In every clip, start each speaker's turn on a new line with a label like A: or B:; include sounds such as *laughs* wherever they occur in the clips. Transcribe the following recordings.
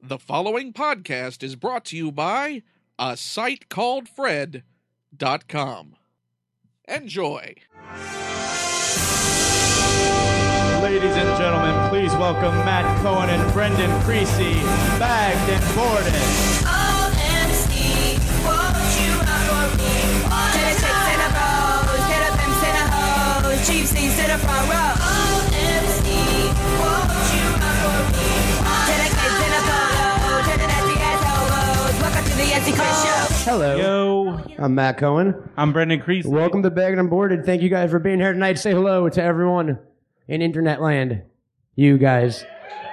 A: The following podcast is brought to you by a site called Fred.com. Enjoy.
B: Ladies and gentlemen, please welcome Matt Cohen and Brendan Creasy, bagged and boarded.
C: Hello.
B: Yo,
C: I'm Matt Cohen.
B: I'm Brendan Creasy.
C: Welcome to Bagged and Boarded. Thank you guys for being here tonight. Say hello to everyone in internet land. You guys.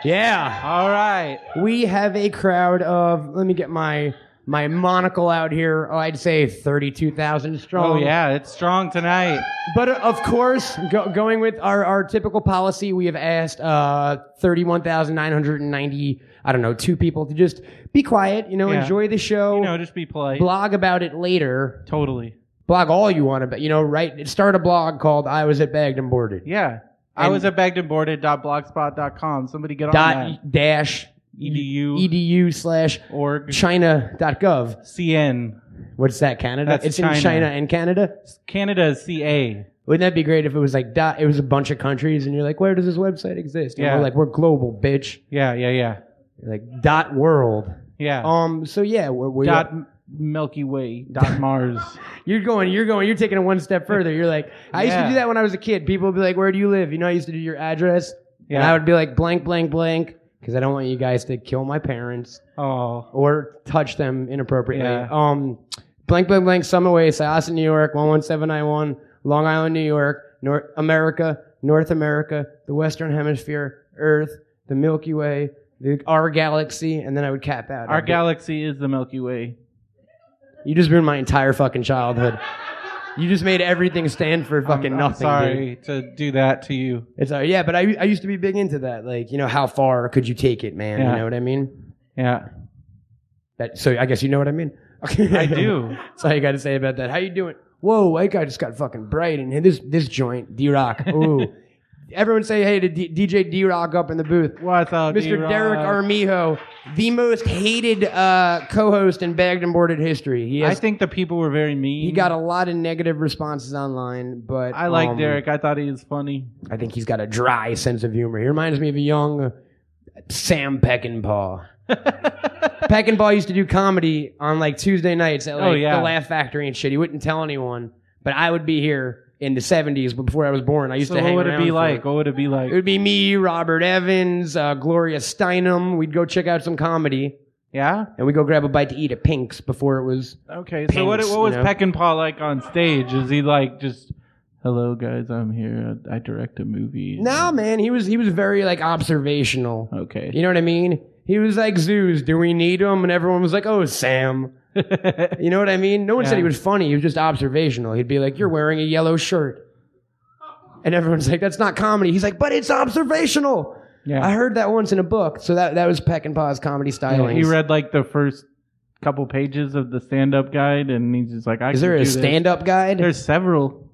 C: Yeah.
B: All right.
C: We have a crowd of, let me get my my monocle out here. Oh, I'd say 32,000
B: Oh
C: strong.
B: yeah, it's strong tonight.
C: But uh, of course, go, going with our, our typical policy, we have asked uh, 31,990, I don't know, two people to just be quiet, you know,
B: Yeah.
C: enjoy the show,
B: You know, just be polite.
C: blog about it later.
B: Totally.
C: blog all you want about, you know, right? Start a blog called I was at Bagged and Boarded.
B: Yeah. I
C: And-
B: was at baggedandboarded.blogspot.com. Somebody get on that.
C: Dot dash
B: Edu.
C: edu slash
B: E Org.
C: China dot gov.
B: CN.
C: What's that, Canada?
B: That's
C: it's
B: China.
C: in China and Canada.
B: Canada is CA.
C: Wouldn't that be great if it was like dot, it was a bunch of countries and you're like, where does this website exist? And
B: Yeah.
C: we're like, we're global, bitch.
B: Yeah, yeah, yeah.
C: You're like dot world.
B: Yeah.
C: Um, so yeah, we're, we're
B: dot Oh, Milky Way. Dot *laughs* Mars.
C: You're going, you're going, you're taking it one step further. You're like, I used
B: Yeah.
C: to do that when I was a kid. People would be like, where do you live? You know, I used to do your address. And I would be like, blank, blank, blank, because I don't want you guys to kill my parents
B: Oh.
C: or touch them inappropriately.
B: Yeah.
C: Um, blank, blank, blank, Summerway, Syosset, New York, 11791, Long Island, New York, North America, North America, the Western Hemisphere, Earth, the Milky Way, the, our galaxy, and then I would cap out.
B: Our
C: I'd be-
B: galaxy is the Milky Way.
C: You just ruined my entire fucking childhood. You just made everything stand for fucking
B: I'm- I'm
C: nothing. dude.
B: sorry to do that to you.
C: It's all, yeah, but I, I used to be big into that. Like, you know, how far could you take it, man?
B: Yeah.
C: You know what I mean?
B: Yeah,
C: That, so I guess you know what I mean. Okay.
B: I do.
C: *laughs* That's all you got to say about that. How you doing? Whoa, that guy just got fucking bright and hit this this joint, D
B: *laughs*
C: Rock. Ooh, everyone say hey to D- DJ D Rock up in the booth.
B: What's up,
C: Mr.
B: D-Rock?
C: Derek Armijo, the most hated uh, co-host in bagged and boarded history. He
B: I
C: has,
B: think the people were very mean.
C: he got a lot of negative responses online, but
B: I like
C: um,
B: Derek. I thought he was funny.
C: *laughs* I think he's got a dry sense of humor. He reminds me of a young uh, Sam Peckinpah. Peckinpah used to do comedy on like Tuesday nights at like
B: Oh, yeah.
C: the Laugh Factory and shit. He wouldn't tell anyone, but I would be here in the '70s but before I was born. I used
B: so
C: to hang
B: what would it
C: around
B: be
C: for
B: like? What would it be
C: It
B: like?
C: would be me, Robert Evans, uh, Gloria Steinem. We'd go check out some comedy,
B: yeah.
C: and we would go grab a bite to eat at Pink's before it was.
B: Okay. so what?
C: Pinks,
B: What was
C: you know?
B: Peckinpah like on stage? Is he like just, "Hello guys, I'm here. I I direct a movie."
C: Nah, man, he was he was very like observational.
B: Okay.
C: You know what I mean? He was like, Zeus, do we need him? And everyone was like, oh, Sam. You know what I mean? No one said
B: Yeah.
C: he was funny. He was just observational. He'd be like, you're wearing a yellow shirt. And everyone's like, that's not comedy. He's like, but it's observational.
B: *laughs* yeah.
C: I heard that once in a book. So that, that was Peck and Paw's comedy
B: Yeah,
C: styling.
B: He read like the first couple pages of the stand-up guide, and he's just like, "I."
C: Is there a stand up guide?
B: There's several.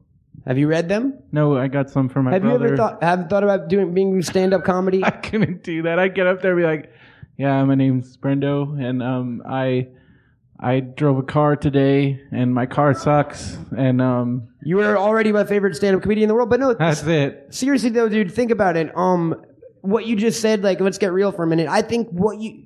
C: have you read them?
B: No, I got some for my
C: Have
B: brother.
C: you ever thought have thought about doing being stand up
B: *laughs*
C: comedy?
B: I couldn't do that. I'd get up there and be like, "Yeah, my name's Brendo, and um, I I drove a car today, and my car sucks, and um,
C: You were already my favorite stand up comedian in the world, but no,
B: that's it."
C: seriously though, dude, think about it. Um, what you just said, like, let's get real for a minute. I think what you,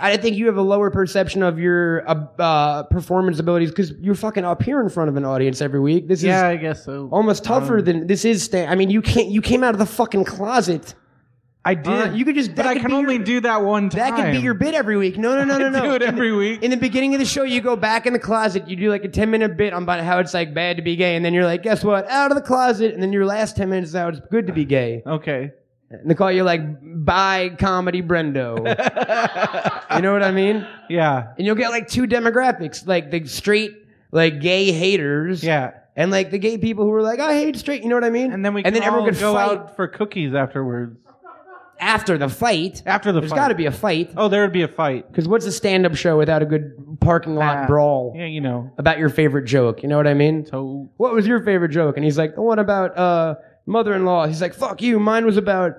C: I think you have a lower perception of your uh, uh, performance abilities because you're fucking up here in front of an audience every week. This
B: Yeah, Um.
C: is
B: I guess so.
C: almost tougher than this is. Sta- I mean, you can't. You came out of the fucking closet.
B: I did.
C: Uh, you could just.
B: but
C: that
B: I
C: could
B: can
C: be
B: only
C: Your,
B: do that one time.
C: that could be
B: *laughs*
C: your bit every week. No, no, no, no, no.
B: do it
C: In the-
B: every week.
C: in the beginning of the show, you go back in the closet. You do like a ten minute bit on about how it's like bad to be gay, and then you're like, guess what? Out of the closet. And then your last ten minutes is how it's good to be gay.
B: *laughs* okay.
C: And they call you like by
B: *laughs*
C: comedy Brendo. you know what I mean?
B: Yeah.
C: And you'll get like two demographics, like the straight, like gay haters,
B: Yeah.
C: and like the gay people who are like, I hate straight. You know what I mean?
B: And then we
C: and
B: can
C: then everyone
B: all
C: could
B: go
C: fight
B: out for cookies afterwards.
C: after the fight.
B: After the
C: There's
B: fight.
C: got to be a fight
B: Oh, there would be a fight.
C: because what's a stand-up show without a good parking lot
B: Ah.
C: brawl
B: Yeah, you know.
C: about your favorite joke? You know what I mean?
B: So
C: what was your favorite joke? And he's like, the one about uh, mother-in-law. He's like, fuck you. Mine was about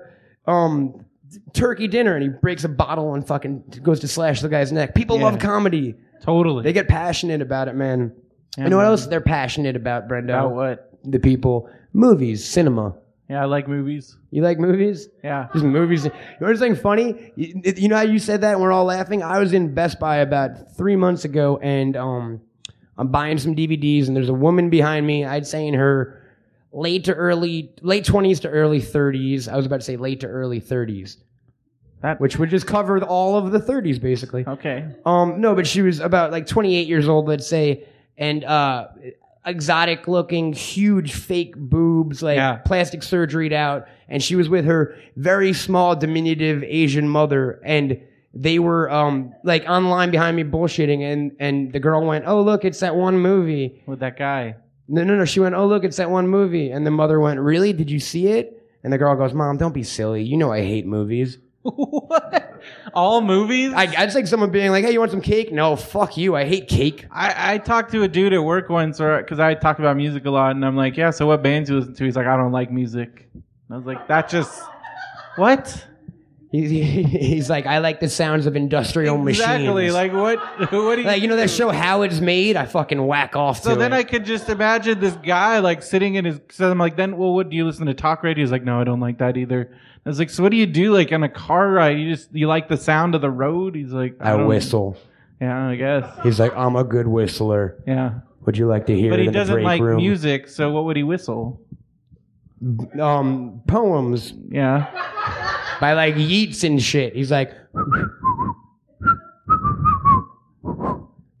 C: um, turkey dinner and he breaks a bottle and fucking goes to slash the guy's neck. People
B: Yeah.
C: love comedy.
B: Totally.
C: They get passionate about it, man.
B: Yeah,
C: you know what
B: man.
C: else they're passionate about, Brendo?
B: About what?
C: The people. Movies, cinema.
B: Yeah, I like movies.
C: You like movies?
B: Yeah.
C: Just movies. You know something funny? You, you know how you said that and we're all laughing? I was in Best Buy about three months ago and um, I'm buying some DVDs and there's a woman behind me. I'd say in her late to early, late 20s to early 30s. I was about to say late to early 30s,
B: That.
C: which would just cover all of the 30s basically.
B: Okay.
C: Um, no, but she was about like 28 years old, let's say, and uh, exotic looking, huge fake boobs, like
B: Yeah.
C: plastic surgeried out. And she was with her very small, diminutive Asian mother, and they were um like online behind me bullshitting, and and the girl went, "Oh look, it's that one movie."
B: With that
C: *laughs*
B: guy.
C: No, no, no. She went, Oh, look, it's that one movie. And the mother went, Really? Did you see it? And the girl goes, Mom, don't be silly. You know I hate movies.
B: what? All movies?
C: I, I'd like someone being like, Hey, you want some cake? No, fuck you. I hate cake.
B: I, I talked to a dude at work once because I talk about music a lot, and I'm like, yeah, so what bands you listen to? He's like, I don't like music. And I was like, that
C: *laughs*
B: just. What?
C: He, he- *laughs* he's like, I like the sounds of industrial machines.
B: Exactly. Like, what? *laughs* What do you.
C: Like, you know that show How It's Made? I fucking whack off
B: so
C: to
B: then
C: it.
B: I could just imagine this guy, like, sitting in his. So I'm like, then, well, what do you listen to? Talk radio? He's like, no, I don't like that either. I was like, so what do you do, like, on a car ride? You just. You like the sound of the road? He's like,
C: I,
B: don't-
C: whistle.
B: Yeah, I guess.
C: He's like, I'm a good whistler.
B: Yeah.
C: Would you like to hear
B: But
C: it
B: he
C: in the
B: doesn't
C: break
B: like
C: room?
B: music, so what would he whistle?
C: Um, poems
B: Yeah.
C: by like Yeats and shit. He's like,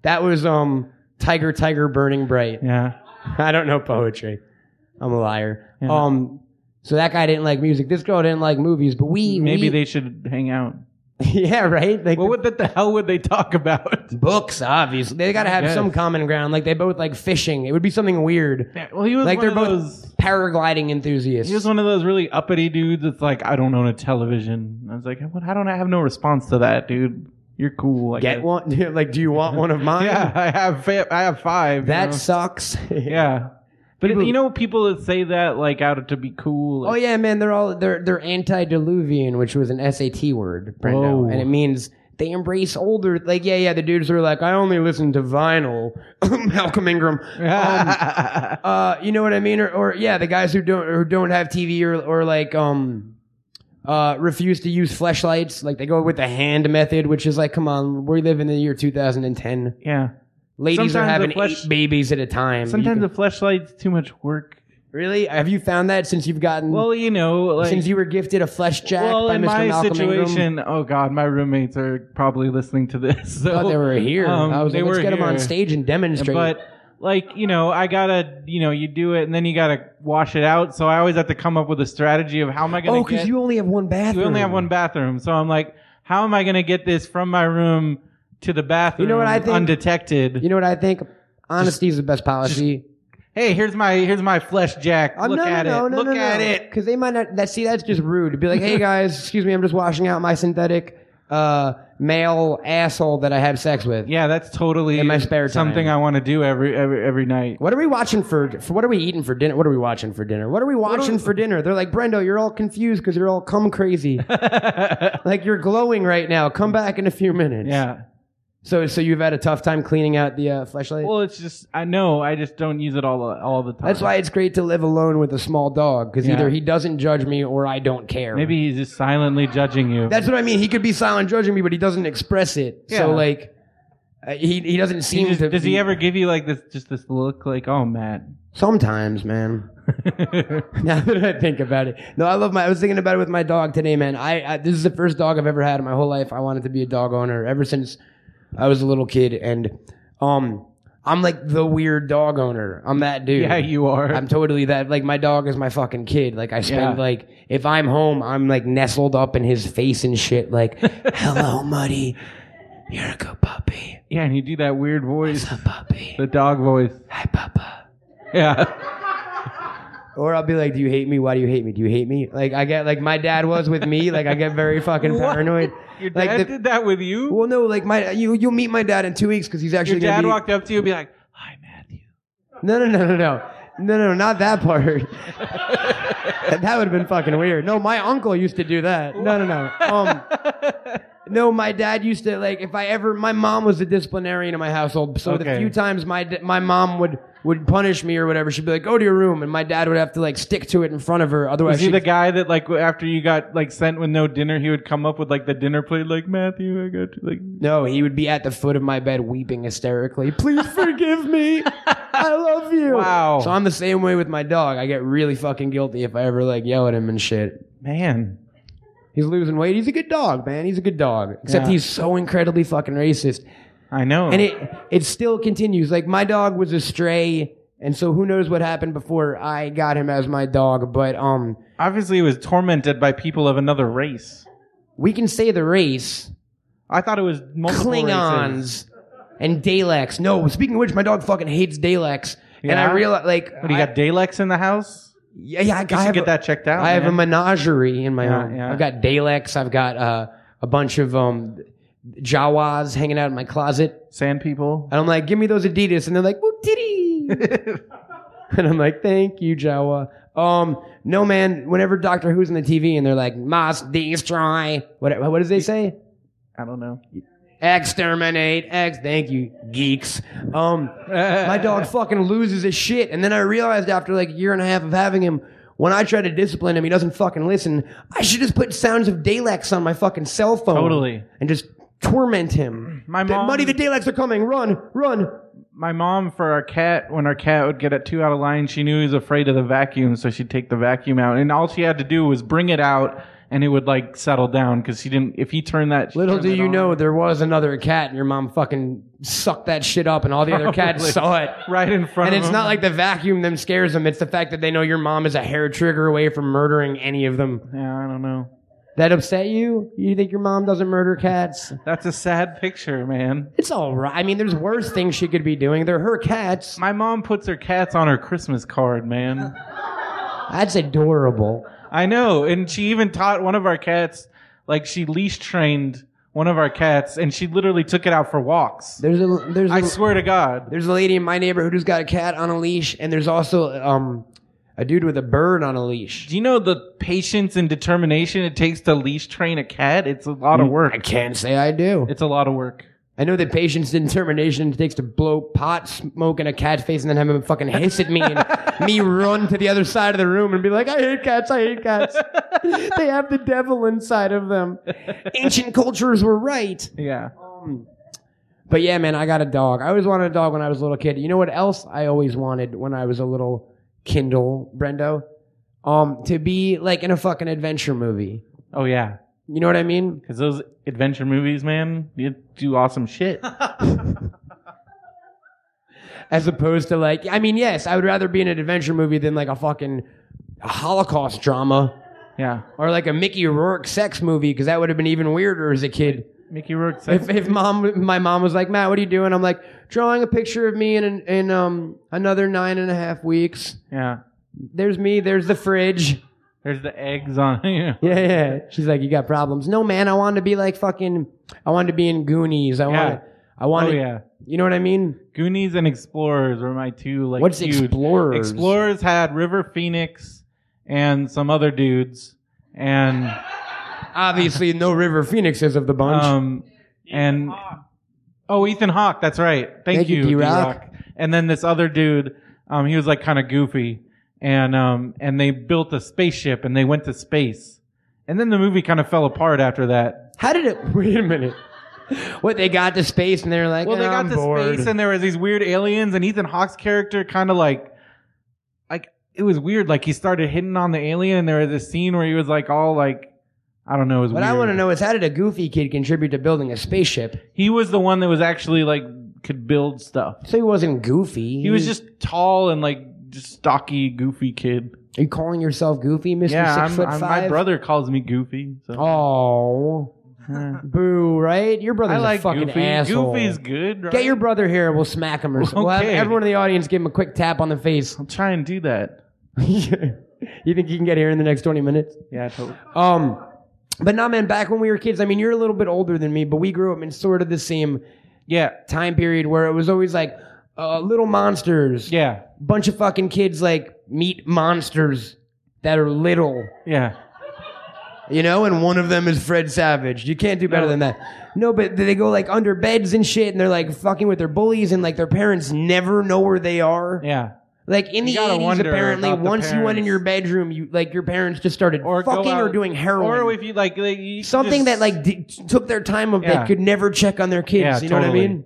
C: that was um Tiger Tiger Burning Bright. *laughs*
B: Yeah.
C: I don't know poetry. I'm a liar.
B: Yeah.
C: Um, so that guy didn't like music. This girl didn't like movies, but we
B: Maybe
C: we-
B: they should hang out.
C: *laughs* yeah right like
B: Well, what would- the hell would they talk about? *laughs*
C: Books, obviously. They got to have
B: Yes.
C: some common ground. Like they both like fishing. It would be something weird.
B: Well, he was
C: Like
B: one
C: they're
B: of
C: both
B: those.
C: paragliding enthusiasts.
B: He was one of those really uppity dudes that's like, I don't own a television. I was like, what? I don't have no response to that, dude. You're cool. I
C: Get
B: guess.
C: one? *laughs* like, do you want one of mine?
B: Yeah, *laughs* I have. Fa- I have five. you
C: That
B: know?
C: sucks. *laughs*
B: yeah. But
C: People-
B: you know, people that say that like out to be cool.
C: Oh
B: like,
C: yeah, man. They're all they're they're antediluvian, which was an SAT word,
B: Whoa.
C: Brendo, and it means they embrace older. Like yeah, yeah. The dudes were like, I only listen to vinyl. *laughs* Malcolm Ingram.
B: *laughs*
C: Um, uh, you know what I mean? Or, or yeah, the guys who don't who don't have TV or or like um uh refuse to use fleshlights, like they go with the hand method, which is like, come on, we live in the year 2010.
B: yeah.
C: Ladies
B: Sometimes
C: are
B: the
C: having
B: flesh-
C: eight babies at a time. You
B: Sometimes the
C: can-
B: fleshlight's too much work.
C: really, have you found that since you've gotten
B: Well, you know, like
C: since you were gifted a flesh jack
B: well,
C: by
B: in
C: Mr.
B: my
C: Malcolm Ingram?
B: situation, oh god, my roommates are probably listening to this. *laughs* So
C: I thought they were here.
B: um,
C: I was
B: they
C: like, let's
B: were
C: get them on
B: here.
C: stage and demonstrate.
B: But like you know, I gotta you know you do it and then you gotta wash it out. So I always have to come up with a strategy of how am I gonna
C: oh,
B: get?
C: because you only have one bathroom.
B: we only have one bathroom, so I'm like, how am I gonna get this from my room to the bathroom?
C: what I think?
B: Undetected.
C: You know what I think? Honesty is the best policy.
B: hey, here's my here's my flesh jack.
C: Oh,
B: Look
C: no,
B: at
C: no,
B: it.
C: No,
B: Look
C: no, no,
B: at it.
C: Because they might not. That see, that's just rude to be
B: *laughs*
C: like, "Hey guys, excuse me, I'm just washing out my synthetic uh, male asshole that I have sex with."
B: Yeah, that's totally
C: In my spare time.
B: something I want to do every every every night. *laughs*
C: What are we watching for, for? What are we eating for dinner? What are we watching for dinner? What are we watching for dinner? They're like, Brendo, you're all confused because you're all
B: *laughs*
C: come crazy. like you're glowing right now. Come back in a few minutes.
B: Yeah.
C: So, so you've had a tough time cleaning out the uh, flashlight.
B: Well, it's just I know I just don't use it all all the time.
C: that's why it's great to live alone with a small dog because
B: Yeah.
C: either he doesn't judge me or I don't care.
B: maybe he's just silently judging you.
C: That's what I mean. He could be silent judging me, but he doesn't express it.
B: Yeah.
C: So like, uh, he he doesn't
B: He
C: seem
B: just-
C: to.
B: does
C: be-
B: he ever give you like this just this look like oh Matt? *laughs*
C: Sometimes, man. *laughs* now that I think about it, no, I love my. I was thinking about it with my dog today, man. I, I this is the first dog I've ever had in my whole life. I wanted to be a dog owner ever since I was a little kid, and um, I'm like the weird dog owner. I'm that dude.
B: yeah, you are.
C: I'm totally that. Like my dog is my fucking kid. Like I spend
B: Yeah.
C: like if I'm home, I'm like nestled up in his face and
B: *laughs*
C: shit. Like, hello, Muddy, you're a good puppy.
B: yeah, and you do that weird voice,
C: What's up, puppy?
B: the dog voice.
C: Hi, Papa.
B: Yeah,
C: Or I'll be like, do you hate me? Why do you hate me? Do you hate me? Like I get like my dad was with me. Like I get
B: *laughs*
C: very fucking
B: What?
C: paranoid.
B: your dad
C: Like the-
B: did that with you.
C: Well, no, like my you you'll meet my dad in two weeks because he's actually
B: your
C: gonna
B: dad
C: be,
B: walked up to you and be like, "Hi, Matthew." *laughs*
C: No, no, no, no, no, no, no, not that part. that would have been fucking weird. No, my uncle used to do that. No, no, no. Um,
B: *laughs*
C: no, my dad used to like if I ever. My mom was a disciplinarian in my household, so the
B: Okay.
C: few times my d- my mom would would punish me or whatever, she'd be like, "Go to your room," and my dad would have to like stick to it in front of her. Otherwise,
B: Was he
C: she'd
B: the guy that like after you got like sent with no dinner, he would come up with like the dinner plate, like Matthew, I got you. Like
C: No, he would be at the foot of my bed weeping
B: *laughs*
C: hysterically. Please forgive me. I love you.
B: Wow.
C: So I'm the same way with my dog. I get really fucking guilty if I ever like yell at him and shit.
B: man,
C: He's losing weight. He's a good dog, man. He's a good dog. Except
B: Yeah.
C: he's so incredibly fucking racist.
B: I know.
C: And it it still continues. Like my dog was a stray, and so who knows what happened before I got him as my dog, but um
B: obviously it was tormented by people of another race.
C: we can say the race
B: I thought it was multiple races.
C: Klingons and Daleks. No, speaking of which, my dog fucking hates Daleks. And I
B: Yeah?
C: realize, like,
B: What do you
C: I-
B: got? Daleks in the house?
C: Yeah, yeah, I,
B: You should
C: I have
B: get
C: a-
B: that checked out.
C: I have a
B: man.
C: menagerie in my
B: Yeah,
C: home.
B: yeah.
C: I've got Daleks. I've got uh, a bunch of um, Jawas hanging out in my closet,
B: sand people.
C: and I'm like, "Give me those Adidas," and they're like, "Woo,
B: *laughs*
C: titty," and I'm like, "Thank you, Jawa." Um, no man. Whenever Doctor Who's on the TV, and they're like, "Must destroy," what what does they say?
B: I don't know.
C: Exterminate, ex. Thank you, geeks. Um, *laughs* my
B: *laughs*
C: dog fucking loses his shit. And then I realized after like a year and a half of having him, when I try to discipline him, he doesn't fucking listen. I should just put sounds of Daleks on my fucking cell phone.
B: Totally.
C: And just torment him.
B: My
C: The-
B: mom-
C: Muddy, the Daleks are coming. Run, run.
B: my mom for our cat when our cat would get at two out of line she knew he was afraid of the vacuum so she'd take the vacuum out and all she had to do was bring it out and it would like settle down because she didn't if he turned that she
C: Little
B: turned
C: do
B: it
C: you
B: on.
C: know, there was another cat, and your mom fucking sucked that shit up, and all the other cats
B: *laughs* Probably.
C: saw it.
B: right in front
C: And
B: of
C: it's
B: him.
C: not like the vacuum them scares them. It's the fact that they know your mom is a hair trigger away from murdering any of them.
B: yeah i don't know
C: That upset you? You think your mom doesn't murder cats?
B: that's a sad picture man
C: It's all right. I mean, there's worse things she could be doing. They're her cats.
B: my mom puts her cats on her christmas card man
C: That's adorable.
B: i know and she even taught one of our cats like she leash trained one of our cats and she literally took it out for walks
C: There's a there's a
B: i swear to god
C: there's a lady in my neighborhood who's got a cat on a leash, and there's also um a dude with a bird on a leash.
B: Do you know the patience and determination it takes to leash train a cat? It's a lot of work.
C: I can't say I do.
B: It's a lot of work.
C: I know that patience and determination it takes to blow pot smoke in a cat's face and then have him fucking hiss at me and me run to the other side of the room and be like, I hate cats, I hate cats. *laughs* they have the devil inside of them. Ancient cultures were right.
B: Yeah.
C: But yeah, man, I got a dog. I always wanted a dog when I was a little kid. You know what else I always wanted when I was a little Kindle, Brendo? Um, to be like in a fucking adventure movie.
B: Oh yeah.
C: You know what I mean?
B: Because those adventure movies, man, you do awesome shit.
C: *laughs* As opposed to like, I mean, yes, I would rather be in an adventure movie than like a fucking Holocaust drama
B: yeah.
C: or like a Mickey Rourke sex movie because that would have been even weirder as a kid.
B: Mickey Rourke said,
C: If, if mom, if my mom was like, Matt, what are you doing? I'm like, drawing a picture of me in an, in um another nine and a half weeks.
B: "Yeah,
C: There's me. There's the fridge. *laughs*
B: there's the eggs on." *laughs* yeah.
C: Yeah, yeah. She's like, you got problems. No, man. I wanted to be like fucking. I wanted to be in Goonies. I
B: Yeah.
C: want. I
B: Oh
C: want. to
B: yeah.
C: You know what I mean?
B: Goonies and Explorers were my two like.
C: What's
B: huge-
C: Explorers?
B: Explorers had River Phoenix and some other dudes, and
C: Obviously, no River Phoenix is of the bunch.
B: um, and oh, Ethan Hawke. That's right. Thank,
C: Thank you,
B: you,
C: D-Rock.
B: D-Rock. And then this other dude, um, he was like kind of goofy, and um, and they built a spaceship and they went to space, and then the movie kind of fell apart after that.
C: How did it? *laughs* Wait a minute. What they got to space and they're like,
B: Well, they got
C: I'm
B: to
C: bored.
B: space and there was these weird aliens, and Ethan Hawke's character kind of like, like it was weird. Like he started hitting on the alien, and there was this scene where he was like all like, I don't know, it was
C: what
B: weird.
C: I want to know is how did a goofy kid contribute to building a spaceship?
B: He was the one that was actually like could build stuff.
C: So he wasn't goofy.
B: He was just tall and like just stocky, goofy kid.
C: Are you calling yourself goofy, Mister
B: Yeah,
C: 6
B: I'm,
C: foot
B: I'm-
C: five?
B: my brother calls me goofy. *laughs* So
C: Oh,
B: eh.
C: *laughs* boo! Right? Your brother's
B: I
C: a
B: like
C: fucking
B: goofy.
C: asshole.
B: Goofy's good. Right?
C: Get your brother here. We'll smack him or something. We'll have
B: Okay.
C: everyone in the audience give him a quick tap on the face. *laughs*
B: I'll try and do that.
C: you think you can get here in the next 20 minutes?
B: Yeah, totally.
C: Um, but nah, man, back when we were kids, I mean, you're a little bit older than me, but we grew up in sort of the same
B: Yeah,
C: time period where it was always like uh, little monsters,
B: yeah.
C: bunch of fucking kids like meet monsters. that are little,
B: Yeah.
C: you know, and one of them is Fred Savage. You can't do better
B: No.
C: than that. No, but they go like under beds and shit, and they're like fucking with their bullies, and like their parents never know where they are.
B: Yeah.
C: Like in
B: You
C: the
B: gotta
C: eighties,
B: wonder
C: apparently,
B: about the
C: once you went in
B: parents.
C: your bedroom, you like your parents just started
B: Or go
C: fucking or
B: out-
C: doing heroin,
B: Or if you like, like you
C: something
B: just-
C: that like d- took their time of
B: Yeah.
C: they could never check on their kids.
B: Yeah,
C: you know what I
B: totally.
C: mean?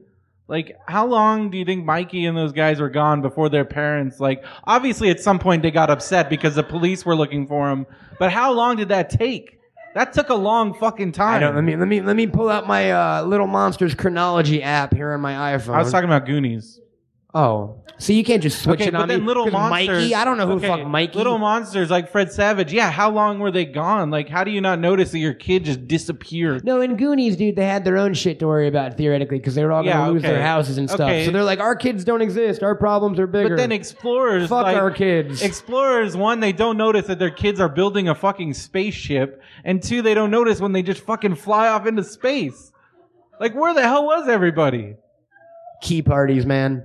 B: Like, how long do you think Mikey and those guys were gone before their parents? Like, obviously, at some point they got upset because the police were looking for them. But how long did that take? That took a long fucking time.
C: I don't. Let me let me let me pull out my uh, little monsters chronology app here on my iPhone.
B: I was talking about Goonies.
C: Oh, so you can't just switch
B: Okay,
C: it
B: but
C: on
B: then
C: me?
B: Little
C: 'Cause
B: Monsters.
C: Mikey, I don't know who
B: okay,
C: the fuck Mikey.
B: Little Monsters, like Fred Savage. Yeah, how long were they gone? Like, how do you not notice that your kid just disappeared?
C: no, in Goonies, dude, they had their own shit to worry about theoretically because they were all going to
B: Yeah,
C: lose
B: okay.
C: their houses and stuff.
B: Okay.
C: So they're like, our kids don't exist. Our problems are bigger.
B: But then explorers,
C: fuck
B: like,
C: our kids.
B: Explorers, one, they don't notice that their kids are building a fucking spaceship, and two, they don't notice when they just fucking fly off into space. Like, where the hell was everybody?
C: key parties, man.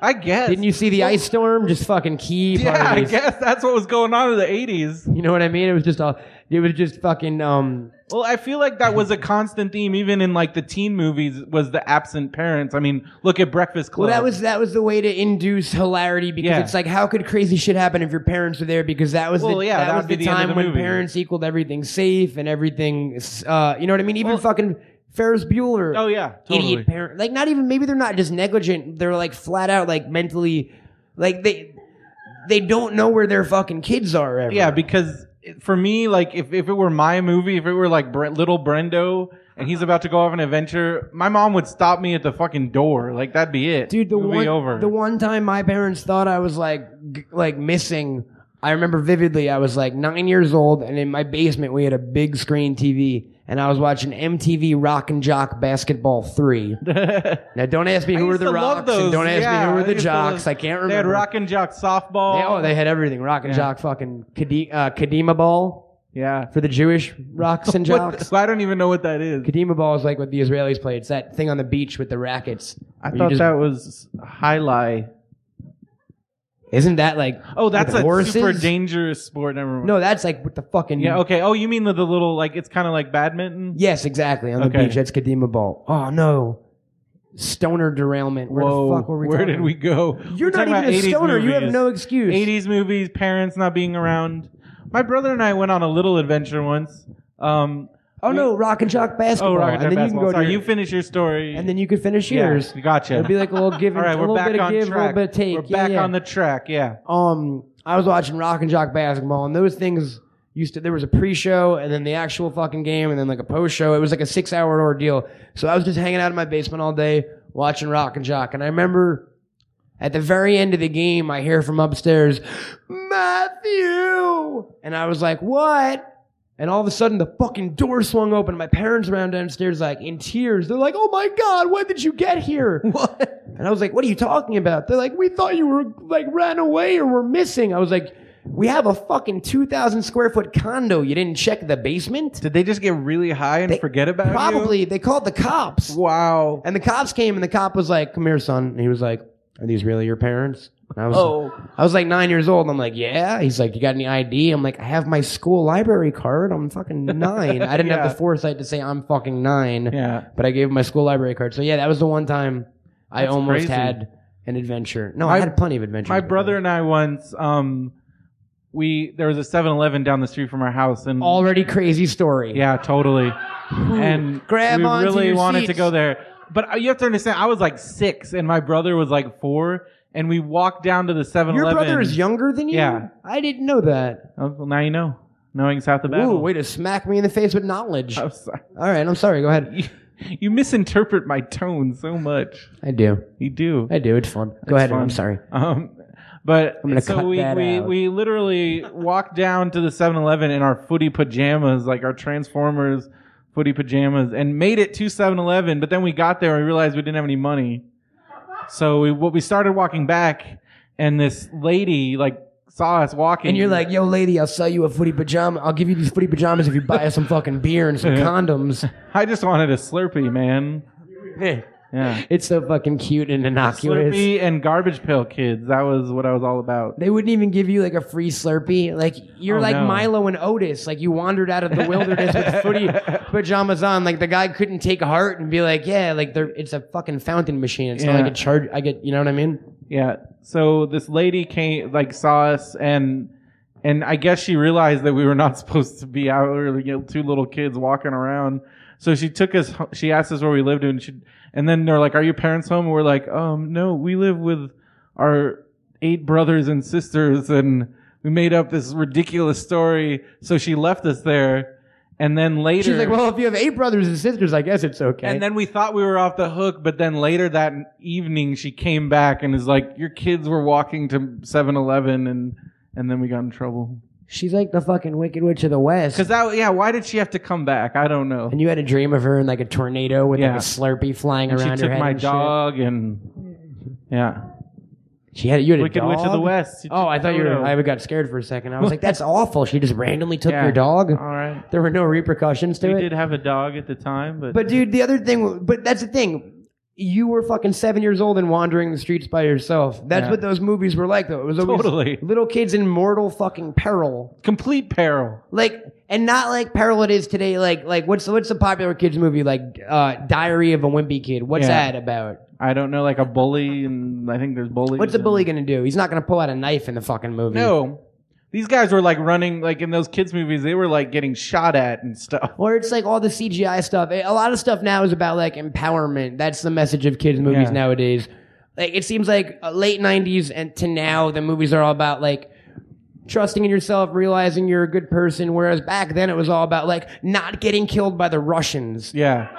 B: I guess.
C: Didn't you see the ice storm? Just fucking key
B: *laughs* Yeah, I
C: parties.
B: guess that's what was going on in the 80s.
C: You know what I mean? It was just all. It was just fucking. Um.
B: Well, I feel like that was a constant theme, even in like the teen movies, was the absent parents. I mean, look at Breakfast Club.
C: Well, that was that was the way to induce hilarity because
B: Yeah.
C: it's like how could crazy shit happen if your parents were there because that was
B: Well,
C: the,
B: yeah,
C: that,
B: that
C: was
B: would be
C: the
B: the end of
C: time
B: the
C: when
B: movie.
C: parents equaled everything safe and everything. Uh, you know what I mean? Even
B: Well-
C: fucking Ferris Bueller.
B: Oh yeah, totally.
C: idiot parent. Like not even maybe they're not just negligent. They're like flat out like mentally, like they they don't know where their fucking kids are. Ever.
B: Yeah, because it- for me, like if, if it were my movie, if it were like Bre- little Brendo and he's about to go off an adventure, my mom would stop me at the fucking door. Like that'd be it.
C: dude. The
B: movie
C: one
B: over.
C: the one time my parents thought I was like g- like missing. I remember vividly. I was like nine years old, and in my basement we had a big screen TV, and I was watching MTV Rock and Jock
B: *laughs*
C: Basketball Three. now don't ask me
B: I
C: who were
B: used
C: the
B: to love
C: rocks, and
B: those.
C: don't ask me
B: Yeah,
C: who were
B: I
C: the
B: used to love-
C: jocks. I can't remember.
B: They had rock and jock softball.
C: They- oh, they had everything. Rock and
B: Yeah.
C: Jock, fucking Kadima, uh, Kadima ball.
B: yeah.
C: for the Jewish rocks
B: *laughs*
C: and
B: What
C: jocks.
B: the- I don't even know what that is.
C: Kadima ball is like what the Israelis play. It's that thing on the beach with the rackets.
B: I
C: Where you
B: thought
C: just-
B: that was highlight.
C: isn't that like
B: Oh, that's
C: with
B: a
C: horses?
B: super dangerous sport. Never mind.
C: No, that's like with the fucking
B: Yeah. Okay. Oh, you mean the, the little like it's kind of like badminton?
C: Yes, exactly on the
B: Okay.
C: beach. That's Kadima ball. Oh no, stoner derailment. Where
B: Whoa,
C: the fuck were we?
B: Where
C: talking?
B: did we go?
C: You're
B: We're
C: not
B: talking
C: even
B: about
C: a
B: 80s
C: stoner. You have
B: movies.
C: no excuse.
B: 80s movies, parents not being around. My brother and I went on a little adventure once. Um,
C: Oh no, rock and jock basketball.
B: oh, rocket
C: and then you can go
B: basketball.
C: to
B: Sorry,
C: your-
B: you finish your story.
C: and then you can finish yours.
B: Yeah, gotcha.
C: It'll be like a little give,
B: *laughs* All
C: and
B: right,
C: a
B: we're
C: little
B: back
C: bit of
B: on
C: give, a little
B: track.
C: bit of take.
B: We're
C: Yeah,
B: back
C: yeah.
B: on the track. Yeah.
C: um I was watching Rock and Jock basketball, and those things used to. There was a pre-show, and then the actual fucking game, and then like a post-show. It was like a six-hour ordeal. So I was just hanging out in my basement all day watching Rock and Jock, and I remember at the very end of the game, I hear from upstairs, Matthew, and I was like, what? And all of a sudden, the fucking door swung open. My parents ran downstairs, like in tears. They're like, "Oh my god, when did you get here?"
B: *laughs* What?
C: And I was like, what are you talking about? They're like, we thought you were like ran away or were missing. I was like, we have a fucking 2,000 square foot condo. You didn't check the basement?
B: Did they just get really high and
C: They-
B: forget about
C: Probably. They called the
B: you?
C: cops.
B: Wow.
C: And the cops came and the cop was like, come here, son. And he was like, are these really your parents? And I was,
B: Oh.
C: I was like nine years old. And I'm like, yeah. He's like, you got any ID? I'm like, I have my school library card. I'm
B: *laughs*
C: fucking nine. I didn't have
B: Yeah.
C: the foresight to say I'm fucking nine
B: *laughs* Yeah.
C: but I gave him my school library card. So yeah, that was the one time I
B: That's
C: almost
B: crazy.
C: had an adventure. No, I
B: My-
C: had plenty of adventures.
B: My brother and I once, um, we there was a 7-Eleven down the street from our house, and
C: already crazy story.
B: Yeah, totally. and
C: Grab
B: we
C: onto
B: really
C: your
B: wanted to
C: seats.
B: go there. But uh, you have to understand, I was like six, and my brother was like four, and we walked down to the 7
C: your brother is younger than you.
B: Yeah.
C: I didn't know that.
B: Oh, well, now you know. Knowing's half the battle.
C: Ooh, way to smack me in the face with
B: *laughs*
C: knowledge.
B: I'm sorry.
C: All right, I'm sorry. Go ahead.
B: You, you misinterpret my tone so much.
C: I do.
B: You do.
C: I do. It's fun. Go
B: It's
C: ahead.
B: fun.
C: I'm sorry.
B: Um, but
C: I'm gonna
B: so
C: cut
B: we,
C: that
B: we,
C: out.
B: we literally walked down to the 7-Eleven in our footy pajamas, like our Transformers footy pajamas, and made it to 7-Eleven. But then we got there and we realized we didn't have any money. So we what we started walking back, and this lady like saw us walking,
C: And you're like, yo, lady, I'll sell you a footy pajama. I'll give you these footy pajamas
B: *laughs*
C: if you buy us some fucking beer and some condoms.
B: I just wanted a Slurpee, man.
C: Hey,
B: Yeah.
C: It's so fucking cute and innocuous.
B: Slurpee and Garbage Pail Kids. That was what I was all about.
C: They wouldn't even give you like a free Slurpee. Like you're
B: Oh,
C: like
B: no.
C: Milo and Otis. Like you wandered out of the
B: *laughs*
C: wilderness with footy pajamas on. Like the guy couldn't take heart and be like, yeah, like they're, it's a fucking fountain machine. It's
B: Yeah.
C: not like a charge. I get, you know what I mean?
B: Yeah. So this lady came, like, saw us, and and I guess she realized that we were not *laughs* supposed to be out. We were you know, two little kids walking around. So she took us. ho- She asked us where we lived, and she and then they're like, "Are your parents home?" And we're like, "Um, no, we live with our eight brothers and sisters, and we made up this ridiculous story." So she left us there, and then later
C: She's like, well, if you have eight brothers and sisters, I guess it's okay.
B: And then we thought we were off the hook, but then later that evening she came back and is like, "Your kids were walking to 7-Eleven and and then we got in trouble."
C: She's like the fucking Wicked Witch of the West.
B: Cuz that yeah, why did she have to come back? I don't know.
C: And you had a dream of her in like a tornado with like
B: Yeah.
C: a Slurpee flying
B: And she
C: around her
B: took
C: head.
B: my
C: and shit.
B: dog and yeah.
C: She had you had a
B: Wicked Witch of the
C: dog?
B: West. She
C: Oh,
B: took
C: I thought you
B: Toto.
C: were. I got scared for a second. I
B: *laughs*
C: was like, that's awful. She just randomly took
B: Yeah.
C: your dog.
B: All right.
C: There were no repercussions to
B: We
C: it.
B: did have a dog at the time, but,
C: But dude, the other thing, but that's the thing. You were fucking seven years old and wandering the streets by yourself. That's
B: Yeah.
C: what those movies were like, though. It was always *laughs*
B: Totally.
C: little kids in mortal fucking peril,
B: complete peril.
C: like, and not like peril it is today. Like, like what's what's the popular kids movie like? Uh, Diary of a Wimpy Kid. What's
B: Yeah.
C: that about?
B: I don't know like a bully and I think there's bullies.
C: What's a
B: and-
C: bully gonna do? He's not gonna pull out a knife in the fucking movie.
B: No. These guys were like running like in those kids movies, they were like getting shot at and stuff. *laughs*
C: Or it's like all the CGI stuff. A lot of stuff now is about like empowerment. That's the message of kids' movies
B: Yeah.
C: nowadays. Like it seems like uh, late '90s and to now, the movies are all about like trusting in yourself, realizing you're a good person. Whereas back then, it was all about like not getting killed by the Russians. *laughs*
B: Yeah.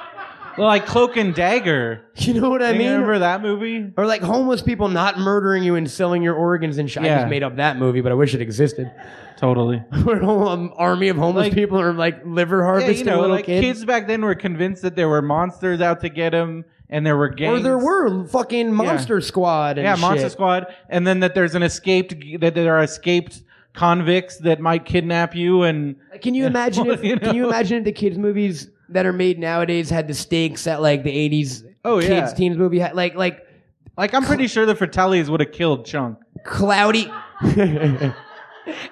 B: Well, like Cloak and Dagger.
C: You know what I
B: I mean,
C: mean?
B: remember that movie?
C: Or like homeless people not murdering you and selling your organs and shit. I
B: Yeah.
C: just made up that movie, but I wish it existed.
B: Totally.
C: Where a whole um, army of homeless
B: Like-
C: people are like liver
B: you
C: harvesting
B: know,
C: little
B: like
C: kids.
B: kids. back then were convinced that there were monsters out to get them, and there were gangs.
C: Or there were fucking Monster Squad and
B: yeah,
C: shit.
B: Monster Squad, and then that there's an escaped that there are escaped convicts that might kidnap you, and *laughs*
C: Can you imagine?
B: Well,
C: if,
B: you
C: Can you
B: know.
C: imagine if the kids movies that are made nowadays had the stakes that like the eighties
B: Oh,
C: kids
B: yeah.
C: teens movie had? Like like
B: like I'm pretty sure the Fratellis would have killed Chunk. *laughs*
C: cloudy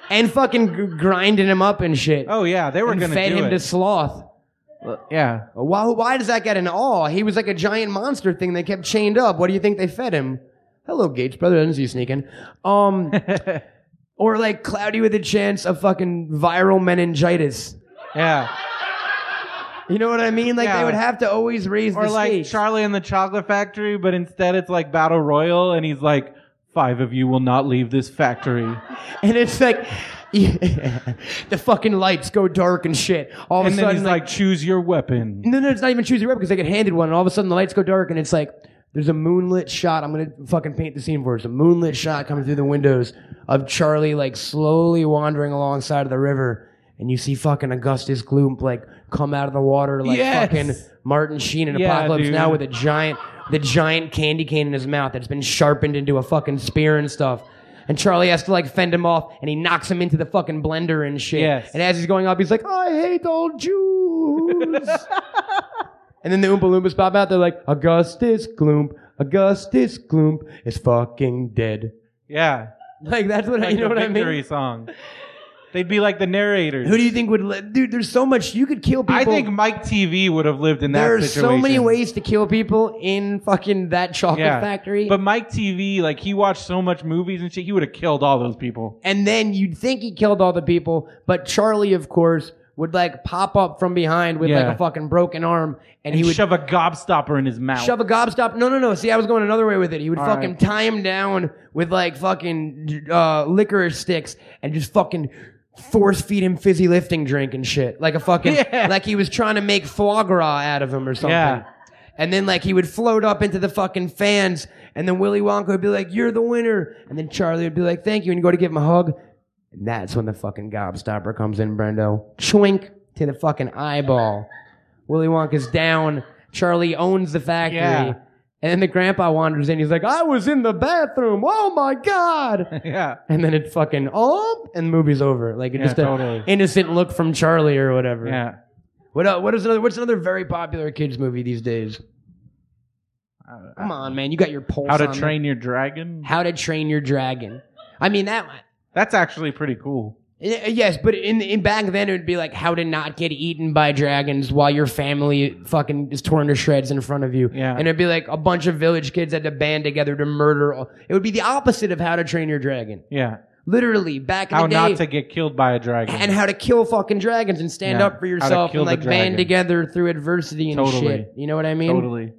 C: and fucking gr- grinding him up and shit.
B: Oh yeah, they were
C: and
B: gonna
C: fed
B: do
C: him
B: it. *laughs*
C: to sloth.
B: yeah, *laughs*
C: Why? Why does that get an awe? He was like a giant monster thing. They kept chained up. What do you think they fed him? Hello, Gates brother. Doesn't see you sneaking. Um, or like cloudy with a chance of fucking viral meningitis.
B: yeah.
C: You know what I mean? Like
B: Yeah.
C: they would have to always raise
B: Or
C: the
B: like
C: stakes.
B: Charlie and the Chocolate Factory, but instead it's like Battle Royal, and he's like, five of you will not leave this
C: *laughs*
B: factory.
C: and it's like *laughs* the fucking lights go dark and shit. All of
B: and
C: a
B: then
C: sudden,
B: he's
C: like,
B: like, choose your
C: *laughs*
B: weapon.
C: no, no, it's not even choose your weapon because they get handed one, and all of a sudden the lights go dark, and it's like there's a moonlit shot. I'm gonna fucking paint the scene for us. A moonlit shot coming through the windows of Charlie like slowly wandering alongside of the river, and you see fucking Augustus Gloom like come out of the water like
B: Yes.
C: fucking Martin Sheen in
B: Yeah,
C: Apocalypse
B: dude.
C: Now with a giant the giant candy cane in his mouth that's been sharpened into a fucking spear and stuff. And Charlie has to like fend him off, and he knocks him into the fucking blender and shit.
B: Yes.
C: And as he's going up, he's like, "I hate all
B: *laughs*
C: Jews." And then the Oompa Loompas pop out. They're like, Augustus Gloomp, Augustus Gloomp is fucking dead.
B: Yeah.
C: Like, that's what I,
B: Like
C: you know
B: the
C: what I
B: victory
C: mean?
B: song. They'd be like the narrators.
C: Who do you think would, li- dude, there's so much, you could kill people.
B: I think Mike TV would have lived in that
C: there are
B: situation.
C: so many ways to kill people in fucking that chocolate
B: Yeah.
C: factory.
B: But Mike TV, like he watched so much movies and shit, he would have killed all those people.
C: and then you'd think he killed all the people, but Charlie, of course, would like pop up from behind with
B: Yeah.
C: like a fucking broken arm and,
B: And
C: he would
B: shove a gobstopper in his mouth.
C: shove a gobstop. No, no, no. See, I was going another way with it. He would
B: All
C: fucking
B: right.
C: tie him down with like fucking uh, licorice sticks and just fucking force feed him fizzy lifting drink and shit. Like a
B: *laughs*
C: fucking
B: Yeah.
C: like he was trying to make foie gras out of him or something.
B: Yeah.
C: And then like he would float up into the fucking fans and then Willy Wonka would be like, "You're the winner." And then Charlie would be like, "Thank you." And you go to give him a hug. And that's when the fucking gobstopper comes in, Brendo. Choink to the fucking eyeball. Willy Wonka's down. Charlie owns the factory.
B: Yeah.
C: And then the grandpa wanders in. He's like, I was in the bathroom. Oh my God.
B: yeah. *laughs*
C: And then it fucking, oh, and the movie's over. Like, it
B: Yeah,
C: just a
B: totally.
C: innocent look from Charlie or whatever.
B: Yeah.
C: What, el- what is another, what's another very popular kids movie these days?
B: I- I-
C: Come on, man. You got your pulse.
B: How to
C: on that.
B: Train Your Dragon?
C: How to Train Your Dragon. I mean that.
B: That's actually pretty cool.
C: eh, Yes, but in, in back then it would be like how to not get eaten by dragons while your family fucking is torn to shreds in front of you.
B: Yeah.
C: And it'd be like a bunch of village kids had to band together to murder. All. It would be the opposite of how to train your dragon.
B: Yeah.
C: Literally back in
B: How
C: the day.
B: not to get killed by a dragon.
C: and how to kill fucking dragons and stand
B: Yeah,
C: up for
B: how to
C: yourself
B: kill
C: and
B: the
C: like band
B: dragon.
C: together through adversity and
B: Totally.
C: shit. You know what I
B: *laughs*
C: mean?
B: totally.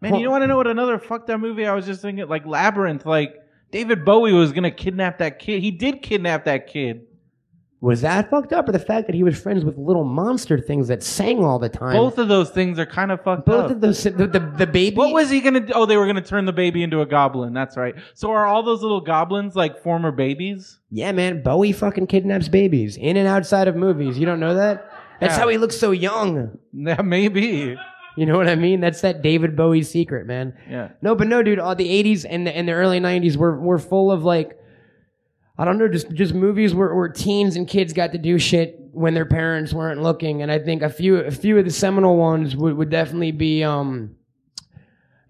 B: Man,
C: Well-
B: you want to know what another fucked up movie I was just thinking? Like Labyrinth. Like David Bowie was gonna kidnap that kid. He did kidnap that kid.
C: Was that fucked up, or the fact that he was friends with little monster things that sang all the time?
B: Both of those things are kind of fucked
C: both
B: up.
C: of those. The, the, the baby.
B: what was he gonna do? Oh, they were gonna turn the baby into a goblin. That's right. So are all those little goblins like former babies? *laughs*
C: Yeah, man. Bowie fucking kidnaps babies in and outside of movies. You don't know that? That's
B: Yeah.
C: how he looks so young.
B: Yeah, maybe.
C: You know what I mean? That's that David Bowie secret, man.
B: Yeah.
C: No, but no, dude. All the '80s and the, and the early '90s were were full of like, I don't know, just just movies where, where teens and kids got to do shit when their parents weren't looking. And I think a few a few of the seminal ones would, would definitely be um,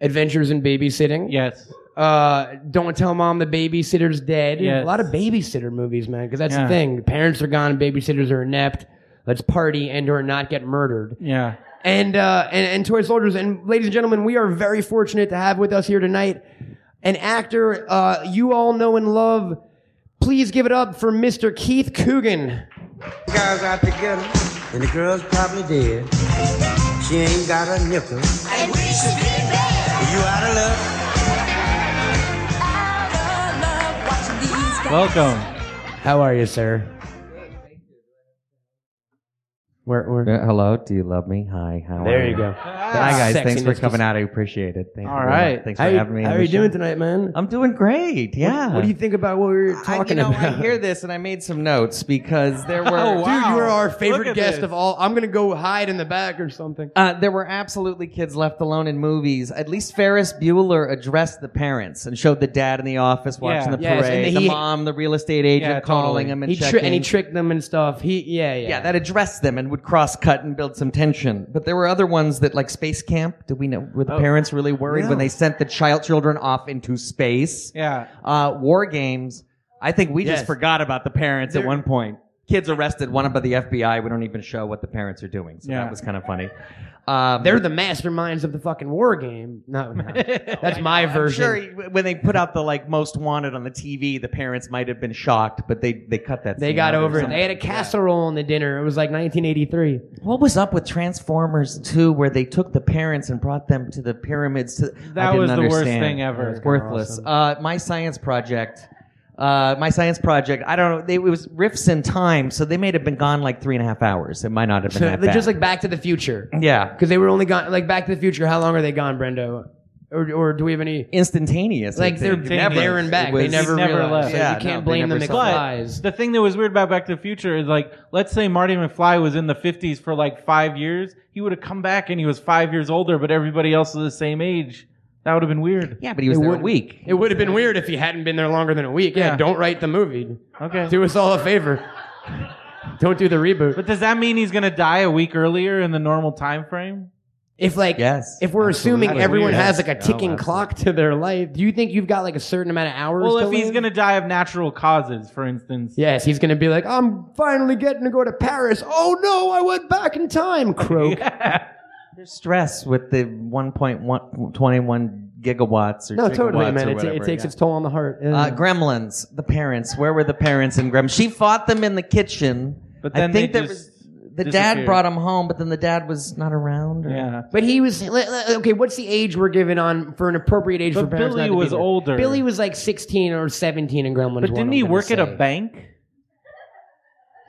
C: Adventures in Babysitting.
B: Yes.
C: Uh, don't tell mom the babysitter's dead.
B: Yes.
C: A lot of babysitter movies, man, because that's the
B: Yeah.
C: thing. Parents are gone, babysitters are inept. Let's party and or not get murdered
B: Yeah.
C: and uh, and and toy soldiers. And ladies and gentlemen, we are very fortunate to have with us here tonight an actor uh, you all know and love. Please give it up for Mr. Keith Coogan.
D: guys out together, and the girl's probably dead. She ain't got a nickel.
E: And we should be there.
D: You out of luck.
E: Out of love, watching these guys.
B: Welcome.
C: How are you, sir? Where, where?
F: Uh, Hello, do you love me? Hi, how are you?
C: There you go.
F: Hi guys, thanks for
C: Sexiness.
F: coming out. I appreciate it. Thank
B: All
F: you very
B: right.
F: much. thanks
C: How,
F: for
C: you-
F: having me.
C: how
F: on
C: are
F: the
C: you doing
F: show.
C: tonight, man?
F: I'm uh, doing great. Yeah.
C: What, do you think about what we were
F: I, you
C: talking
F: know,
C: about?
F: I hear this and I made some notes because *laughs* there were
B: Oh, wow.
C: Dude, you are our
B: Look
C: favorite
B: at
C: guest
B: this.
C: of all. I'm gonna go hide in the back or something.
F: Uh, there were absolutely kids left alone in movies. At least Ferris Bueller addressed the parents and showed the dad in the office watching
B: Yeah.
F: the
C: Yes,
F: parade,
C: and
F: the
C: he-
F: mom, the real estate agent
B: Yeah, totally.
F: calling him and
C: He
F: checking.
C: tri- and he tricked them and stuff. He yeah yeah.
F: yeah, that addressed them and would cross cut and build some tension. But there were other ones that, like Space Camp, did we know? Were the
C: Oh,
F: parents really worried when they sent the child children off into space?
B: Yeah.
F: uh, war games. I think we
C: Yes.
F: just forgot about the parents at
C: There-
F: one point. Kids arrested, one up by the FBI. We don't even show what the parents are doing. So
B: Yeah.
F: that was kind of funny. Um,
C: They're the masterminds of the fucking war game. No, *laughs* no. that's my
F: I'm
C: version.
F: sure when they put out the like most wanted on the TV, the parents might have been shocked, but they they cut that.
C: They
F: scene
C: got
F: out or
C: over it.
F: something.
C: They had a casserole on the dinner. It was like 1983.
F: What was up with Transformers 2 where they took the parents and brought them to the pyramids? To, I
B: That
F: didn't
B: was the worst
F: understand.
B: thing ever.
F: It's worthless. Uh, my science project. Uh, my science project. I don't know. They, it was rifts in time, so they may have been gone like three and a half hours. It might not have been
C: So
F: that
C: they're
F: bad.
C: just like Back to the Future,
F: yeah,
C: because they were only gone like Back to the Future. How long are they gone, Brendo? Or, or do we have any?
F: instantaneous. I
C: Like they're
F: think.
B: Never.
C: there and back.
F: It was-
C: they never,
B: never
C: realized.
B: left.
C: So
F: Yeah,
C: you
F: no,
C: can't
F: they
C: blame the
F: never saw it.
C: McFlys.
B: The thing that was weird about Back to the Future is like, let's say Marty McFly was in the 50s for like five years, he would have come back and he was five years older, but everybody else was the same age. That would have been weird.
F: Yeah, but he was
C: It
F: there a
C: would-
F: week.
C: It would have been weird if he hadn't been there longer than a week. Yeah,
B: Yeah.
C: don't write the movie.
B: Okay.
C: Do us all a favor. don't do the reboot.
B: But does that mean he's gonna die a week earlier in the normal time frame?
C: If like
F: Yes,
C: if we're
F: absolutely.
C: assuming
B: That's
C: everyone
B: weird.
C: has like a
F: No,
C: ticking
F: absolutely.
C: clock to their life, do you think you've got like a certain amount of hours?
B: Well,
C: to
B: if he's
C: live?
B: gonna die of natural causes, for instance.
C: Yes, he's gonna be like, I'm finally getting to go to Paris. Oh no, I went back in time, croak.
F: There's stress with the 1.121 gigawatts or
C: *laughs* No,
F: gigawatts
C: totally, man. It,
F: or
C: it
F: whatever,
C: takes
F: yeah.
C: its toll on the heart. Yeah.
F: Uh, Gremlins, the parents. Where were the parents in Gremlins? She fought them in the kitchen.
B: *laughs* But
F: I
B: then
F: think
B: they
F: there
B: just
F: was the
B: disappeared.
F: dad brought him home, but then the dad was not around. or-
B: Yeah.
C: but he was le- le- okay. What's the age we're giving on for an appropriate age
B: But
C: for parents?
B: Billy
C: not to be
B: was
C: there?
B: older.
C: Billy was like 16 or 17 in Gremlins.
B: But
C: one,
B: didn't
C: I'm
B: he
C: gonna
B: work at a
C: say.
B: bank?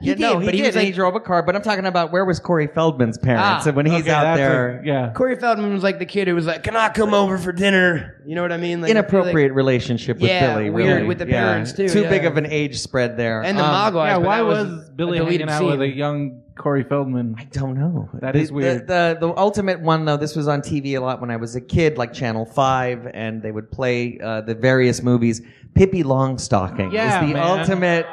C: He
F: Yeah,
C: did,
F: no,
C: but he
F: did.
C: was
F: and he
C: like-
F: drove a car. But I'm talking about where was Corey Feldman's parents?
C: Ah,
F: and when he's
B: Okay,
F: out
B: that's
F: there,
B: a- yeah.
C: Corey Feldman was like the kid who was like, "Can I come over for dinner?" You know what I mean? Like, I feel like-
F: inappropriate relationship with
C: Yeah,
F: Billy.
C: weird
F: really.
C: with the
F: Yeah.
C: parents, too,
F: Too
C: yeah.
F: big of an age spread there.
C: and the
F: Um,
C: Mogwai.
B: Yeah,
C: but
B: why
C: that
B: was, Billy
C: a deleted
B: hanging out
C: scene.
B: with a young Corey Feldman?
F: I don't know.
B: Hmm. That
F: That
B: is
F: is
B: weird.
F: The, the the ultimate one though. This was on TV a lot when I was a kid, like Channel Five, and they would play uh, the various movies. Pippi Longstocking
B: Yeah,
F: is the
B: man.
F: ultimate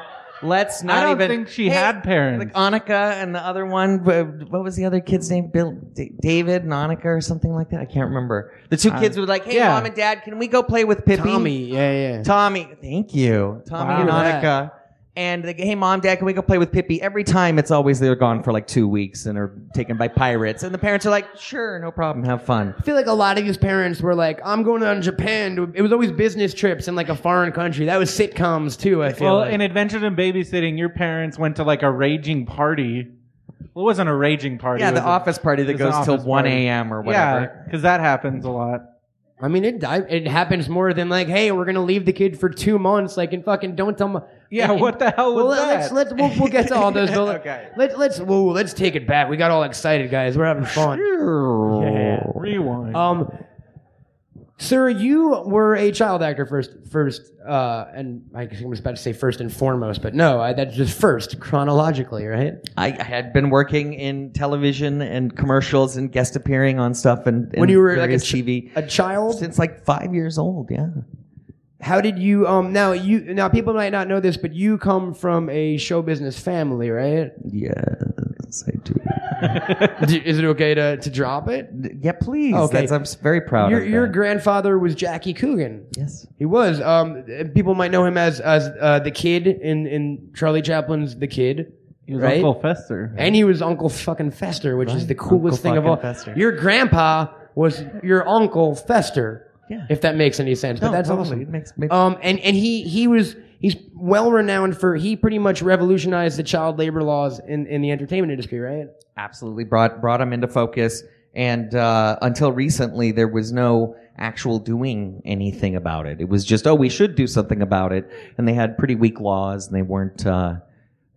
F: Let's not
B: I don't
F: even.
B: think she had parents.
F: Like Annika and the other one. wh- What was the other kid's name? Bill, D- David and Annika or something like that. I can't remember. The
B: Uh,
F: two kids were like, "Hey,
C: yeah.
F: mom and dad, can we go play with Pippi?"
C: Tommy, yeah, yeah.
F: *laughs* Tommy, thank you, Tommy
C: Wow.
F: and
C: Look
F: Annika.
C: at
F: And they go, hey, mom, dad, can we go play with Pippi? Every time, it's always they're gone for like two weeks and are taken by pirates. And the parents are like, sure, no problem, have fun.
C: I feel like a lot of these parents were like, "I'm going on Japan." to-" It was always business trips in like a foreign country. That was sitcoms too. I feel.
B: Well,
C: like.
B: in Adventures in Babysitting, your parents went to like a raging party. Well, it wasn't a raging party.
F: Yeah,
B: it
F: the
B: was a-
F: office party that
B: it was an
F: goes till
B: office
F: 1
B: party.
F: a.m. or
B: Yeah,
F: whatever.
B: because that happens a lot.
C: I mean, it I, it happens more than like, "Hey, we're gonna leave the kid for two months." Like, and fucking don't tell. My,
B: Yeah, what the hell was
C: well,
B: that?
C: let's let's we'll, we'll get to all those. But
F: Okay.
C: Let's let's whoa, let's take it back. We got all excited, guys. We're having fun. Yeah.
B: Rewind.
C: Um, sir, you were a child actor first, first, uh, and I guess I was about to say first and foremost, but no, I, that's just first chronologically, right?
F: I I had been working in television and commercials and guest appearing on stuff and, and
C: When you were like a,
F: various
C: ch-
F: TV
C: a child,
F: since like five years old. Yeah,
C: how did you? Um, now you now people might not know this, but you come from a show business family, *laughs* right?
F: yes, I
B: *laughs*
F: do.
C: Do- Is it okay to to drop it? Oh,
F: Yeah, please.
C: Okay.
F: That's, I'm s- very proud.
C: Your
F: of
C: your
F: that.
C: grandfather was Jackie Coogan.
F: Yes.
C: He was. Um, people might know him as as uh, the kid in in Charlie Chaplin's The Kid.
B: he was
C: right?
B: Uncle Fester.
C: And he was Uncle fucking Fester, which is the coolest
F: Uncle
C: thing of all.
F: fucking Fester.
C: Your grandpa was your Uncle Fester,
F: Yeah.
C: if that makes any sense. but
F: No,
C: that's
F: totally.
C: awesome.
F: It makes- makes-
C: um, and and he he was he's well renowned for he pretty much revolutionized the child labor laws in in the entertainment industry, right?
F: absolutely brought brought him into focus. And uh, until recently, there was no actual doing anything about it. It was just, oh, we should do something about it. And they had pretty weak laws, and they weren't uh,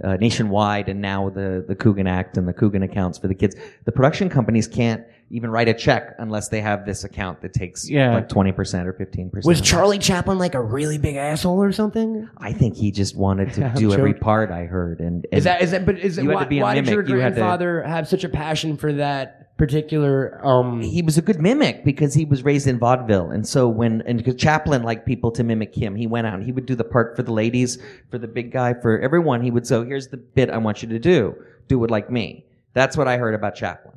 F: uh, nationwide. And now the the Coogan Act and the Coogan accounts for the kids, the production companies can't even write a check unless they have this account that takes
B: Yeah.
F: like twenty percent or fifteen percent.
C: Was Charlie Chaplin like a really big asshole or something?
F: I think he just wanted
C: *laughs*
F: to
C: I'm
F: do every
C: joking.
F: part. I heard, and, and
C: Is that is that? But is it,
F: You had to
C: why,
F: be a
C: why did your
F: mimic. You had to-
C: grandfather have such a passion for that particular? Um,
F: he was a good mimic because he was raised in vaudeville and so when and because chaplin liked people to mimic him he went out and he would do the part for the ladies for the big guy for everyone he would so here's the bit i want you to do do it like me that's what i heard about chaplin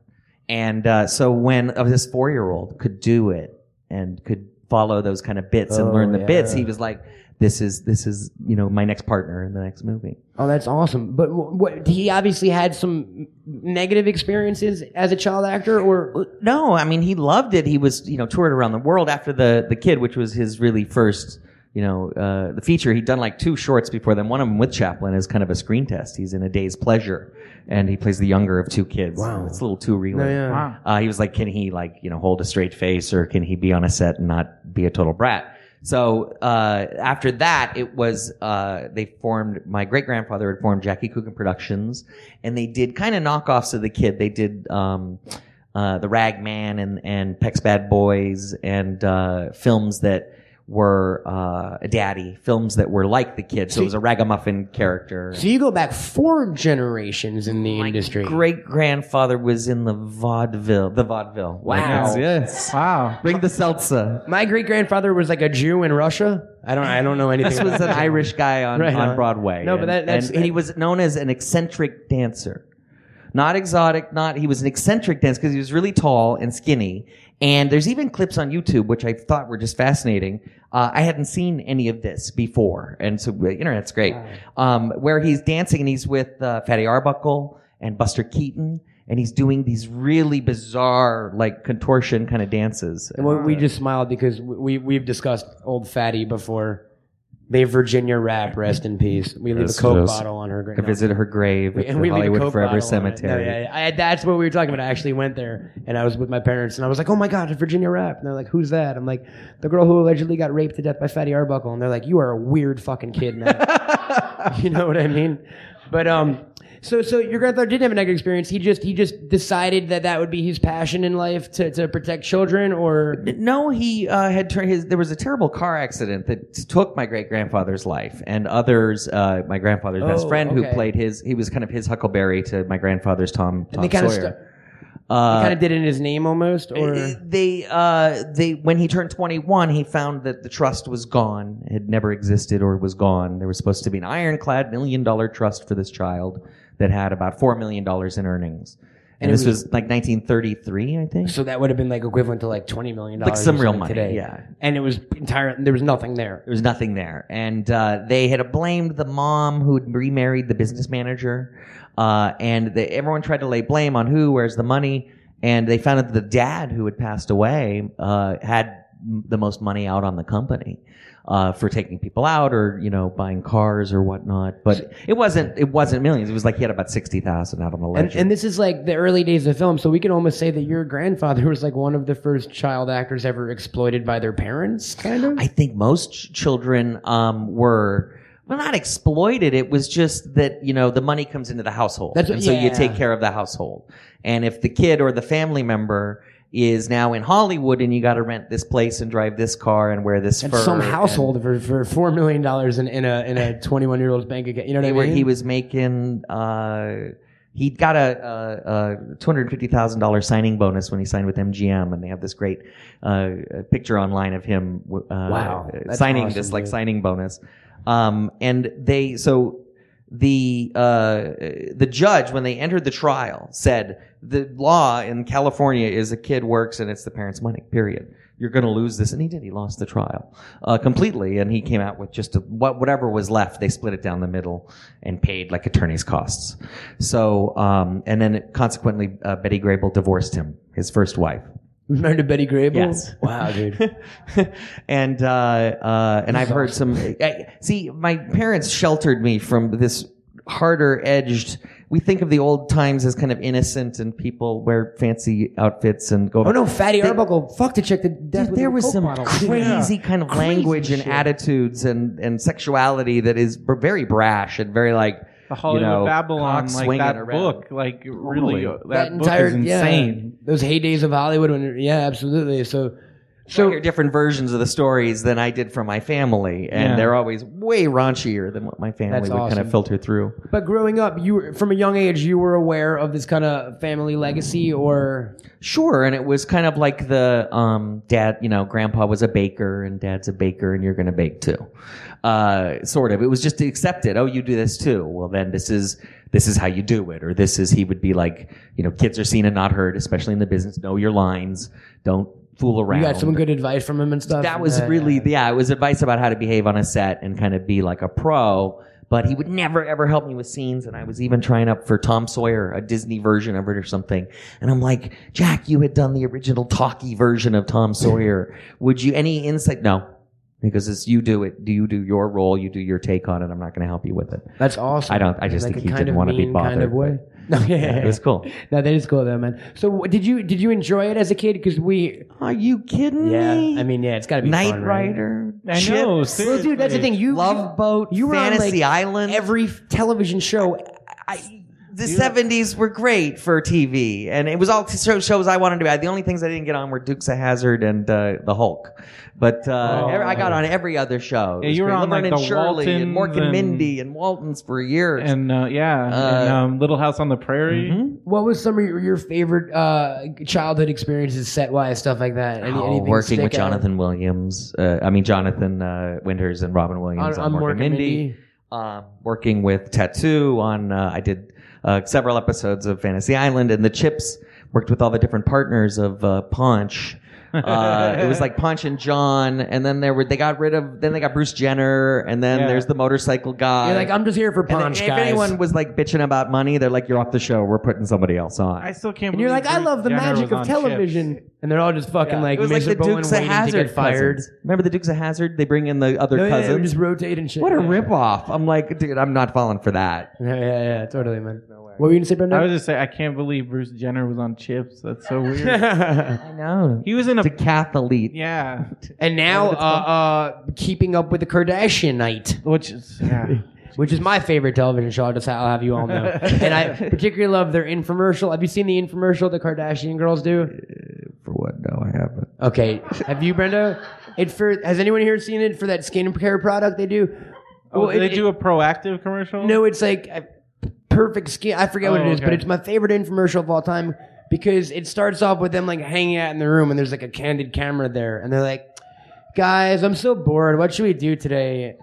F: and uh, so when uh, this four year old could do it and could follow those kind of bits and
C: Oh,
F: learn the
C: yeah.
F: bits he was like this is this is you know my next partner in the next movie
C: Oh, that's awesome! But wh- what he obviously had some negative experiences as a child actor, or
F: No, I mean he loved it. He was you know toured around the world after the the kid, which was his really first you know uh, the feature. He'd done like two shorts before then. One of them with Chaplin is kind of a screen test. He's in a day's pleasure, and he plays the younger of two kids. Wow, it's a little too real.
B: Wow.
F: Uh, he was like, can he like you know hold a straight face, or can he be on a set and not be a total brat? So uh, after that, it was uh, they formed my great grandfather had formed Jackie Coogan Productions, and they did kind of knockoffs of the kid. They did um, uh, the Rag Man and and Peck's Bad Boys and uh, films that were uh, daddy films that were like the kid. So it was a ragamuffin character.
C: so you go back four generations in the industry.
F: Great grandfather was in the vaudeville. The vaudeville.
C: Wow.
F: Yes.
B: Wow.
F: Bring the seltzer.
C: My great grandfather was like a Jew in Russia. I don't, I don't
F: *laughs*
C: know anything.
F: This
C: about *laughs*
F: was an Irish guy on,
C: Right,
F: on
C: uh,
F: Broadway.
C: no, but
F: and-
C: that- that's-
F: and he was known as an eccentric dancer. Not exotic, not he was an eccentric dancer because he was really tall and skinny. And there's even clips on YouTube which I thought were just fascinating. Uh, I hadn't seen any of this before, and so the internet's great. Um, where he's dancing and he's with uh, Fatty Arbuckle and Buster Keaton, and he's doing these really bizarre, like contortion kind of dances.
C: And we- we just smiled because we we've discussed old fatty before. May Virginia rap rest in peace. We leave
F: Yes,
C: a coke
F: yes.
C: bottle on her grave.
F: I visited her grave at
C: and
F: the
C: we leave a
F: Hollywood
C: Coke
F: Forever
C: bottle on it.
F: Cemetery.
C: No, yeah, yeah. I, that's what we were talking about. I actually went there and I was with my parents and I was like, "Oh my god, a Virginia rap!" And they're like, "Who's that?" I'm like, "The girl who allegedly got raped to death by Fatty Arbuckle." And they're like, "You are a weird fucking kid
F: *laughs*
C: now." *laughs* you know what I mean? But um, so so your grandfather did have a negative experience. He just he just decided that that would be his passion in life to to protect children or.
F: No, he uh, had turned his. There was a terrible car accident that took my great grandfather's life and others. Uh, my grandfather's best
C: Oh,
F: friend,
C: okay.
F: who played his, he was kind of his Huckleberry to my grandfather's Tom Tom
C: they kinda
F: Sawyer.
C: stu-
F: Uh,
C: kind of did it in his name almost, or
F: Uh, they uh they when he turned 21 he found that the trust was gone had never existed or was gone there was supposed to be an ironclad million dollar trust for this child that had about 4 million dollars in earnings and,
C: And it
F: this was, like 1933 i think
C: so that would have been like equivalent to like twenty million dollars,
F: like some real money
C: today.
F: yeah
C: and it was entire. There was nothing there.
F: there was nothing there. And uh, they had blamed the mom who had remarried the business manager. Uh, and they, everyone tried to lay blame on who, where's the money. And they found out that the dad who had passed away uh, had m- the most money out on the company uh, for taking people out or you know buying cars or whatnot. But it wasn't it wasn't millions. It was like he had about sixty thousand out on the
C: And,
F: ledger.
C: and this is like the early days of film, so we can almost say that your grandfather *laughs* was like one of the first child actors ever exploited by their parents, kind of.
F: I think most ch- children um, were well not exploited. It was just that you know the money comes into the household,
C: That's what-
F: and so you
C: yeah.
F: take care of the household. And if the kid or the family member is now in Hollywood, and you got to rent this place and drive this car and wear this
C: At
F: fur,
C: some
F: and-
C: household for, for four million dollars in, in a in a twenty one year old's bank account, you know what I
F: where
C: mean?
F: he
C: *laughs*
F: was making. Uh, he got a, a, a two hundred fifty thousand dollars signing bonus when he signed with MGM, and they have this great uh, picture online of him uh,
C: Wow, that's
F: signing
C: awesome,
F: this like
C: dude.
F: signing bonus. Um, and they so the uh, the judge when they entered the trial said the law in California is a kid works and it's the parents' money. Period. You're going to lose this, and he did. He lost the trial uh, completely, and he came out with just a, what whatever was left. They split it down the middle and paid like attorney's costs. So um, and then consequently, uh, Betty Grable divorced him, his first wife.
C: married to Betty Grable.
F: Yes.
C: Wow,
F: *laughs*
C: dude.
F: and uh, uh, and I've heard some. I, see, my parents sheltered me from this harder edged. We think of the old times as kind of innocent, and people wear fancy outfits and go.
C: Oh no, Fatty
F: They-
C: Arbuckle fucked the chick that death
F: Dude,
C: with
F: there
C: a
F: was
C: Coke
F: some
C: bottle.
F: crazy kind of language and
C: shit.
F: attitudes and, and sexuality that is br- very brash and very like
B: The Hollywood
F: you know,
B: Babylon,
F: cock
B: like
F: swinging
B: that
F: around.
B: book, like really,
F: Totally.
B: uh, that,
C: That
B: book
C: entire
B: is insane.
C: Yeah, those heydays of Hollywood when yeah, absolutely. So
F: So I hear different versions of the stories than I did from my family, and
B: Yeah.
F: they're always way raunchier than what my family
C: That's
F: would kind
C: awesome.
F: of filter through.
C: but growing up, you were from a young age you were aware of this kind of family legacy or
F: Sure, and it was kind of like the um, dad, you know, grandpa was a baker and dad's a baker and you're going to bake too, uh, sort of. It was just accepted. Oh, you do this too. Well, then this is this is how you do it, or this is he would be like, you know, kids are seen and not heard, especially in the business. Know your lines. Don't fool around.
C: you got some good advice from him and stuff.
F: That was
C: Yeah.
F: really, yeah, it was advice about how to behave on a set and kind of be like a pro. But he would never ever help me with scenes, and I was even trying up for Tom Sawyer, a Disney version of it or something. And I'm like, Jack, you had done the original talkie version of Tom Sawyer. Would you any insight? No, because it's you do it. Do you do your role? You do your take on it. I'm not going to help you with it.
C: that's awesome.
F: I don't. I just
C: like
F: think
C: a
F: he
C: kind
F: didn't
C: of
F: want to be
C: mean
F: bothered.
C: kind of way. No, *laughs* yeah,
F: but It was cool.
C: No, that is cool though, man. So wh- did you did you enjoy it as a kid? Because we
F: Are you kidding
C: yeah,
F: me?
C: I mean yeah, it's got to be
F: Knight
C: fun, right?
F: Rider.
B: I know.
F: Chips,
C: Well, dude, that's the
B: seriously.
C: thing. You
F: Love Boat.
C: you were on,
F: Fantasy
C: like,
F: Island.
C: every television show.
F: I, the seventies were great for TV, and it was all show- shows I wanted to be. on. The only things I didn't get on were Dukes of Hazard and uh, the Hulk, but uh,
B: Oh.
F: ev- I got on every other show. It
B: Yeah,
F: was
B: you were
F: great.
B: on,
F: Laverne
B: like,
F: and
B: the
F: Shirley and
B: Waltons
F: Mork and
B: and-
F: Mindy and Waltons for years.
B: And uh, yeah,
F: Uh,
B: and, um, Little House on the Prairie.
F: Mhm.
C: What was some of your, your favorite uh, childhood experiences, set wise, stuff like that? Any,
F: Oh,
C: anything
F: working
C: stick
F: with
C: out?
F: Jonathan Williams, uh, I mean Jonathan uh, Winters and Robin
C: on,
F: Williams
C: on Mork and Mindy.
F: um, working with Tattoo on, uh, I did uh, several episodes of Fantasy Island and the Chips. Worked with all the different partners of uh, Paunch. Uh, it was like Paunch and John, and then there were they got rid of then they got Bruce Jenner, and then
B: Yeah.
F: there's the motorcycle guy.
C: You're like, I'm just here for
F: and
C: punch,
F: then if
C: guys.
F: anyone was like bitching about money, they're like, "You're off the show. We're putting somebody else on."
B: I still can't.
C: and you're
B: believe
C: like, I
B: Bruce
C: love the
B: Jenner
C: magic
B: was on
C: of television.
B: Chips.
C: And they're all just fucking
B: Yeah.
C: like
F: it was like the
C: miserable
F: Dukes of
C: and waiting to
F: Hazard
C: get fired.
F: Remember the Dukes of Hazard? They bring in the other
C: No, yeah, yeah,
F: cousins.
C: just rotate and shit.
F: what a
C: yeah.
F: ripoff! I'm like, dude, I'm not falling for that.
C: Yeah, yeah, yeah, totally, man. What were you gonna say, Brendan?
B: I was just saying, I can't believe Bruce Jenner was on Chips. That's so weird.
C: *laughs*
F: I know.
B: he was in a
F: It's a Catholic.
B: yeah,
C: and now, uh,
F: What was
C: uh, keeping up with the Kardashianite.
B: which is
C: *laughs*
B: yeah.
C: which is my favorite television show. I'll just I'll have you all
F: *laughs*
C: know. and I particularly love their infomercial. Have you seen the infomercial the Kardashian girls do?
F: For what? No, I haven't.
C: Okay, have you, Brenda? It for has anyone here seen it for that skincare product they do?
B: Oh,
C: Well,
B: they
C: it-
B: do a proactive commercial.
C: No, it's like a uh, perfect skin. I forget what
B: Oh,
C: it is, but
B: okay.
C: it's my favorite infomercial of all time. because it starts off with them like hanging out in the room and there's like a candid camera there and they're like, guys, I'm so bored. What should we do today?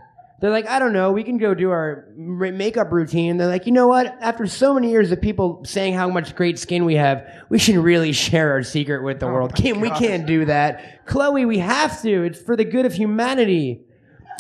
C: They're like, I don't know. We can go do our r- makeup routine. They're like, you know what? After so many years of people saying how much great skin we have, we should really *laughs* share our secret with the world. Kim, we can't do that. Chloe, we have to. It's for the good of humanity.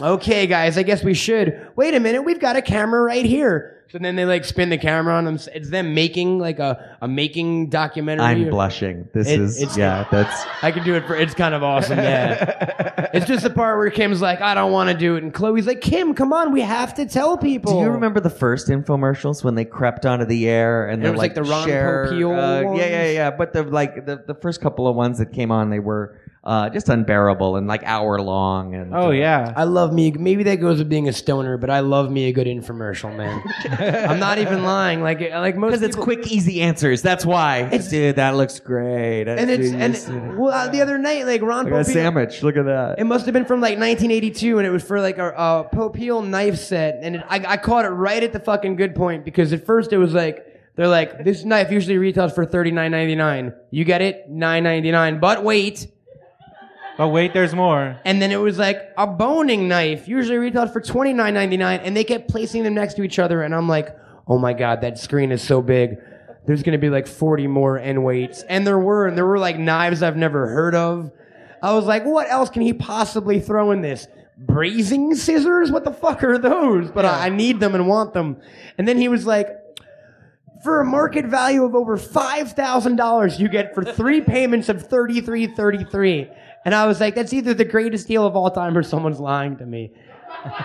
C: Okay, guys, I guess we should. Wait a minute, we've got a camera right here. So then they like spin the camera on them. It's them making like a, a making documentary.
F: I'm blushing. This
C: It-
F: is
C: it's-
F: yeah. That's
C: I could do it for. It's kind of awesome. Yeah,
F: *laughs*
C: it's just the part where Kim's like, I don't want to do it, and Chloe's like, Kim, come on, we have to tell people.
F: Do you remember the first infomercials when they crept onto the air and
C: It
F: they're
C: was like the Ron
F: share,
C: Popeil
F: uh, Yeah, yeah,
C: ones?
F: yeah. But the like the, the first couple of ones that came on, they were uh, just unbearable and like hour long. And
B: Oh
F: uh,
B: yeah.
C: I love me. Maybe that goes with being a stoner, but I love me a good infomercial,
F: *laughs*
C: man. I'm not even lying. Like, like most
F: because it's
C: people-
F: quick, easy answers. That's why. Dude, that looks great.
C: And it's and well, uh, the other night, like Ron
F: I got a
C: Popeil-
F: sandwich. Look at that.
C: It must have been from like 1982, and it was for like a, a Popeil knife set, and it, I, I caught it right at the fucking good point because at first it was like they're like this knife usually retails for 39.99. You get it 9.99, but wait.
B: But Oh, wait, there's more.
C: And then it was like a boning knife usually retails for 29.99, and they kept placing them next to each other, and I'm like, oh my god, that screen is so big. There's gonna be like 40 more end weights, and there were, and there were like knives I've never heard of. I was like, what else can he possibly throw in this? Brazing scissors? What the fuck are those? But I, I need them and want them. And then he was like, for a market value of over five thousand dollars, you get for three payments of thirty three thirty three. And I was like, that's either the greatest deal of all time or someone's lying to me. *laughs*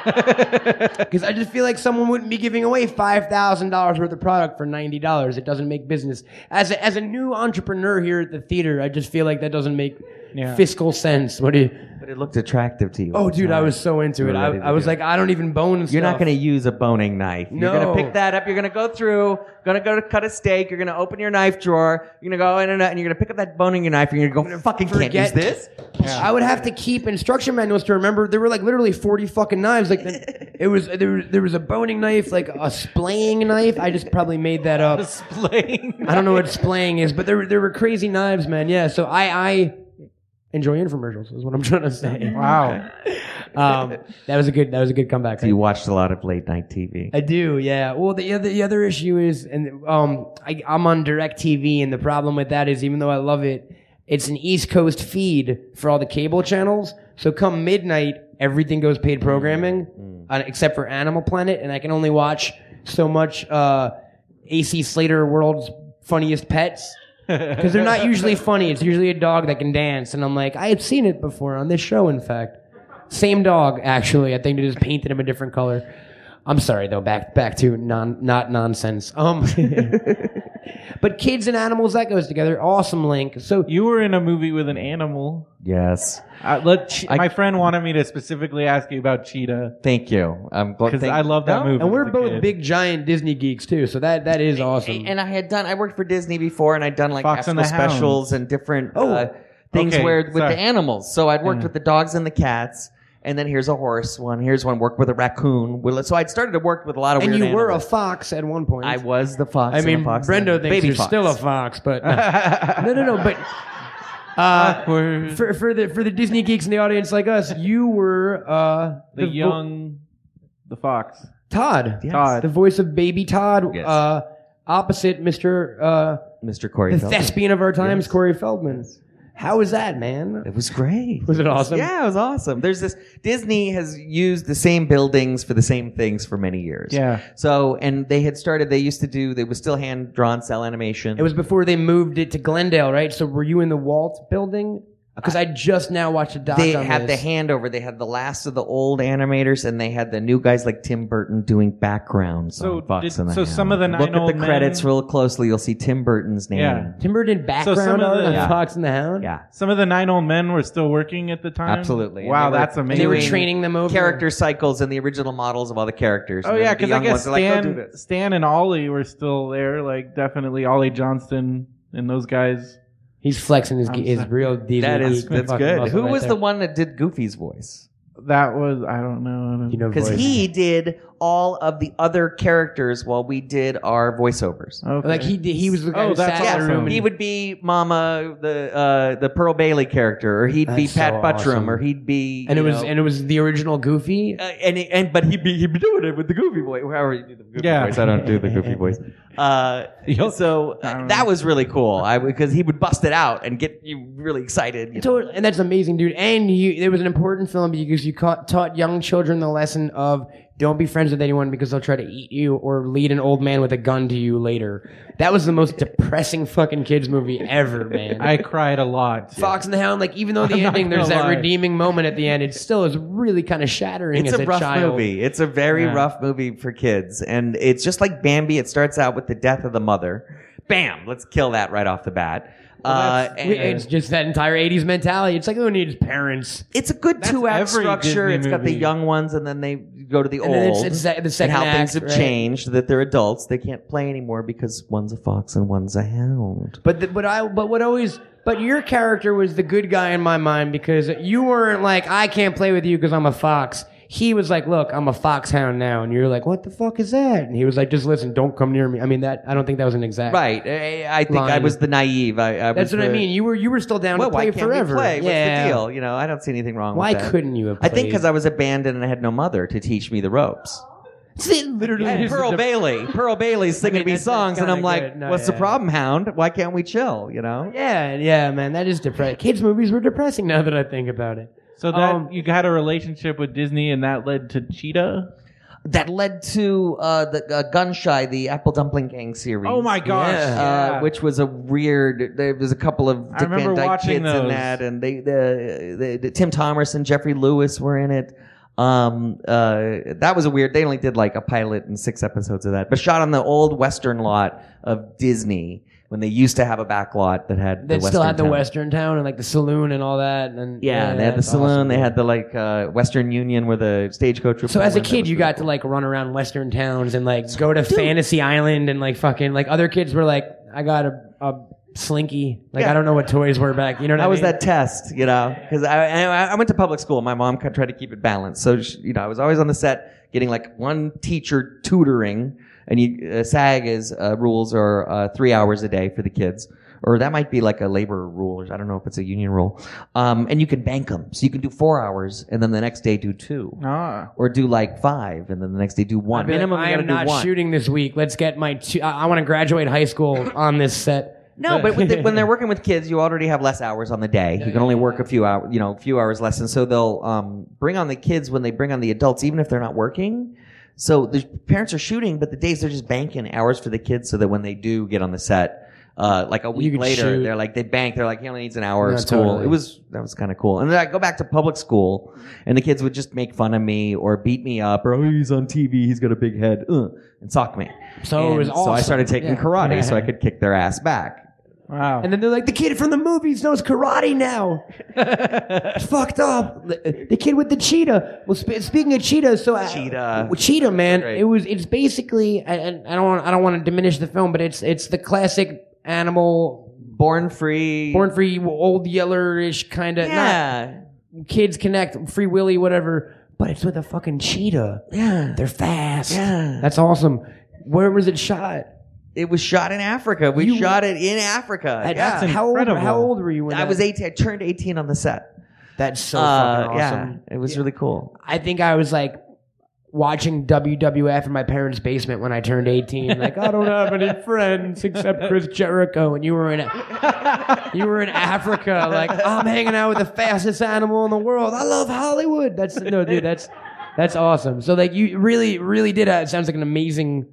C: Because I just feel like someone wouldn't be giving away five thousand dollars worth of product for ninety dollars. It doesn't make business. As a, as a new entrepreneur here at the theater, I just feel like that doesn't make
B: Yeah.
C: fiscal sense. What do you?
F: but it looked attractive to you.
C: Oh, dude, I was so into it. I,
F: ready to
C: I was
F: do
C: like, I don't even bone.
F: You're not
C: stuff.
F: going to use a boning knife. You're
C: No.
F: going to pick that up. You're going to go through, going to go to cut a steak. You're going to open your knife drawer. You're going to go in and out, and you're going to pick up that bone in your knife and you're going to go, fucking can't use
C: Forget-
F: this.
C: I would have to keep instruction manuals to remember. There were like literally forty fucking knives. Like the, it was there, was there was a boning knife, like a splaying knife. I just probably made that up.
F: Displaying.
C: I don't know what splaying is, but there were- there were crazy knives, man. Yeah. So I I enjoy infomercials is what I'm trying to say.
B: Wow.
C: Um, that was a good that was a good comeback.
F: You watched a lot of late night TV.
C: I do, yeah. Well, the other the other issue is, and um, I, I'm on Directv, and the problem with that is, even though I love it, it's an East Coast feed for all the cable channels. So come midnight, everything goes paid programming, uh, except for Animal Planet, and I can only watch so much uh, AC Slater World's Funniest Pets. Because they're not usually funny. It's usually a dog that can dance. And I'm like, I had seen it before on this show, in fact. Same dog, actually. I think they just painted him a different color. I'm sorry though. Back back to non not nonsense. Um, *laughs* but kids and animals that goes together. Awesome link. So
B: You were in a movie with an animal.
F: Yes.
B: Uh, let che-
F: I-
B: my friend wanted me to specifically ask you about cheetah
F: Thank you. I'm glad.
B: because
F: thank-
B: I love that
F: No?
B: movie.
C: Oh, and we're
B: as a
C: both
B: kid. *laughs*
C: big giant Disney geeks too. So that that is awesome.
F: And I had done. I worked for Disney before, and I'd done like
B: Fox
F: Fox
B: and the Hound.
F: specials and different
C: Oh,
F: uh, things
B: okay,
F: where with
B: sorry. Mm.
F: the animals. So I'd worked
B: Yeah.
F: with the dogs and the cats, and then here's a horse one. Here's one. Worked with a raccoon. Well, So I'd started to work with a lot of.
C: And
F: weird
C: you were a
F: animals.
C: fox at one point.
F: I was the fox.
C: I
F: and the
C: mean,
F: fox
C: Brendo
F: and the
C: thinks
F: baby
C: you're
F: fox.
C: still a fox, but no, *laughs* no, no. no,
F: *laughs*
C: But uh,
B: Awkward.
C: for for the for the Disney geeks in the audience like us, you were uh,
B: the
C: vo-
B: young, the fox.
C: Todd,
B: Todd.
C: the voice of Baby Todd,
F: Yes.
C: uh, opposite Mister. Uh,
F: Mr. Corey.
C: the *laughs*
F: Feldman.
C: thespian of our times,
F: Yes.
C: Corey Feldman. How was that, man?
F: It was great.
C: Was it awesome?
F: Yeah, it was awesome. There's this Disney has used the same buildings for the same things for many years.
B: Yeah.
F: So and they had started. They used to do. They was still hand drawn cell animation.
C: It was before they moved it to Glendale, right? So were you in the Walt building? Because I just now watched a doc.
F: They
C: on
F: had the
C: this.
F: handover. They had the last of the old animators, and they had the new guys like Tim Burton doing backgrounds.
B: So
F: on Fox
B: did-
F: and the
B: so some
F: Hound.
B: of the
F: look
B: Nine
F: at
B: Old
F: the
B: Men-
F: credits real closely. You'll see Tim Burton's name.
B: Yeah.
C: Tim Burton
B: So
C: background
B: some of
C: on
B: the-
F: Yeah.
C: Fox and the Hound.
F: Yeah.
B: Some of the nine old men were still working at the time.
F: Absolutely. And
B: Wow,
F: they were
B: that's amazing.
C: They were
F: Doing
C: training them over.
F: Character cycles and the original models of all the characters.
B: Oh
F: And then
B: yeah,
F: the
B: because I
F: young
B: guess
F: ones are like, "Go do
B: Stan,
F: this."
B: Stan and Ollie were still there. Like definitely Ollie Johnston and those guys.
C: He's flexing his,
B: I'm
C: his
B: sorry.
C: real Disney.
F: That is
C: geek
F: that's
C: fucking
F: good.
C: muscle
F: Who
C: right
F: was
C: there.
F: the one that did Goofy's voice?
B: that was I don't know. I don't-
C: You know,
F: because
C: voice.
F: he did all of the other characters while we did our voiceovers.
B: okay.
C: like he did- he was the guy
B: Oh,
C: who
B: that's
C: sat in the
B: awesome.
C: room. and-
F: He would be Mama, the uh, the Pearl Bailey character, or he'd be
C: That's so
F: Pat Buttram,
C: awesome.
F: or he'd be
C: and it
F: you
C: was
F: know,
C: and it was the original Goofy.
F: uh, and it- and but he'd be he'd be doing it with the goofy voice. However, you do the goofy
B: Yeah.
F: voice. I don't do the
B: *laughs*
F: goofy voice. Uh, so
B: I don't
F: uh, that
B: know.
F: was really cool. I because he would bust it out and get you really excited. you know.
C: Totally, and that's amazing, dude. And you, it was an important film because you caught, taught young children the lesson of don't be friends with anyone because they'll try to eat you or lead an old man with a gun to you later. That was the most depressing fucking kids movie ever,
B: *laughs*
C: man.
B: I cried a
C: *laughs*
B: lot.
C: Fox and the Hound, like even though the
B: I'm not
C: ending there's
B: gonna
C: that
B: lie.
C: redeeming moment at the end, it still is really kind of shattering
F: It's
C: as
F: a,
C: a,
F: rough
C: child.
F: movie. It's a very
B: Yeah.
F: rough movie for kids, and it's just like Bambi. It starts out with the death of the mother. Bam! Let's kill that right off the bat. uh,
C: We-
F: and-
C: It's just that entire '80s mentality. It's like oh, who needs parents?
F: it's a good
B: That's
F: two act
B: every
F: structure.
B: Disney
F: It's got the
B: movie.
F: young ones, and then they go to the
C: And
F: old.
C: then it's, it's that- the
F: and
C: second
F: how
C: act,
F: things have
C: right?
F: changed that they're adults. They can't play anymore because one's a fox and one's a hound.
C: But the, but I but what always but your character was the good guy in my mind because you weren't like I can't play with you because I'm a fox. He was like, "Look, I'm a foxhound now," and you're like, "What the fuck is that?" And he was like, "Just listen, don't come near me." I mean, that I don't think that was an exact
F: Right. eh, I, I think I
C: Line.
F: was the naive. I, I
C: That's
F: was
C: what I
F: the-
C: mean. You were you were still down
F: Well,
C: to play
F: why can't
C: forever.
F: we play? What's
C: yeah.
F: the deal? You know, I don't see anything wrong
C: Why
F: with that.
C: couldn't you have?
F: I
C: Played?
F: think because I was abandoned and I had no mother to teach me
C: *laughs*
F: the ropes. *laughs*
C: See, literally
F: And
C: just-
F: Pearl Bailey, Pearl Bailey's singing
C: mean,
F: me
C: that's- that's
F: songs, and
C: kinda
F: I'm like,
C: good. No,
F: "What's the
C: yeah.
F: problem, Hound? Why can't we chill?" You know.
C: Yeah, yeah, man, that is depressing. Kids' movies were depressing now that I think about it.
B: So that
C: Um,
B: you had a relationship with Disney, and that led to Cheetah.
F: That led to uh, the uh, Gunshy, the Apple Dumpling Gang series.
C: Oh
B: gosh!
F: Uh, which was a weird. There was a couple of Dick
B: remember
F: Van Dyke
B: watching
F: kids in
B: those.
F: that, and they the, the, the Tim Thomas and Jeffrey Lewis were in it. Um, uh, that was a weird. They only did like a pilot and six episodes of that, but shot on the old Western lot of Disney when they used to have a back lot that had
C: That
F: the
C: still
F: Western
C: had the
F: town.
C: Western town and like the saloon and all that. And
F: Yeah, they had the
C: that's
F: saloon.
C: awesome.
F: They had the like uh, Western Union where the stagecoach. would
C: So
F: pull
C: as a
F: in. That
C: kid,
F: was
C: you
F: really
C: got to
F: cool.
C: like run around Western towns and like go to Fantasy Island and like fucking like other kids were like, I got a, a slinky. Like
F: Yeah.
C: I don't know what toys were back. You know what I
F: That was
C: mean?
F: that test, you know, because I, I I went to public school. My mom tried to keep it balanced, so she, you know I was always on the set getting like one teacher tutoring, and you uh, SAG is uh, rules are uh, three hours a day for the kids, or that might be like a labor rule, or I don't know if it's a union rule, um, and you can bank them, so you can do four hours, and then the next day do two,
B: Ah.
F: or do like five, and then the next day do one.
C: I'd be like,
F: Minimum,
C: I
F: you gotta
C: am not
F: do one.
C: shooting this week. Let's get my. Two, I, I want to graduate high school on this set.
F: No, but with the, when they're working with kids, you already have less hours on the day. You can only work a few hours, you know, a few hours less, and so they'll um, bring on the kids when they bring on the adults, even if they're not working. So the parents are shooting, but the days they're just banking hours for the kids, so that when they do get on the set, uh, like a week
C: can
F: later,
C: shoot.
F: they're like they bank. They're like he only needs an hour
C: No,
F: of school.
C: totally.
F: It was that was kind of cool. And then I go back to public school, and the kids would just make fun of me or beat me up or oh he's on TV, he's got a big head, uh, and sock me.
C: So it
F: And
C: was
F: So I
C: awesome.
F: started taking
C: Yeah. *laughs*
F: karate so I could kick their ass back.
B: Wow.
C: And then they're like, the kid from the movies knows karate
F: *laughs*
C: now. it's fucked up. The the kid with the cheetah. Well, sp- speaking of cheetah, so I-
F: Cheetah.
C: well, cheetah, man.
F: Great.
C: It was. It's basically. And I don't. Want, I don't want to diminish the film, but it's. It's the classic animal
F: Born free.
C: born free, old yellerish kind of.
F: Yeah.
C: Not kids connect, free willy, whatever. But it's with a fucking cheetah.
F: Yeah.
C: They're fast.
F: Yeah.
C: That's awesome. Where was it shot?
F: It was shot in Africa. We
C: You-
F: shot it in Africa.
C: At-
F: yeah.
C: how old,
B: incredible.
C: how old were you when
F: I
C: that-
F: was 18. I turned 18 on the set.
C: That's so
F: Uh,
C: fucking awesome.
F: Yeah. It was really cool.
C: I think I was like watching WWF in my parents' basement when I turned 18. Like, I don't have any friends except Chris Jericho. And you were in you were in Africa. Like, I'm hanging out with the fastest animal in the world. I love Hollywood. That's no, dude. That's that's awesome. So like, you really, really did. Have, it sounds like an amazing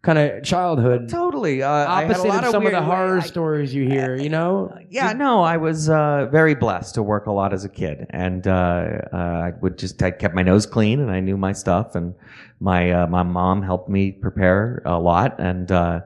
C: kind of childhood.
F: Totally. Uh, I had a
C: Opposite
F: lot
C: of some of
F: weird-
C: the horror
F: I-
C: stories you hear, you know.
F: Yeah, no, I was uh, very blessed to work a lot as a kid, and uh, uh, I would just I kept my nose clean, and I knew my stuff, and my uh, my mom helped me prepare a lot, and uh,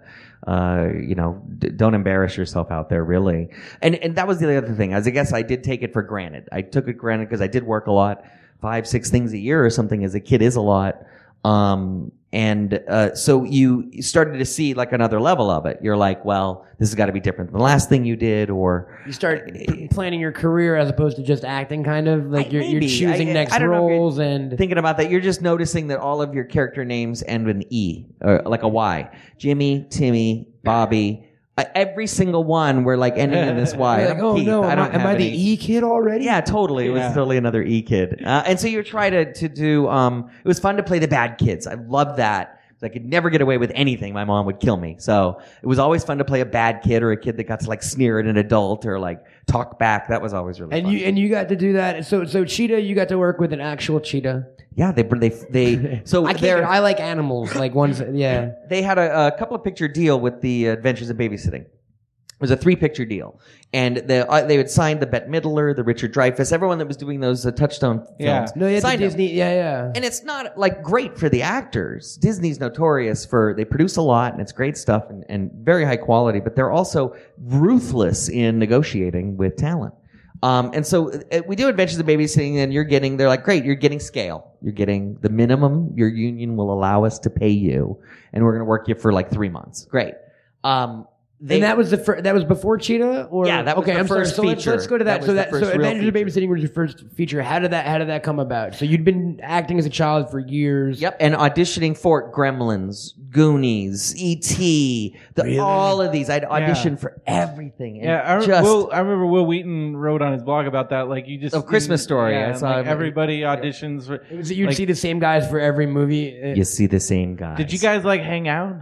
F: uh, you know, d- don't embarrass yourself out there, really. And and that was the other thing. As I guess I did take it for granted. I took it granted because I did work a lot, five six things a year or something as a kid is a lot. Um, And uh, so you you started to see like another level of it. You're like, well, this has got to be different than the last thing you did, or
C: You start p- planning your career as opposed to just acting, kind of like
F: I-
C: you're, you're
F: maybe.
C: choosing
F: I- I-
C: next
F: I don't know if you're
C: roles and
F: thinking about that. You're just noticing that all of your character names end with an E, or like a Y. Jimmy, Timmy, Bobby. Uh, every single one were like ending in this Y.
C: you're like,
F: I'm
C: oh
F: Keith.
C: no, am
F: I
C: I,
F: don't
C: am
F: have
C: I the
F: any-
C: E kid already?
F: Yeah, totally. It was
B: Yeah.
F: totally another E kid. Uh, and so you try to to do. Um, it was fun to play the bad kids. I loved that. I could never get away with anything. My mom would kill me. So it was always fun to play a bad kid or a kid that got to like sneer at an adult or like talk back. That was always really
C: And
F: fun.
C: you and you got to do that. So so cheetah, you got to work with an actual cheetah.
F: yeah, they they
C: *laughs*
F: they. So
C: I
F: they're-
C: can't. I like animals. Like
F: *laughs*
C: ones. Yeah.
F: they had a, a couple of picture deal with the Adventures in Babysitting. It was a three picture deal, and the, uh, they had signed the Bette Midler, the Richard Dreyfuss, everyone that was doing those uh, Touchstone films.
B: Yeah.
C: No, yeah, the
F: signed them.
C: Disney. Yeah, yeah.
F: And it's not like great for the actors. Disney's notorious for they produce a lot and it's great stuff and, and very high quality, but they're also ruthless in negotiating with talent. Um, and so uh, we do Adventures in Babysitting, and you're getting they're like great, you're getting scale, you're getting the minimum your union will allow us to pay you, and we're going to work you for like three months. Great. Um, they,
C: and that was the fir- that was before Cheetah, or
F: Yeah, that was
C: okay.
F: the
C: I'm sorry.
F: first
C: So let's, let's
F: feature.
C: go to that.
F: That
C: so
F: was the
C: that so
F: first real
C: Adventures of
F: feature.
C: Babysitting was your first feature. How did that how did that come about? So you'd been acting as a child for years.
F: Yep, and auditioning for it, Gremlins, Goonies, E.T., the, all of these. I'd audition for everything. And
B: Yeah, I, re-
F: just,
B: Will, I remember Will Wheaton wrote on his blog about that. Like you just
F: Of Oh, Christmas
B: didn't-
F: Story, I
B: Yeah, and,
F: saw
B: like,
F: it.
B: everybody auditions. For,
C: It was that you'd
B: Like-
C: see the same guys for every movie. Uh,
F: you see the same guy.
B: did you guys like hang out?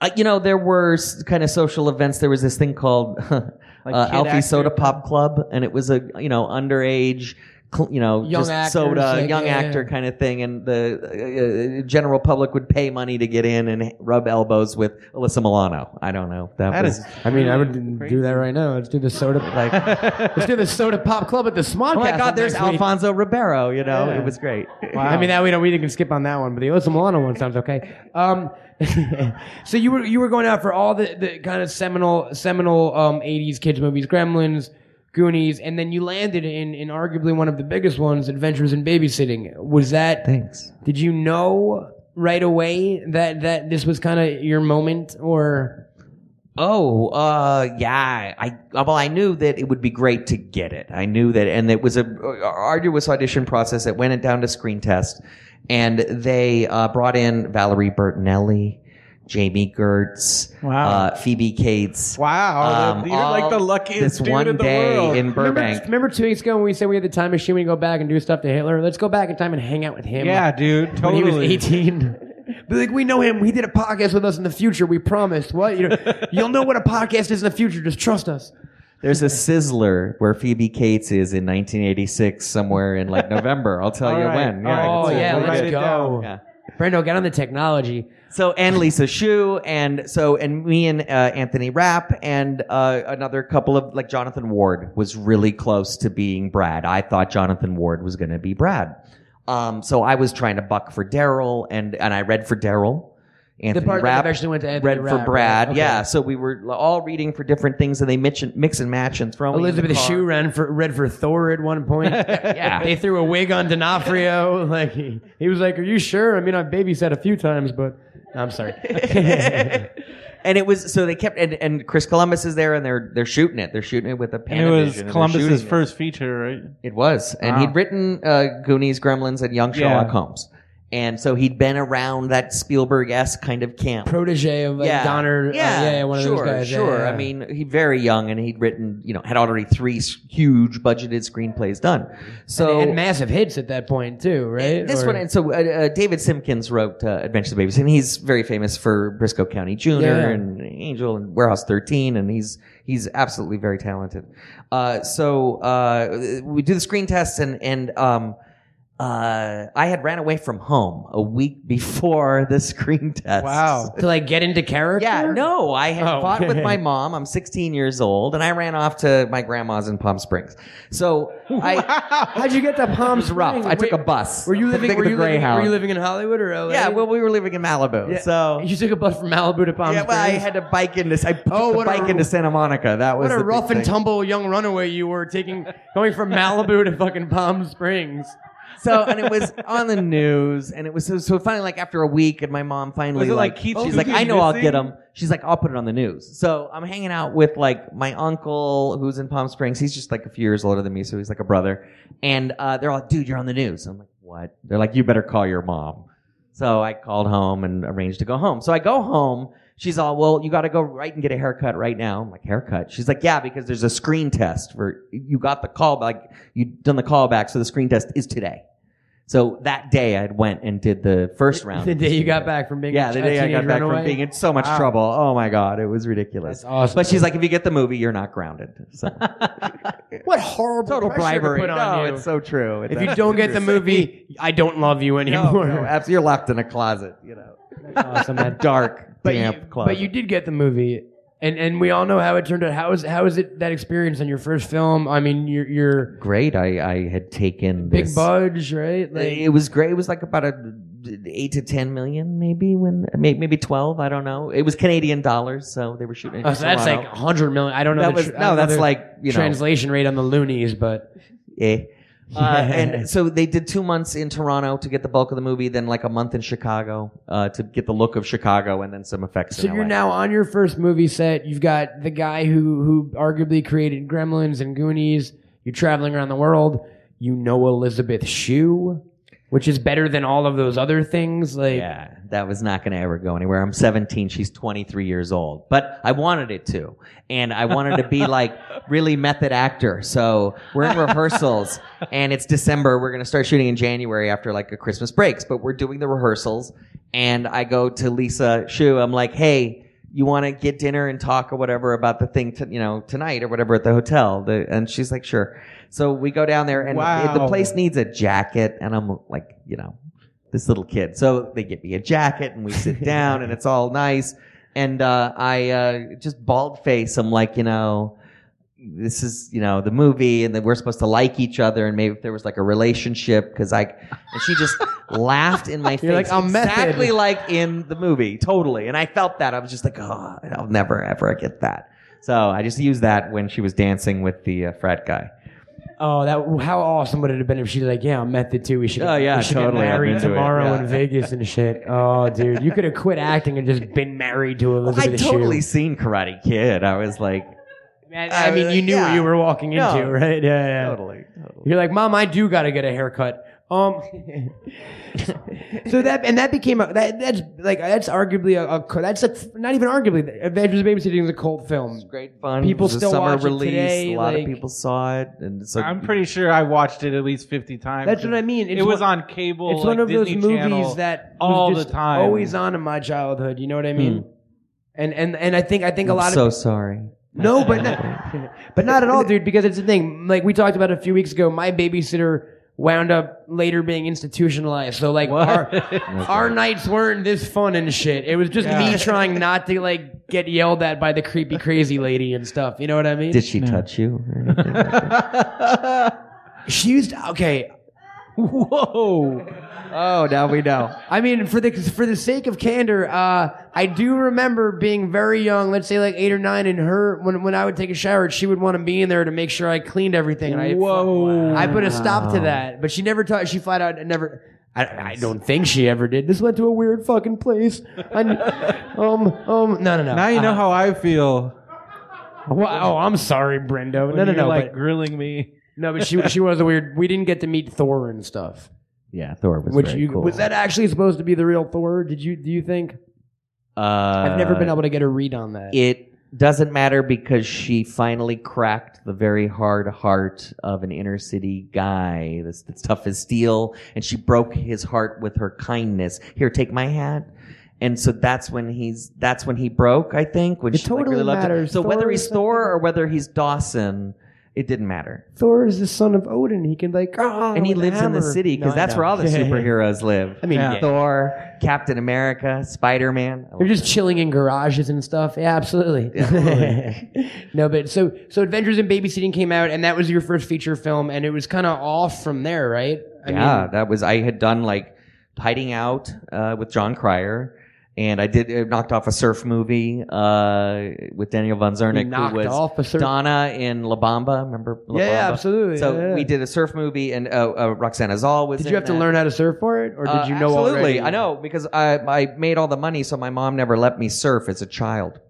F: Uh, you know, there were s- kind of social events. There was this thing called *laughs* uh,
B: Kid
F: Alfie
B: Actor
F: Soda
B: Club?
F: Pop Club, and it was a you know underage. cl- You know,
C: Young
F: just
C: actors,
F: soda,
C: like,
F: young
C: yeah,
F: actor
C: yeah.
F: kind of thing, and the uh, uh, general public would pay money to get in and rub elbows with Alyssa Milano. I don't know. That,
B: That
F: was
B: is.
C: I mean, I would do that right now. Let's do the soda like.
F: *laughs*
C: let's do the soda pop club at the Smodcast.
F: Oh my God! There's
C: next week.
F: Alfonso Ribeiro. You know,
B: Yeah.
F: it was great.
B: Wow.
C: I mean, that we don't. We can skip on that one, but the Osa Milano one sounds okay. Um, *laughs* so you were you were going out for all the, the kind of seminal seminal um, '80s kids movies, Gremlins, Goonies, and then you landed in in arguably one of the biggest ones, Adventures in Babysitting. Was that?
F: *laughs* Thanks.
C: Did you know right away that that this was kind of your moment, or
F: Oh, uh, yeah. I well, I knew that it would be great to get it. I knew that, and it was a uh, arduous audition process. It went down to screen test, and they uh, brought in Valerie Bertinelli, Jamie Gertz,
B: Wow.
F: uh, Phoebe
B: *laughs*
F: Cates.
B: Wow,
F: Um,
B: you're like the
F: all
B: luckiest
F: this
B: dude
F: one
B: in the
F: day
B: world.
F: in Burbank.
C: remember, remember two weeks ago when we said we had the time machine, we go back and do stuff to Hitler. Let's go back in time and hang out with him.
B: yeah, dude,
C: when
B: totally.
C: he was 18. *laughs* Be like, we know him. He did a podcast with us in the future. We promised. What?
F: *laughs*
C: You know, you'll know what a podcast is in the future. Just trust us.
F: There's a sizzler where Phoebe Cates is in 1986, somewhere in *laughs* like November. I'll tell
B: All
F: you
B: right.
F: when.
B: All right.
F: it's-
C: Oh,
B: Cool.
C: yeah,
F: we'll
C: let's
F: get it.
B: go.
C: go.
F: Yeah.
C: Brendo, get on the technology.
F: So and Lisa Shue and so and me and uh, Anthony Rapp and uh, another couple of like Jonathan Ward was really close to being Brad. I thought Jonathan Ward was going to be Brad. Um, so I was trying to buck for Daryl and and I read for Daryl. Anthony
C: part that
F: Rapp
C: eventually went to Anthony
F: read
C: Rapp,
F: for Brad.
C: right? Okay.
F: Yeah, so we were all reading for different things and they mix and, mix and match and throw.
C: Elizabeth Shue ran for read for Thor at one
F: *laughs*
C: point. yeah, they threw a wig on D'Onofrio. *laughs* Like he, he was like, "Are you sure?" I mean, I babysat a few times, but no, I'm
F: *laughs*
C: sorry. *laughs*
F: and it was so they kept and, and Chris Columbus is there and they're they're shooting it. They're shooting it with a
B: and it
F: pen.
B: was Columbus's first feature, right?
F: It was, and
B: Wow.
F: he'd written uh, Goonies, Gremlins, and Young Sherlock
B: Yeah.
F: Holmes, and so he'd been around that Spielberg-esque kind of camp.
C: Protege of like Donner. uh, yeah, yeah, one of
F: sure,
C: those guys. Yeah,
F: Sure,
C: yeah, yeah.
F: I mean, he very young, and he'd written, you know, had already three s- huge budgeted screenplays done. So
C: and massive hits at that point too, right?
F: this
C: Or-
F: one, and so uh, uh, David Simpkins wrote uh, Adventures of Babysitting. He's very famous for Briscoe County Jr.
C: Yeah.
F: and Angel and Warehouse 13, and he's he's absolutely very talented. Uh, so uh, we do the screen tests, and and um, uh, I had ran away from home a week before the screen test.
B: Wow.
C: to like get into character.
F: Yeah, no, I had
C: Oh.
F: fought
C: *laughs*
F: with my mom. I'm 16 years old, and I ran off to my grandma's in Palm Springs.
C: *laughs*
F: So I.
C: How'd you get to Palm
F: It's rough.
C: Springs?
F: I took a
C: Wait,
F: bus.
C: Were you
F: I
C: living?
F: took
C: Were
F: the
C: you living, were
F: Greyhound.
C: you living in Hollywood or LA?
F: Yeah, well, we were living in Malibu,
C: Yeah.
F: *laughs* so
C: you took a bus from Malibu to Palm
F: yeah,
C: Springs.
F: well, I had to bike into I took
C: Oh,
F: the
C: what a-
F: bike into Santa Monica. That was
C: what a
F: the big
C: rough and
F: thing.
C: tumble young runaway you were taking, going from Malibu to fucking Palm Springs.
F: So and it was on the news, and it was so, so finally like after a week, and my mom finally
B: Was it like
F: like,
B: Keith
F: she's like,
B: Coogan
F: I know I'll get
B: missing?
F: him. She's like, I'll put it on the news. So I'm hanging out with like my uncle who's in Palm Springs. He's just like a few years older than me, so he's like a brother. And uh, they're all, dude, you're on the news. I'm like, what? They're like, you better call your mom. So I called home and arranged to go home. So I go home. She's all, well, you got to go right and get a haircut right now. I'm like, haircut? She's like, yeah, because there's a screen test for, you got the call back, you done the call back, so the screen test is today. So that day I went and did the first round.
C: The
F: of the
C: day you
F: screen
C: got
F: test.
C: back from being
F: Yeah,
C: a
F: the day I
C: teenage
F: got back
C: runaway.
F: from being in so much
C: Wow.
F: trouble. Oh my God, it was ridiculous.
C: That's awesome.
F: But she's like, if you get the movie, you're not grounded.
C: *laughs*
F: So.
C: what horrible
F: Total
C: pressure to
F: bribery.
C: put on
F: no,
C: you.
F: it's so true. *laughs* It's
C: if you
F: absolutely
C: don't get the
F: true.
C: movie, I don't love you
F: no,
C: anymore.
F: no, absolutely, you're locked in a closet. You know,
C: awesome,
F: a
C: man.
F: dark,
C: But you,
F: damp closet.
C: but you did get the movie, and and we all know how it turned out. How is how is it that experience on your first film? I mean, your your
F: great. I I had taken
C: big
F: this-
C: budge, right? Like,
F: It was great. It was like about a eight to ten million, maybe when may- maybe twelve. I don't know. It was Canadian dollars, so they were shooting. it
C: oh,
F: in
C: so that's like
F: Toronto.
C: hundred million. I don't know.
F: that
C: the
F: was
C: tr- I
F: no.
C: don't know
F: That's
C: the
F: like you know.
C: translation rate on the loonies, but *laughs*
F: eh. Uh,
C: Yeah.
F: and so they did two months in Toronto to get the bulk of the movie, then like a month in Chicago uh, to get the look of Chicago, and then some effects.
C: so
F: in
C: you're
F: LA.
C: now on your first movie set. You've got the guy who who arguably created Gremlins and Goonies. You're traveling around the world. You know Elizabeth Shue, which is better than all of those other things. Like,
F: Yeah, that was not going to ever go anywhere. I'm 17. She's 23 years old. But I wanted it to. And I wanted to be like really method actor. So we're in rehearsals and it's December. We're going to start shooting in January after like a Christmas breaks, but we're doing the rehearsals. And I go to Lisa Shu. I'm like, hey, you want to get dinner and talk or whatever about the thing, to, you know, tonight or whatever at the hotel. The, and she's like, sure. So we go down there and
B: Wow.
F: the place needs a jacket. And I'm like, you know, this little kid. So they get me a jacket and we sit down and it's all nice. And uh, I uh, just bald face. I'm like, you know, this is you know the movie, and then we're supposed to like each other, and maybe if there was like a relationship, because I and
C: *laughs*
F: she just laughed in my face,
C: You're like, "I'm method."
F: exactly like in the movie, totally. And I felt that I was just like, oh, I'll never ever get that. So I just used that when she was dancing with the uh, frat guy.
C: Oh, that how awesome would it have been if she's like, "Yeah, I'm method too. We should,
F: Oh, yeah,
C: we should
F: totally.
C: get
F: I'm
C: married
F: into it.
C: tomorrow
F: Yeah.
C: in Vegas and shit." Oh, dude, you could have quit acting and just been married to Elizabeth
F: *laughs* I totally
C: Shue.
F: seen Karate Kid. I was like,
C: I, I mean, you knew what
F: Yeah.
C: you were walking
F: No.
C: into, right? Yeah, yeah.
F: totally, totally.
C: You're like, "Mom, I do got to get a haircut." Um, *laughs* so that and that became a that that's like that's arguably a, a co- that's like not even arguably Adventures of Babysitting is a cult film.
F: great fun.
C: People
F: It was a
C: still
F: summer
C: watch it
F: release.
C: today,
F: a lot
C: like-
F: of people saw it, and so
B: I'm pretty sure I watched it at least 50 times.
C: That's what I mean. It's
B: it was
C: one-
B: on cable.
C: It's
B: like
C: one of
B: Disney
C: those movies
B: Channel. *laughs*
C: that
B: all
C: was
B: the
C: just
B: time. Hmm.
C: always on in my childhood. You know what I mean? And and and I think I think a
F: I'm
C: lot
F: so
C: of
F: sorry.
C: *laughs* no, but not, *laughs* but not at all, dude. Because it's the thing. Like we talked about a few weeks ago, my babysitter wound up later being institutionalized. So like our
B: *laughs*
C: our nights weren't this fun and shit. It was just me trying not to like get yelled at by the creepy crazy lady and stuff. You know what I mean?
F: Did she touch you? Or anything
C: *laughs*
F: like that?
C: she used okay.
B: Whoa.
F: oh, now we know.
C: I mean, for the for the sake of candor, uh, I do remember being very young, let's say like eight or nine, and her when when I would take a shower, she would want to be in there to make sure I cleaned everything. And I,
B: Whoa.
C: I put a stop to that, but she never taught. She flat out never. I, I don't think she ever did. This went to a weird fucking place. I, *laughs* um, um, no, no, no.
B: Now you know
C: Uh,
B: how I feel.
C: Well, oh, I'm sorry, Brendo. No,
B: when
C: no,
B: you're,
C: no.
B: like
C: but,
B: grilling me.
C: no, but she she was a weird. We didn't get to meet Thor and stuff.
F: Yeah, Thor was
C: Which
F: very
C: you
F: cool.
C: was that actually supposed to be the real Thor? Did you do you think?
F: Uh,
C: I've never been able to get a read on that.
F: It doesn't matter because she finally cracked the very hard heart of an inner city guy that's, that's tough as steel, and she broke his heart with her kindness. Here, take my hat. And so that's when he's that's when he broke, I think. When
C: It
F: she like,
C: totally
F: really loved him.
C: matters.
F: So
C: Thor
F: whether
C: is
F: he's
C: something-
F: Thor or whether he's Dawson, it didn't matter.
C: Thor is the son of Odin. He can like, oh,
F: and he
C: with a
F: lives in the
C: hammer.
F: city because
C: No, I
F: that's
C: know.
F: where
C: *laughs*
F: all the
C: Yeah.
F: superheroes live.
C: I mean,
B: Yeah.
C: yeah.
F: Thor, Captain America, Spider Man.
C: they're just chilling in garages and stuff. Yeah, absolutely. *laughs* no, but so so Adventures in Babysitting came out, and that was your first feature film, and it was kind of off from there, right? I
F: yeah,
C: mean,
F: that was I had done like hiding out uh, with John Cryer, And I did I knocked off a surf movie uh, with Daniel Von Zernick,
C: knocked
F: who was
C: off a certain.
F: Donna in La Bamba. Remember? La
C: yeah, yeah,
F: Bamba?
C: absolutely.
F: So
C: yeah, yeah.
F: we did a surf movie, and uh, uh, Roxana Zal was.
C: Did
F: in
C: you have to
F: that.
C: learn how to surf for it, or did
F: Uh,
C: you know
F: absolutely.
C: already?
F: I know because I I made all the money, so my mom never let me surf as a child.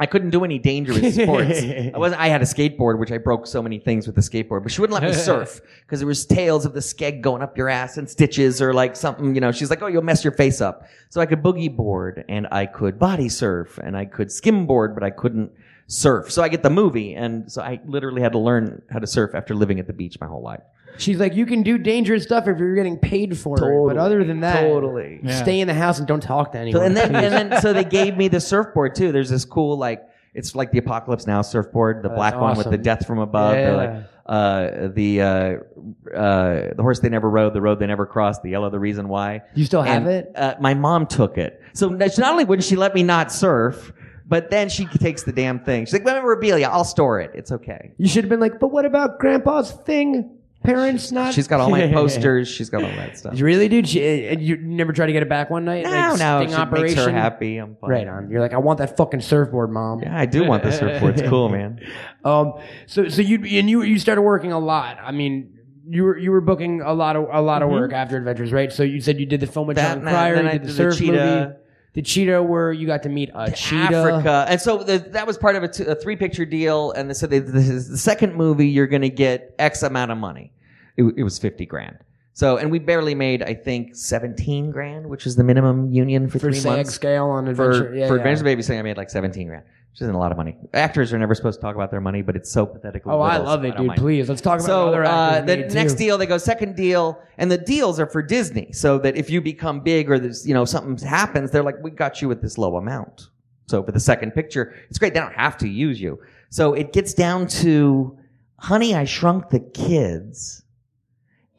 F: I couldn't do any
C: *laughs*
F: dangerous sports. I wasn't. I had a skateboard, which I broke so many things with the skateboard, but she
C: *laughs*
F: wouldn't let me surf because there was tales of the skeg going up your ass and stitches or like something. You know, she's like, "Oh, you'll mess your face up." So I could boogie board and I could body surf and I could skimboard, but I couldn't surf. So I get the movie, and so I literally had to learn how to surf after living at the beach my whole life.
C: She's like, you can do dangerous stuff if you're getting paid for it, but other than that,
F: totally.
B: Yeah.
C: stay in the house and don't talk to
F: So-
C: anyone.
F: and then and then so
C: *laughs*
F: they gave me the surfboard too. There's this cool like it's like the Apocalypse Now surfboard, the
C: Oh,
F: black
C: that's
F: one with the
C: awesome.
F: death from above. They're like,
C: Yeah.
F: uh, the uh, uh, the horse they never rode, the road they never crossed, the yellow, the reason why.
C: you still have
F: And,
C: it?
F: Uh, my mom took it. So not not only wouldn't she let me not surf, but then she takes the damn thing. She's like, "My memorabilia, I'll store it. It's okay."
C: You should have been like, but what about Grandpa's thing? Parents not.
F: She's got
C: *laughs*
F: all my posters. She's got all that stuff.
C: Really, dude? She, and you never try to get it back one night?
F: No,
C: like,
F: no,
C: sting
F: she
C: operation?
F: makes her happy. I'm fine.
C: Right on. You're like, I want that fucking surfboard, mom.
F: Yeah, I do want the surfboard. It's
C: *laughs*
F: cool, man.
C: Um. So, so you and you you started working a lot. I mean, you were you were booking a lot of a lot of work after Adventures, right? So you said you did the film with
F: Mm-hmm. That-
C: John
F: and
C: Cryer,
F: then
C: you
F: I
C: did the
F: did the
C: surf
F: Cheetah.
C: movie, the Cheetah, where you got to meet a cheetah.
F: Africa. And so the, that was part of a, t- a three picture deal. And they said, they, this is the second movie, you're going to get X amount of money. It, w- it was 50 grand. So, and we barely made, I think, 17 grand, which is the minimum union for,
C: for
F: three
C: SAG
F: months.
C: scale on
F: for
C: Adventure. yeah,
F: for
C: yeah.
F: Adventure Baby saying I made like 17 grand, which isn't a lot of money. Actors are never supposed to talk about their money, but it's so pathetically
C: Oh, I
F: little,
C: love
F: so
C: it,
F: don't
C: dude.
F: mind.
C: Please, let's talk about
F: So
C: other
F: uh,
C: actors.
F: the
C: made,
F: next
C: too.
F: deal, they go second deal, and the deals are for Disney. So that if you become big or there's you know something happens, they're like, we got you at this low amount. So for the second picture, it's great. They don't have to use you. So it gets down to, honey, I shrunk the kids.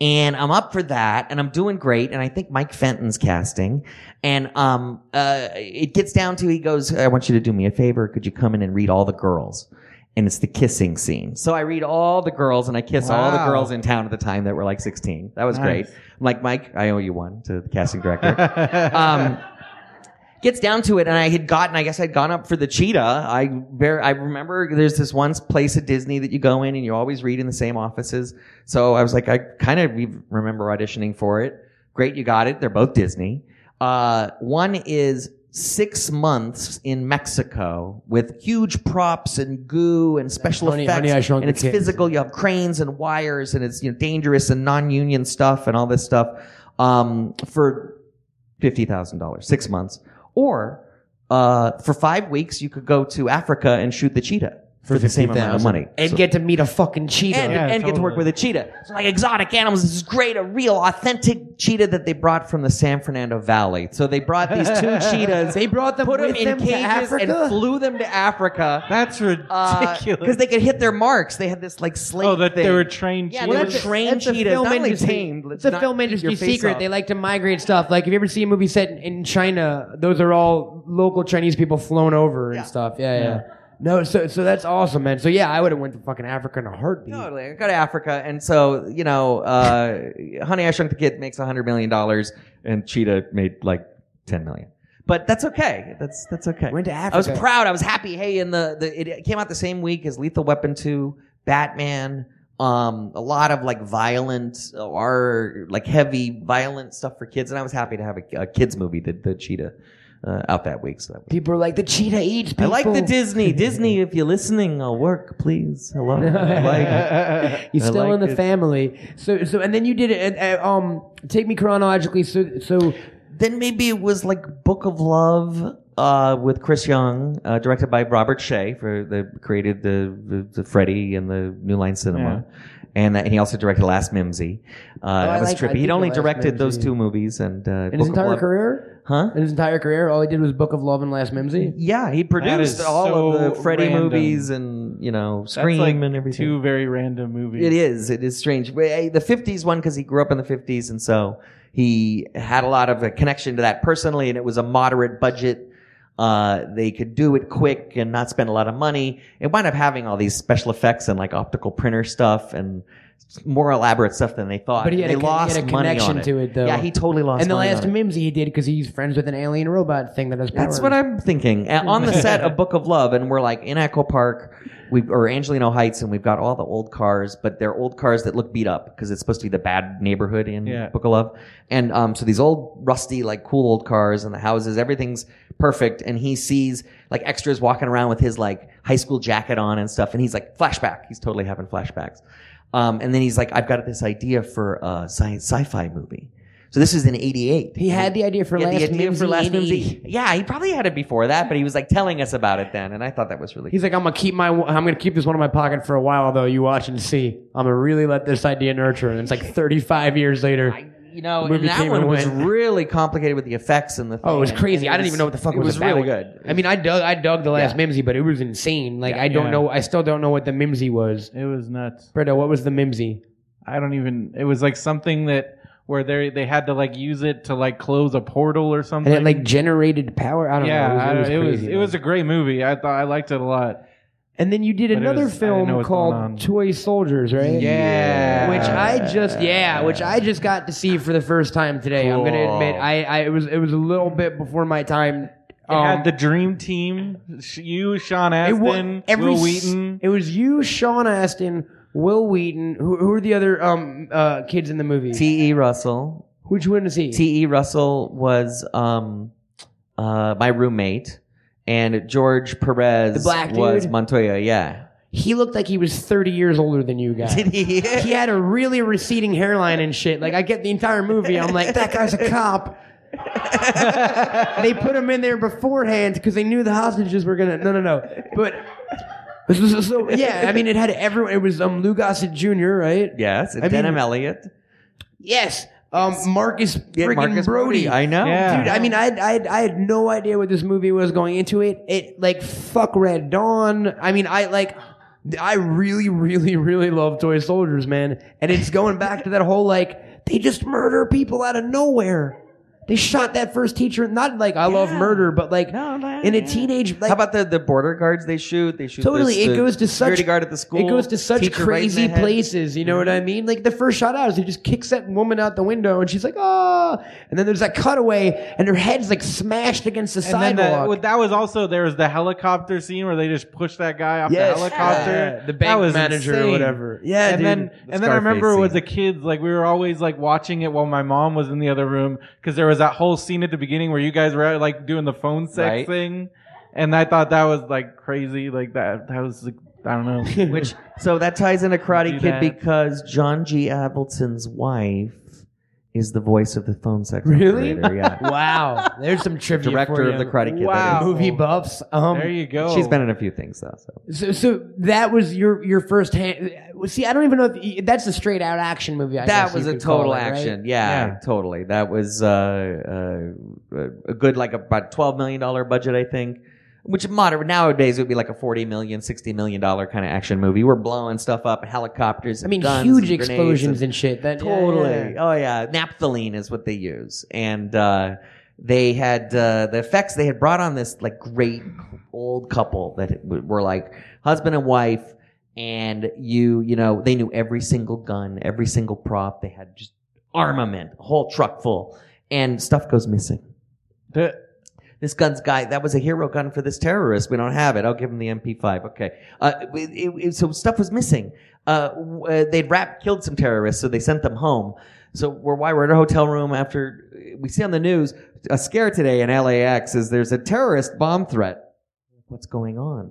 F: And I'm up for that, and I'm doing great, and I think Mike Fenton's casting, and um, uh, it gets down to he goes, "I want you to do me a favor. Could you come in and read all the girls?" and it's the kissing scene. So I read all the girls and I kiss all the
B: Wow.
F: girls in town at the time that were like 16. That was
B: Nice.
F: great. I'm like, Mike, I owe you one to the casting director. um, gets down to it, and I had gotten, I guess I'd gone up for the cheetah. I bear, I remember there's this one place at Disney that you go in and you always read in the same offices. So I was like, I kind of re- remember auditioning for it. Great, you got it. They're both Disney. Uh, one is six months in Mexico with huge props and goo and special
C: Honey-
F: effects.
C: Honey, I Shrunk
F: and
C: the
F: it's
C: Kids.
F: physical. You have cranes and wires, and it's you know dangerous and non-union stuff and all this stuff. Um, for fifty thousand dollars, six months, or uh, for five weeks you could go to Africa and shoot the cheetah for, the same amount of money
C: and get to meet a fucking cheetah.
F: and,
B: Yeah,
F: and get to work
B: totally.
F: with a cheetah. So like exotic animals. This is great. A real authentic cheetah that they brought from the San Fernando Valley. So they brought these
C: *laughs*
F: two cheetahs.
C: They brought them
F: put them
C: with
F: in
C: them to
F: cages
C: Africa?
F: and flew them to
C: *laughs*
F: Africa.
B: That's ridiculous.
F: Because they could hit their marks. They had this like slate.
B: oh, that
F: thing.
B: they were trained.
F: Yeah,
B: cheetahs.
F: they were
C: that's a-
F: trained
C: that's a
F: cheetahs,
C: film
F: not only
C: industry-
F: tamed. Let's
C: It's a
F: not
C: film
F: eat
C: industry
F: your face
C: secret.
F: off.
C: They like to migrate stuff. Like, if you ever see a movie set in, in China, those are all local Chinese people flown over and
F: Yeah.
C: stuff. Yeah, yeah, No, so so that's awesome, man. So yeah, I would have went to fucking Africa in a heartbeat.
F: Totally. I go to Africa, and so you know, uh, Honey, I Shrunk the Kid makes hundred million dollars, and Cheetah made like ten million. But that's okay. That's that's okay.
C: Went to
F: I was
C: Africa.
F: proud. I was happy. Hey, and the, the it came out the same week as Lethal Weapon two, Batman. Um, a lot of like violent or like heavy violent stuff for kids, and I was happy to have a, a kids movie, the, the Cheetah, uh, out that week. So that was,
C: People are like, the cheetah eats
F: I
C: people.
F: like
C: *laughs*
F: the Disney. Disney, if you're listening, I'll work, please. Hello, I like it.
C: *laughs* He's
F: I
C: still in
F: like
C: the
F: it.
C: family. So so, and then you did it. And, uh, um, take me chronologically. So so.
F: then maybe it was like Book of Love uh, with Chris Young, uh, directed by Robert Shea, for the created the, the, the Freddy and the New Line Cinema. And, that, and he also directed Last Mimsy. Uh, that was
C: like- Oh, I
F: trippy.
C: did
F: He'd
C: the
F: only
C: Last
F: directed those
C: Mimsy.
F: two movies and uh,
C: In his
F: Book of
C: entire
F: Love-
C: career,
F: huh?
C: in his entire career, all he did was Book of Love and Last Mimsy.
F: Yeah, he produced
B: is
F: all of the
B: so
F: Freddy
B: random.
F: movies and you know
B: That's
F: Scream
B: like
F: and everything.
B: Two very random movies.
F: It is. It is strange. But, eh, The 50s one, because he grew up in the 50s, and so he had a lot of a connection to that personally, and it was a moderate budget. Uh, they could do it quick and not spend a lot of money. It wound up having all these special effects and like optical printer stuff, and more elaborate stuff than they thought.
C: But he had
F: they
C: a, con-
F: lost
C: he had a
F: money on
C: connection
F: it.
C: to it, though.
F: Yeah, he totally lost.
C: and the
F: money on
C: last
F: it.
C: Mimsy he did because he's friends with an alien robot thing that has powers.
F: That's what I'm thinking. Uh, On the set of Book of Love, and we're like in Echo Park, we or Angelino Heights, and we've got all the old cars, but they're old cars that look beat up because it's supposed to be the bad neighborhood in
B: Yeah.
F: Book of Love. And um, so these old, rusty, like cool old cars and the houses, everything's perfect. And he sees like extras walking around with his like high school jacket on and stuff, and he's like flashback. He's totally having flashbacks. Um, and then he's like, I've got this idea for a sci- sci-fi movie. So this is in '88.
C: He had the idea for
F: Yeah,
C: last
F: the idea
C: Mimsy E
F: for Last
C: in 80.
F: Mimsy. Yeah, he probably had it before that, but he was like telling us about it then, and I thought that was really.
C: He's like, I'm gonna keep my, I'm gonna keep this one in my pocket for a while though. You watch and see. I'm gonna really let this idea nurture. And it's like 35 years later.
F: I, you know,
C: The movie
F: and that
C: came and
F: one was
C: went.
F: really complicated with the effects and the. Thing,
C: oh, it was
F: and-
C: crazy.
F: and
C: I
F: it
C: didn't even know what the fuck
F: it
C: it was, about.
F: really good.
C: I mean, I dug, I dug the last
F: Yeah.
C: Mimsy, but it was insane. Like, I don't
B: Yeah.
C: know, I still don't know what the Mimsy was.
B: It was nuts.
C: Brito, what was the Mimsy?
B: I don't even. It was like something that where they they had to like use it to like close a portal or something.
C: And it like generated power. I don't
B: yeah, I-
C: know.
B: it was, it, was
C: crazy.
B: a great movie. I thought I liked it a lot.
C: And then you did
B: But it
C: another
B: was- I didn't know
C: film
B: what's going on.
C: called Toy Soldiers, right?
B: Yeah.
C: Which I just yeah, which I just got to see for the first time today. I'm gonna
F: Cool.
C: admit, I, I it was it was a little bit before my time.
B: It
C: Um,
B: had the dream team. Sh- You, Sean Astin, Will
C: s-
B: Wheaton.
C: It was you, Sean Astin, Will Wheaton. Who, who are the other um uh kids in the movie?
F: T. E. Russell.
C: Which one is he?
F: T. E. Russell was um, uh, my roommate, and George Perez
C: The black
F: was
C: dude?
F: Montoya. Yeah,
C: he looked like he was 30 years older than you guys.
F: did he?
C: he had a really receding hairline and shit. Like I get the entire movie, I'm like, that guy's a cop. they put him in there beforehand because they knew the hostages were gonna. No, no, no. But *laughs* this was so yeah. I mean, it had everyone. It was um Lou Gossett Jr. Right?
F: *laughs* Yes, and
C: I mean-
F: Denham Elliott.
C: Yes. Um, Marcus
F: Yeah,
C: friggin'
F: Marcus Brody. I know.
B: Yeah.
C: Dude, I mean, I I I had no idea what this movie was going into it. It like fuck Red Dawn. I mean, I like. I really, really, really love Toy Soldiers, man. And it's going back to that whole like they just murder people out of nowhere. They shot that first teacher. Not like I love murder, but like
F: No, no,
C: in a
F: yeah.
C: teenage. Like,
F: How about the, the border guards they shoot? They shoot
C: Totally,
F: this-
C: it
F: the
C: goes to such
F: security guard at the school.
C: It goes to such
F: teacher right in the
C: crazy
F: head.
C: places. You know what I mean? Like the first shot out is he just kicks that woman out the window, and she's like, "Oh!" And then there's that cutaway, and her head's like smashed against the
B: And then that,
C: sidewalk.
B: well, that was also there was the helicopter scene where they just pushed that guy off
C: Yes.
B: the helicopter,
C: Yeah, the
B: That
C: bank
B: was
C: manager or
B: insane.
C: whatever. Yeah,
B: and
C: dude.
B: then
F: The
B: and then I
F: Scarface
B: remember
F: scene.
B: as a kid, like we were always like watching it while my mom was in the other room because there was that whole scene at the beginning where you guys were like doing the phone sex
F: Right.
B: thing, and I thought that was like crazy, like that that was like, I don't know.
F: *laughs* Which so that ties into
B: Do
F: Karate Kid
B: that.
F: because John G. Avildsen's wife is the voice of the phone sex
C: Really?
B: *laughs*
F: operator. Yeah,
C: wow, there's some trivia. for
F: director
C: you.
F: of the Karate Kid. that
B: Wow.
C: movie buffs. Um,
B: there you go.
F: is. She's been in a few things though. So.
C: So, so that was your your first hand. See, I don't even know. if That's a straight out action movie. I guess
F: That
C: you
F: was a
C: could call
F: total
C: it, right?
F: action. Yeah,
B: Yeah.
F: totally. That was uh, uh, a good like about twelve million dollar budget, I think. Which moderate nowadays would be like a 40 million, 60 million dollar kind of action movie. We're blowing stuff up, helicopters.
C: I mean,
F: guns and
C: huge
F: grenades
C: explosions and,
F: and-
C: shit. That yeah,
F: Totally.
C: yeah.
F: Oh yeah, naphthalene is what they use, and uh, they had uh, the effects. They had brought on this like great old couple that w- were like husband and wife, and you you know they knew every single gun, every single prop. They had just armament, a whole truck full, and stuff goes missing. *laughs*
B: The-
F: This gun's guy, that was a hero gun for this terrorist. We don't have it. I'll give him the MP5. Okay. Uh, it- it- it- so stuff was missing. Uh, w- uh, they'd rap killed some terrorists, so they sent them home. So we're why we're in a hotel room after we see on the news a scare today in LAX is there's a terrorist bomb threat. What's going on?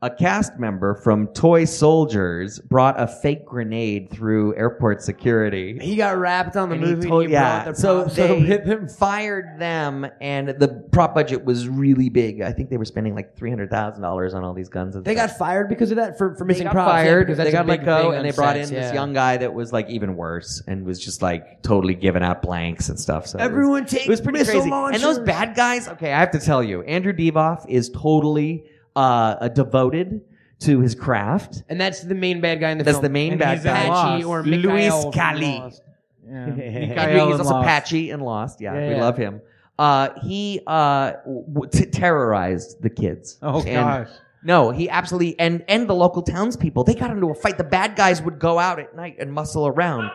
F: A cast member from Toy Soldiers brought a fake grenade through airport security
C: He got wrapped on the
F: and he
C: movie.
F: told-
C: and he
F: yeah.
C: brought the
F: so
C: props
F: they
C: up *laughs* with him.
F: *laughs* fired them, and the prop budget was really big. I think they were spending like three hundred thousand dollars on all these guns. And
C: They
F: stuff.
C: got fired because of that for, for
F: they
C: missing
F: got
C: props. yeah,
F: fired.
C: because
F: They
C: that's a
F: got let
C: big
F: go,
C: thing
F: and
C: on
F: they brought in
C: sets,
F: this
C: yeah.
F: young guy that was like even worse and was just like totally giving out blanks and stuff. So it was-
C: Everyone take
F: it was pretty
C: missile
F: crazy.
C: launchers.
F: And those bad guys. Okay, I have to tell you, Andrew Devoff is totally uh, a devoted to his craft.
C: And that's the main bad guy in the
F: That's
C: film.
F: the main
B: And
F: bad
B: he's in
F: guy.
B: Lost.
C: Patchy or
F: Luis
C: Mikhail from
F: Cali.
C: Lost.
B: yeah. *laughs*
F: And
B: Mikael
F: he's
B: and
F: also
B: Lost.
F: patchy and lost. Yeah,
B: Yeah,
F: we
B: yeah.
F: love him. Uh, he uh, w- w- t- terrorized the kids.
B: Oh
F: and *laughs*
B: gosh.
F: No, he absolutely and and the local townspeople. They got into a fight. The bad guys would go out at night and muscle
C: *laughs*
F: around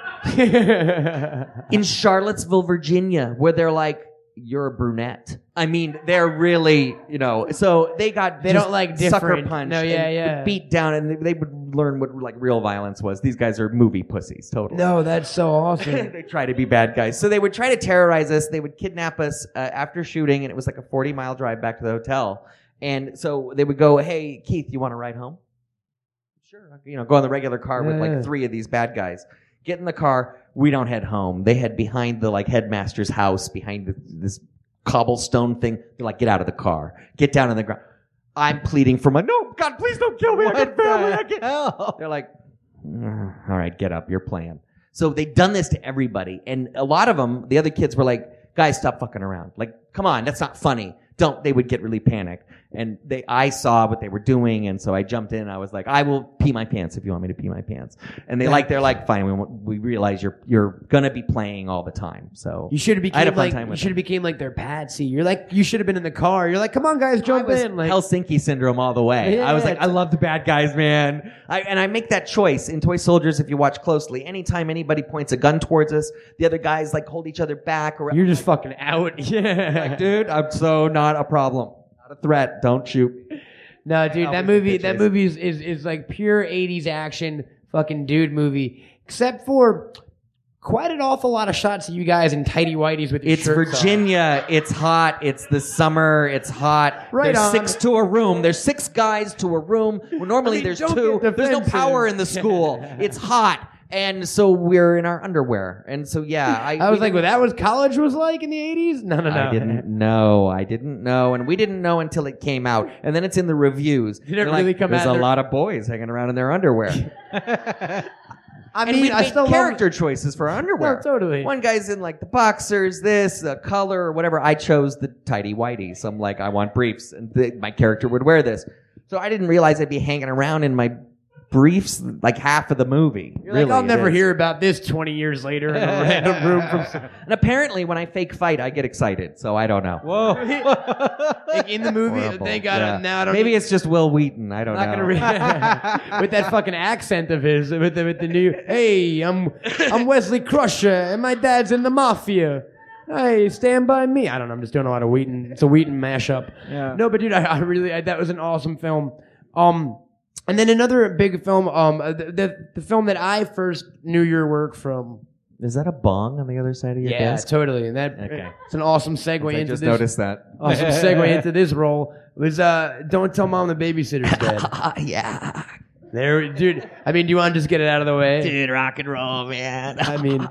F: in Charlottesville, Virginia, where they're like, "You're a brunette." I mean, they're really you know. So they got
C: They
F: just
C: don't like
F: sucker
C: different.
F: punched.
C: No, yeah,
F: and
C: yeah.
F: Beat down, and they, they would learn what like real violence was. These guys are movie pussies, totally.
C: no, that's so awesome.
F: *laughs* they try to be bad guys. So they would try to terrorize us. They would kidnap us uh, after shooting, and it was like a 40 mile drive back to the hotel. And so they would go, Hey, Keith, you want to ride home? Sure. You know, go on the regular car with
C: Yeah.
F: like three of these bad guys. Get in the car. We don't head home. They head behind the like headmaster's house, behind the, this cobblestone thing. They're like, Get out of the car. Get down on the ground. I'm pleading for my, no, God, please don't kill me. I got
C: What the
F: family. I can't. They're like, "Mm, all right, get up. You're playing. So they've done this to everybody. And a lot of them, the other kids were like, guys, stop fucking around. Like, come on, that's not funny. Don't, they would get really panicked. And they, I saw what they were doing. And so I jumped in. I was like, I will pee my pants if you want me to pee my pants. And they like, they're like, fine, we, won't- we realize you're, you're gonna be playing all the time. So
C: You should have
F: I had a
C: became
F: fun
C: like
F: time
C: you
F: with
C: should have
F: them.
C: became like their patsy. You're like you should have been in the car. You're like, come on, guys, jump
F: I was
C: in. Like,
F: Helsinki syndrome all the way.
C: Yeah,
F: I was like,
C: it's-
F: I love the bad guys, man. I, and I make that choice in Toy Soldiers. If you watch closely, anytime anybody points a gun towards us, the other guys like hold each other back. Or
C: you're just
F: *laughs*
C: fucking out. *laughs* Yeah,
F: like, dude, I'm so not a problem, not a threat. Don't shoot. me."
C: No, dude,
F: I'll
C: that
F: be
C: movie
F: bitches.
C: that movie is, is is like pure '80s action fucking dude movie, except for quite an awful lot of shots of you guys in tighty whities with your
F: It's
C: shirts off.
F: Virginia. It's hot. It's the summer. It's hot.
C: Right
F: there's
C: on.
F: six to a room. There's six guys to a room. Well, normally
C: I mean,
F: there's
C: don't
F: two.
C: get
F: There's no
C: defensive.
F: power in the school.
C: *laughs*
F: it's hot. And so we're in our underwear. And so yeah,
C: I
F: I,
C: was
F: we
C: like,
F: didn't-
C: well, that was college was like in the '80s. No, no, no.
F: I didn't know. I didn't know, and we didn't know until it came out, and then it's in the reviews.
C: Did it
F: They're
C: really
F: like,
C: come
F: There's
C: out
F: a
C: in their-
F: lot of boys hanging around in
C: *laughs*
F: their underwear.
C: I
F: and we
C: mean, I
F: made
C: still
F: character choices for our underwear.
C: No, totally.
F: One guy's in like the boxers, this, the color, or whatever. I chose the tidy whitey. So I'm like, I want briefs, and th- my character would wear this. So I didn't realize I'd be hanging around in my briefs like half of the movie.
C: Love, you're like,
F: Really,
C: I'll
F: it
C: never
F: is.
C: hear about this 20 years later in a
F: *laughs*
C: random room
B: *laughs*
C: from
F: And apparently, when I fake fight, I get excited. So I don't know. *laughs*
B: *laughs* Whoa.
C: like, in the movie.
F: Horrible.
C: They got
F: Yeah.
C: him now. I don't e-
F: Maybe it's just Will Wheaton. I don't
C: I'm not
F: know.
C: gonna read with that fucking accent of his with the with the new hey I'm I'm Wesley Crusher and my dad's in the mafia. Hey, stand by me. I don't know. I'm just doing a lot of Wheaton. It's a Wheaton mashup.
B: Yeah.
C: No, but dude, I, I really I, that was an awesome film. Um, and then another big film. Um, uh, the, the the film that I first knew your work from.
F: Is that a bong on the other side of your
C: Yeah,
F: desk?
C: totally. And that
F: Okay.
C: it's an awesome segue
F: I
C: into
F: just
C: this.
F: noticed that.
C: Awesome Oh,
F: *laughs*
C: segue into this role was uh, don't tell mom the babysitter's
F: *laughs*
C: dead.
F: Oh, yeah,
C: There, dude. I mean, do you want to just get it out of the way?
F: dude, rock and roll, man.
C: I
F: *laughs*
C: mean,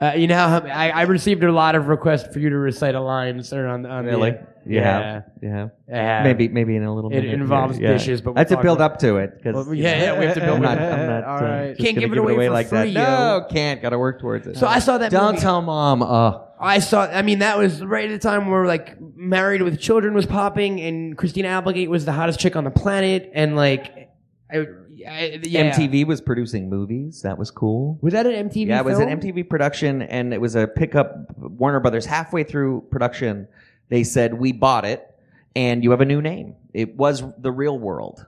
C: uh, you know, how I, I received a lot of requests for you to recite a line, sir. On, on
F: really?
C: the,
F: You
C: yeah,
F: have? You have?
C: yeah.
F: Maybe, maybe in a little.
C: It
F: minute.
C: involves
F: Yeah.
C: dishes, but we'll
F: I have to
C: talk
F: build
C: about-
F: up to it because
C: Well, yeah, yeah, we have to build
F: I'm not,
C: it up. *laughs*
F: I'm not,
B: All
F: uh,
B: right.
F: just
C: Can't
F: gonna
C: give it
F: it
C: away
F: away
C: for
F: like
C: free,
F: that. No,
C: yo.
F: can't. Got to work towards it.
C: So I saw that.
F: Don't
C: movie.
F: tell mom. Uh,
C: I saw. I mean, that was right at the time where like Married with Children was popping, and Christina Applegate was the hottest chick on the planet, and like, I, I, yeah.
F: MTV was producing movies. That was cool.
C: was that an MTV?
F: Yeah, it was
C: film?
F: an MTV production, and it was a pickup. Warner Brothers halfway through production, they said we bought it, and you have a new name. It was the Real World.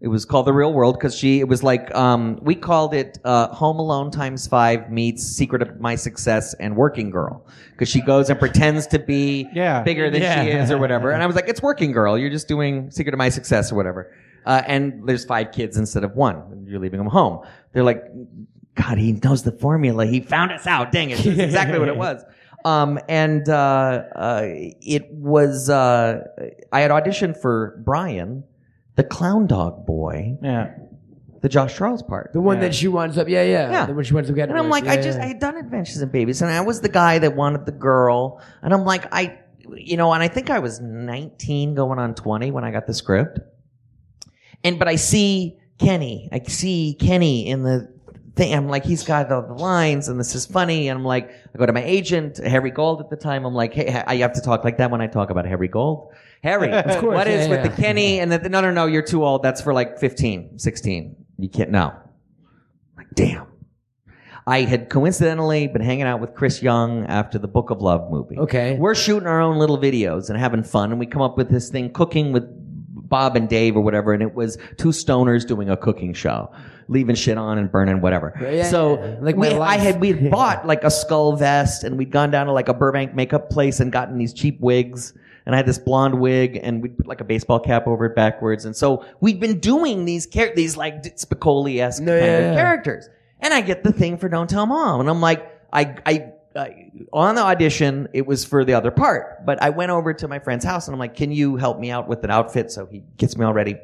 F: It was called the Real World because she. It was like um, we called it uh, Home Alone times five meets Secret of My Success and Working Girl because she goes and pretends to be
B: Yeah.
F: bigger than she
B: Yeah.
F: is or whatever. And I was like, it's Working Girl. You're just doing Secret of My Success or whatever. Uh, and there's five kids instead of one. And you're leaving them home. They're like, God, he knows the formula. He found us out. Dang it. That's exactly what it was. Um, and, uh, uh, it was, uh, I had auditioned for Brian, the clown dog boy,
B: Yeah.
F: the Josh Charles part.
C: The one
B: Yeah.
C: that she winds up. Yeah, yeah.
F: Yeah.
C: The one she winds up getting.
F: And I'm
C: with,
F: like, I
C: yeah,
F: just, I
C: yeah.
F: had done Adventures in Babies, and I was the guy that wanted the girl. And I'm like, I, you know, and I think I was 19 going on 20 when I got the script. And, but I see Kenny, I see Kenny in the thing. I'm like, he's got all the lines, and this is funny. And I'm like, I go to my agent, Harry Gold at the time. I'm like, hey, I have to talk like that when I talk about Harry Gold. Harry,
C: *laughs* Of course,
F: what is
C: yeah,
F: with
C: yeah.
F: the Kenny? And the, no, no, no, you're too old. That's for like 15, 16. You can't, no. Like, damn. I had coincidentally been hanging out with Chris Young after the Book of Love movie.
C: Okay.
F: We're shooting our own little videos and having fun, and we come up with this thing cooking with Bob and Dave or whatever, and it was two stoners doing a cooking show, leaving shit on and burning whatever.
C: yeah,
F: so
C: yeah. Like
F: we,
C: my
F: I
C: life.
F: had we
C: *laughs*
F: had
C: Yeah.
F: bought like a skull vest, and we'd gone down to like a Burbank makeup place and gotten these cheap wigs. And I had this blonde wig, and we would put like a baseball cap over it backwards. And so we'd been doing these char- these like Spicoli esque
C: No,
F: kind
C: yeah,
F: of
C: yeah.
F: characters. And I get the thing for Don't Tell Mom, and I'm like, I, I, I, on the audition, it was for the other part, but I went over to my friend's house, and I'm like, can you help me out with an outfit? So he gets me all ready.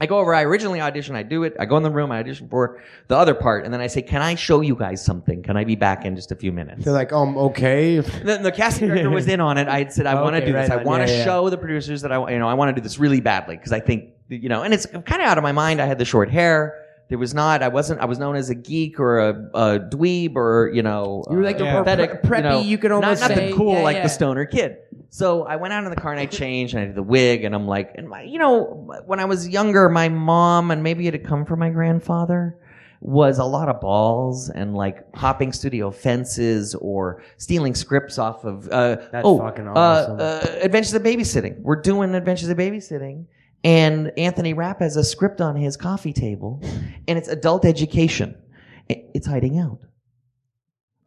F: I go over, I originally audition, I do it, I go in the room, I audition for the other part, and then I say, can I show you guys something? Can I be back in just a few minutes?
C: They're like, um, okay.
F: *laughs* the, the casting director was in on it. I had said, I want to
C: Okay,
F: do this.
C: right
F: I
C: on.
F: want to
C: Yeah, yeah.
F: show the producers that I, you know, I want to do this really badly because I think, you know, and it's kind of out of my mind. I had the short hair. There was not, I wasn't, I was known as a geek or a, a dweeb or, you know,
C: You were like the
F: uh,
C: more pre-
F: know,
C: preppy, you could almost
F: not, not
C: say.
F: the cool,
C: Yeah,
F: like
C: yeah.
F: the stoner kid. So I went out in the car and I changed and I did the wig and I'm like, and my, you know, when I was younger, my mom and maybe it had come from my grandfather was a lot of balls and like hopping studio fences or stealing scripts off of uh,
C: That's
F: oh,
C: fucking
F: uh,
C: awesome.
F: uh, Adventures of Babysitting. We're doing Adventures of Babysitting, and Anthony Rapp has a script on his coffee table, and it's adult education. I- It's hiding out.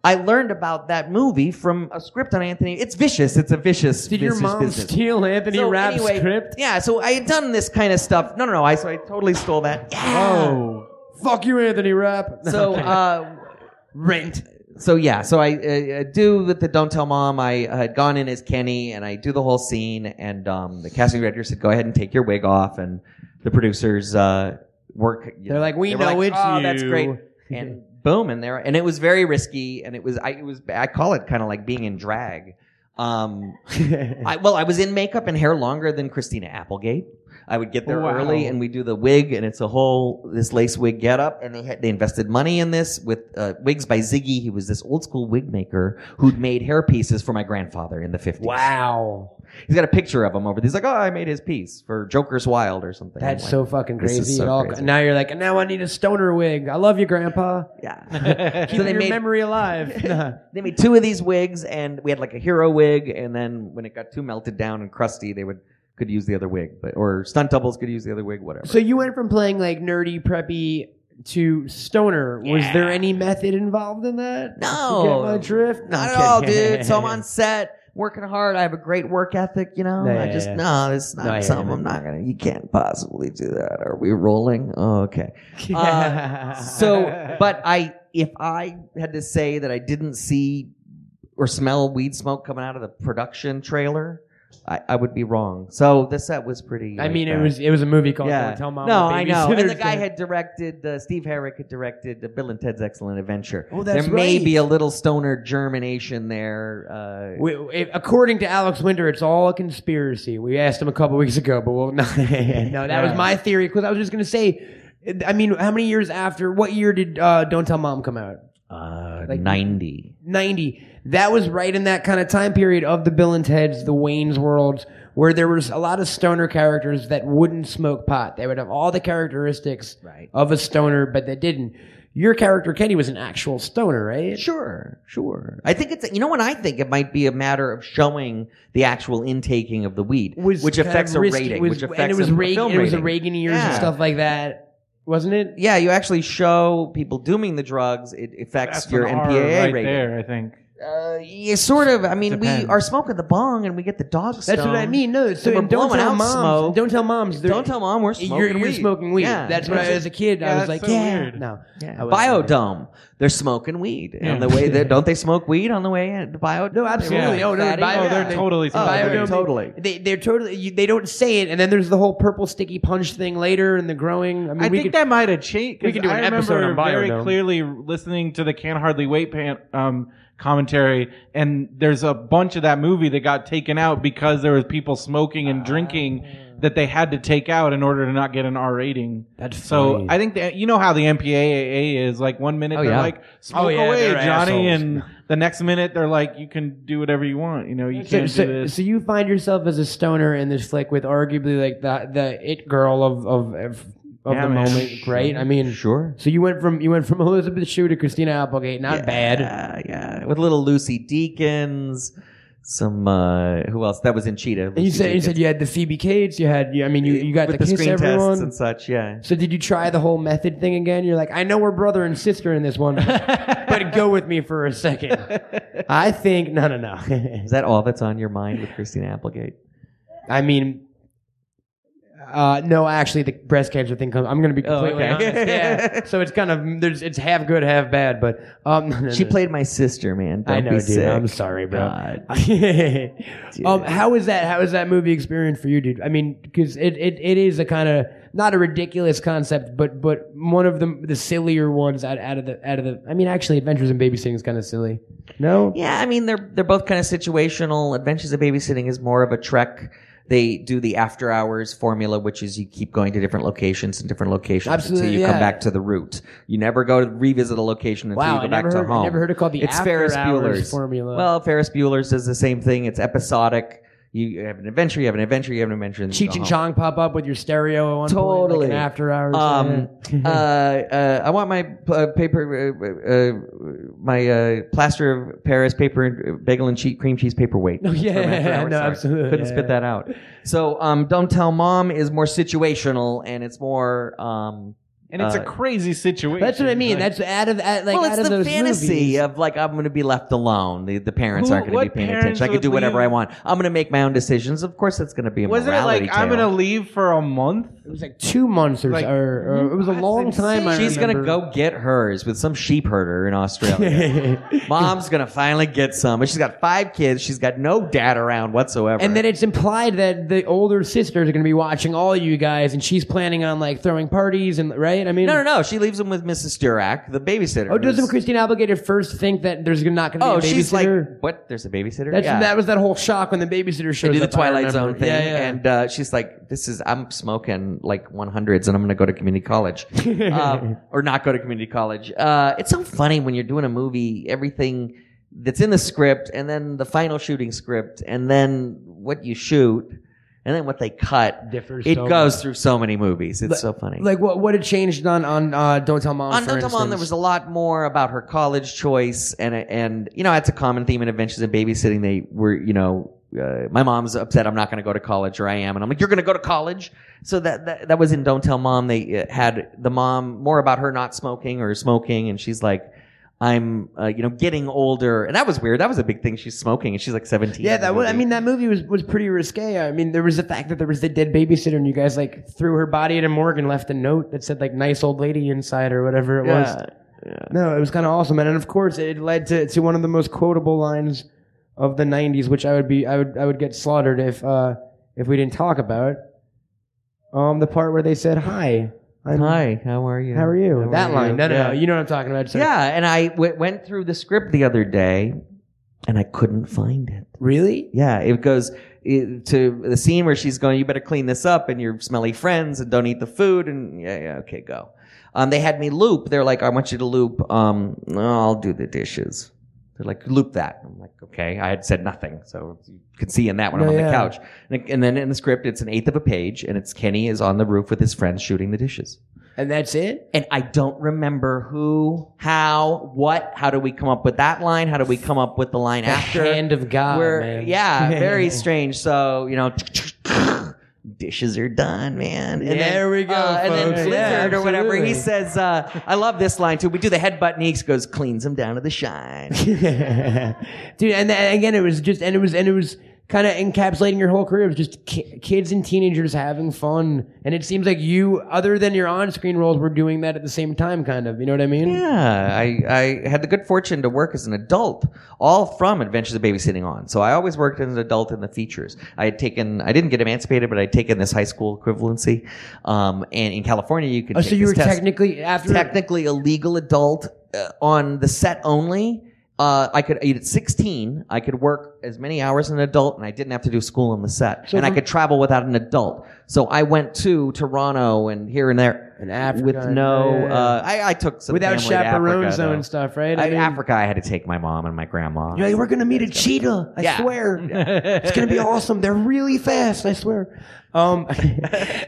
F: I learned about that movie from a script on Anthony. It's vicious. It's a vicious.
C: Did your
F: vicious
C: mom
F: business.
C: steal Anthony
F: So
C: Rapp's *laughs*
F: anyway,
C: script?
F: Yeah, so I had done this kind of stuff. No, no, no. I so I totally
C: *laughs*
F: stole that. Yeah.
B: Oh.
C: Fuck you, Anthony Rapp. *laughs*
F: *laughs* So uh, rent. So yeah, so I, uh, uh do with the Don't Tell Mom. I had gone in as Kenny, and I do the whole scene, and um, the casting director said, "Go ahead and take your wig off," and the producers uh, work. you
C: They're like, "We
F: they were
C: know it's
F: oh, That's
C: you."
F: *laughs* great. And boom, and there, and it was very risky, and it was, I, it was, I call it kind of like being in drag. Um, I, well, I was in makeup and hair longer than Christina Applegate. I would get there
B: Wow.
F: early, and we do the wig, and it's a whole this lace wig getup. And they had, they invested money in this with uh, wigs by Ziggy. He was this old school wig maker who'd made hair pieces for my grandfather in the fifties.
C: wow,
F: He's got a picture of him over. there. He's like, oh, I made his piece for Joker's Wild or something.
C: that's
F: I'm like,
C: so fucking
F: this is
C: crazy.
F: so
C: It all-
F: crazy.
C: Now you're like, now I need a stoner wig. I love you, Grandpa. *laughs*
B: *laughs*
F: yeah.
C: Keep your memory alive. *laughs* Nah.
F: *laughs* They made two of these wigs, and we had like a hero wig, and then when it got too melted down and crusty, they would could use the other wig, but or stunt doubles could use the other wig, whatever.
C: So you went from playing like nerdy, preppy to stoner. Was there any method involved in that?
F: No.
C: You get my drift? Oh. No,
F: Not
C: I'm
F: at all,
C: kidding.
F: dude.
C: *laughs*
F: So I'm on set working hard. I have a great work ethic, you know.
C: Yeah,
F: I
C: yeah,
F: just
C: yeah.
F: no, it's not
C: No, yeah,
F: something
C: yeah.
F: I'm not gonna. You can't possibly do that. Are we rolling? Oh, okay. Uh,
C: *laughs*
F: so, but I, if I had to say that I didn't see or smell weed smoke coming out of the production trailer, I, I would be wrong. So the set was pretty.
C: I
F: laid
C: mean, it
F: back.
C: was it was a movie called
F: Yeah.
C: Don't Tell Mom.
F: no,
C: the
F: I know. And the
C: Babysitter's
F: guy
C: Dead.
F: had directed, uh, Steve Herrick had directed uh, Bill and Ted's Excellent Adventure.
C: Oh, that's
F: there may
C: right.
F: be a little stoner germination there. Uh,
C: We, if- according to Alex Winter, it's all a conspiracy. We asked him a couple weeks ago, but we'll *laughs* not. no, that was my theory because I was just gonna say. I mean, how many years after? What year did uh, Don't Tell Mom come out?
F: uh,
C: Like-
F: 90.
C: 90. That was right in that kind of time period of the Bill and Ted's, the Wayne's worlds, where there was a lot of stoner characters that wouldn't smoke pot. They would have all the characteristics
F: Right.
C: of a stoner, but they didn't. Your character, Kenny, was an actual stoner, right?
F: Sure, sure. I think it's, you know what I think? It might be a matter of showing the actual intaking of the weed,
C: Was
F: which
C: kind
F: affects
C: of risky-
F: a rating,
C: was-
F: which affects
C: and it was
F: a, a
C: Reagan,
F: film
C: it was the
F: rating.
C: Reagan years and
F: Yeah.
C: stuff like that, wasn't it?
F: Yeah, you actually show people doing the drugs. It affects
B: That's
F: your
B: an R
F: NPAA
B: right
F: rating.
B: there, I think.
F: Uh, yeah, sort of. I mean,
B: Depends.
F: we are smoking the bong and we get the dog
C: That's what I
F: stone.
C: mean. No, so
F: we're
C: and don't
F: blowing
C: tell
F: out
C: moms.
F: smoke.
C: Don't tell moms. they're-
F: Don't tell mom we're smoking
C: You're, you're
F: weed.
C: smoking weed.
F: Yeah.
C: That's what I, as a kid, I
B: Yeah,
C: was
B: that's
C: like,
B: so
C: yeah,
B: weird.
C: no.
F: Yeah.
C: I wasn't-
F: Biodome. They're smoking weed
B: Yeah.
F: on the
C: *laughs*
F: way. There, don't they smoke weed on the way in the biodome?
C: No, absolutely.
B: Yeah.
C: Oh, no,
F: Fatty?
C: bio,
B: Oh, they're
C: they-
B: totally
F: Oh,
B: smoking
F: they're
B: weed.
C: Biodome-
F: totally.
C: They, they're totally. You, they don't say it, and then there's the whole purple sticky punch thing later, and the growing. I mean,
B: I
C: we
B: think
C: could,
B: that might have changed.
C: we could do an
B: I
C: episode
B: remember
C: on
B: very
C: Biodome.
B: clearly listening to the "Can Hardly Wait" pan, um, commentary, and there's a bunch of that movie that got taken out because there was people smoking and drinking that they had to take out in order to not get an R rating.
C: That's
B: so.
C: funny.
B: I think that you know how the MPAA is. Like one minute
F: Oh,
B: they're
F: yeah.
B: like smoke
C: Oh, yeah,
B: away,
C: they're
B: Johnny,
C: assholes.
B: and the next minute they're like you can do whatever you want. You know you
C: So,
B: can't do
C: so,
B: this.
C: so you find yourself as a stoner in this flick with arguably like the the it girl of of of, of
B: Yeah,
C: the
B: man.
C: moment, right? I mean,
F: Sure.
C: So you went from you went from *laughs* Elizabeth Shue to Christina Applegate, not bad.
F: Yeah, yeah. With little Lucy Deacons. some uh, who else that was in Cheetah.
C: And you said you said you had the Phoebe Cates. You had. You, I mean, you, you got
F: with
C: the
F: the
C: kiss
F: screen
C: everyone.
F: tests and such. Yeah,
C: so did you try the whole method thing again? You're like, I know we're brother and sister in this one, but go with me for a second. I think no, no, no. *laughs*
F: is that all that's on your mind with Christina Applegate?
C: I mean, uh, no, actually, the breast cancer thing comes. I'm going to be
F: Oh,
C: completely
F: okay. *laughs*
C: honest. Yeah, so it's kind of there's it's half good, half bad. But um, no, no,
F: She
C: no.
F: played my sister, man. Don't
C: I know,
F: be
C: dude.
F: sick.
C: I'm sorry, bro. *laughs*
F: God,
C: um, how was that? How was that movie experience for you, dude? I mean, because it, it, it is a kind of not a ridiculous concept, but but one of the the sillier ones out, out of the out of the. I mean, actually, Adventures in Babysitting is kind of silly. No,
F: Yeah, I mean they're they're both kind of situational. Adventures of Babysitting is more of a trek. They do the after hours formula, which is you keep going to different locations and different locations
C: Absolutely,
F: until you
C: yeah.
F: come back to the route. You never go to revisit a location until
C: Wow,
F: you go
C: I
F: back
C: never
F: to
C: heard- I
F: home.
C: never heard it called the
F: it's
C: after
F: Ferris
C: hours
F: Bueller's
C: formula.
F: Well, Ferris Bueller's does the same thing. It's episodic. You have an adventure, you have an adventure, you have an adventure. And you
C: Cheech
F: go
C: and
F: home.
C: Chong pop up with your stereo at one point, like
F: Uh-huh. Totally.
C: an after hours.
F: Um,
C: *laughs*
F: uh, uh, I want my uh, paper, uh, uh, my uh, plaster of Paris paper, uh, bagel and cheese, cream
C: *laughs*
F: cheese paperweight.
C: Oh, yeah.
F: From After Hours.
C: No,
F: Sorry.
C: absolutely.
F: *laughs* Couldn't
C: Yeah,
F: spit
C: yeah.
F: that out. So, um, Don't Tell Mom is more situational and it's more. Um,
B: and it's
F: Uh,
B: a crazy situation.
C: That's what I mean.
B: Like,
C: That's out of out, like
F: well,
C: out
F: it's
C: of
F: the
C: those
F: fantasy
C: movies.
F: of like I'm going to be left alone. The, the parents
B: Who-
F: aren't going to
B: what
F: be paying
B: parents
F: attention. I could do
B: would
F: whatever
B: leave-
F: I want. I'm going to make my own decisions. Of course, it's going to be a
B: wasn't it like
F: morality
B: I'm
F: tale.
B: gonna leave for a month?
C: it was like two months or,
B: Like,
C: or, or it was a
B: that's
C: long time. I
F: She's gonna
C: remember.
F: go get hers with some sheep herder
B: *laughs*
F: in Australia. Mom's gonna finally get some, but she's got five kids. She's got no dad around
C: *laughs*
F: whatsoever.
C: And then it's implied that the older sisters are going to be watching all you guys, and she's planning on like throwing parties and right. I mean,
F: no, no, no. She leaves him with Mrs. Durack, the babysitter.
C: Oh, doesn't
F: who's-
C: Christine Obligated first think that there's not going to be
F: Oh,
C: a babysitter?
F: she's like, what? There's a babysitter.
C: That's,
F: yeah.
C: That was that whole shock when the babysitter
F: They
C: showed
F: do the
C: up. I
F: Twilight
C: remember.
F: Zone thing,
C: Yeah, yeah.
F: and uh, she's like, "This is I'm smoking like 100s, and I'm going to go to community
C: *laughs*
F: college, um, or not go to community college." Uh, it's so funny when you're doing a movie, everything that's in the script, and then the final shooting script, and then what you shoot, and then what they cut
C: Differs
F: It
C: so
F: goes through so many movies. It's so funny.
C: like what what had changed on on uh, Don't Tell Mom.
F: On
C: for
F: Don't Tell Mom, there was
C: instance?
F: a lot more about her college choice, and and you know it's a common theme in Adventures in Babysitting. They were you know. Uh, my mom's upset. I'm not going to go to college, or I am, and I'm like, "You're going to go to college." So that, that that was in Don't Tell Mom. They uh, had the mom more about her not smoking or smoking, and she's like, "I'm, uh, you know, getting older," and that was weird. That was a big thing. She's smoking, and she's like 17.
C: Yeah,
F: in the
C: that was. I
F: movie.
C: mean, that movie was was pretty risque. I mean, there was the fact that there was the dead babysitter, and you guys like threw her body at a morgue and left a note that said like "nice old lady" inside or whatever it was. No, it was kind of awesome, and, and of course, it led to to one of the most quotable lines of the '90s, which I would be I would I would get slaughtered if uh if we didn't talk about. Um, the part where they said hi. I'm,
F: hi, how are you?
C: How are you? that line. No, no,
F: Yeah.
C: no. You know what I'm talking about. It's like,
F: Yeah, and I w- went through the script the other day, and I couldn't find it.
C: Really?
F: Yeah, it goes it, to the scene where she's going, "You better clean this up," and your smelly friends, and don't eat the food, and yeah, yeah, okay, go. Um, they had me loop. They're like, "I want you to loop." Um, "No, I'll do the dishes. They're like, "Loop that." I'm like, "Okay." I had said nothing, so you can see in that when I'm
C: No,
F: on
C: yeah.
F: the couch, and, and then in the script, it's an eighth of a page, and it's Kenny is on the roof with his friends shooting the dishes
C: And that's
F: *laughs*
C: it.
F: and I don't remember who, how, what. How do we come up with that line? How do we come up with the line after?
C: hand of God,
F: We're-
C: man. *laughs*
F: Yeah, very strange. So you know. *laughs* Dishes are done, man. And
C: There we go,
F: uh, and then
C: folks.
F: Blizzard
C: Yeah,
F: or whatever.
C: absolutely.
F: He says, uh, "I love this line too." We do the headbutt, and he goes, "Cleans him down to the shine."
C: *laughs* dude and then, again it was just and it was and it was kind of encapsulating your whole career it was just ki- kids and teenagers having fun and it seems like you other than your on-screen roles were doing that at the same time kind of you know what i mean
F: Yeah, I, I had the good fortune to work as an adult, all from Adventures of Babysitting on. So I always worked as an adult in the features. I had taken, I didn't get emancipated, but I'd taken this high school equivalency. Um, and in California, you could
C: oh,
F: take
C: so you
F: this
C: were
F: test.
C: technically after
F: technically a legal adult uh, on the set only. Uh, I could at 16, I could work as many hours as an adult, and I didn't have to do school on the set,
C: So
F: and I
C: from-
F: could travel without an adult. So I went to Toronto and here and there,
C: And Africa
F: with
C: and-
F: no.
C: yeah, yeah,
F: Uh, I, I took some
C: without
F: family to Africa,
C: chaperones though
F: though.
C: and stuff right
F: I,
C: mean-
F: Africa, I had to take my mom and my grandma.
C: You're like, we're gonna meet a cheetah. I
F: Yeah.
C: swear, it's gonna
F: *laughs*
C: be awesome. They're really fast. I swear. Um, *laughs*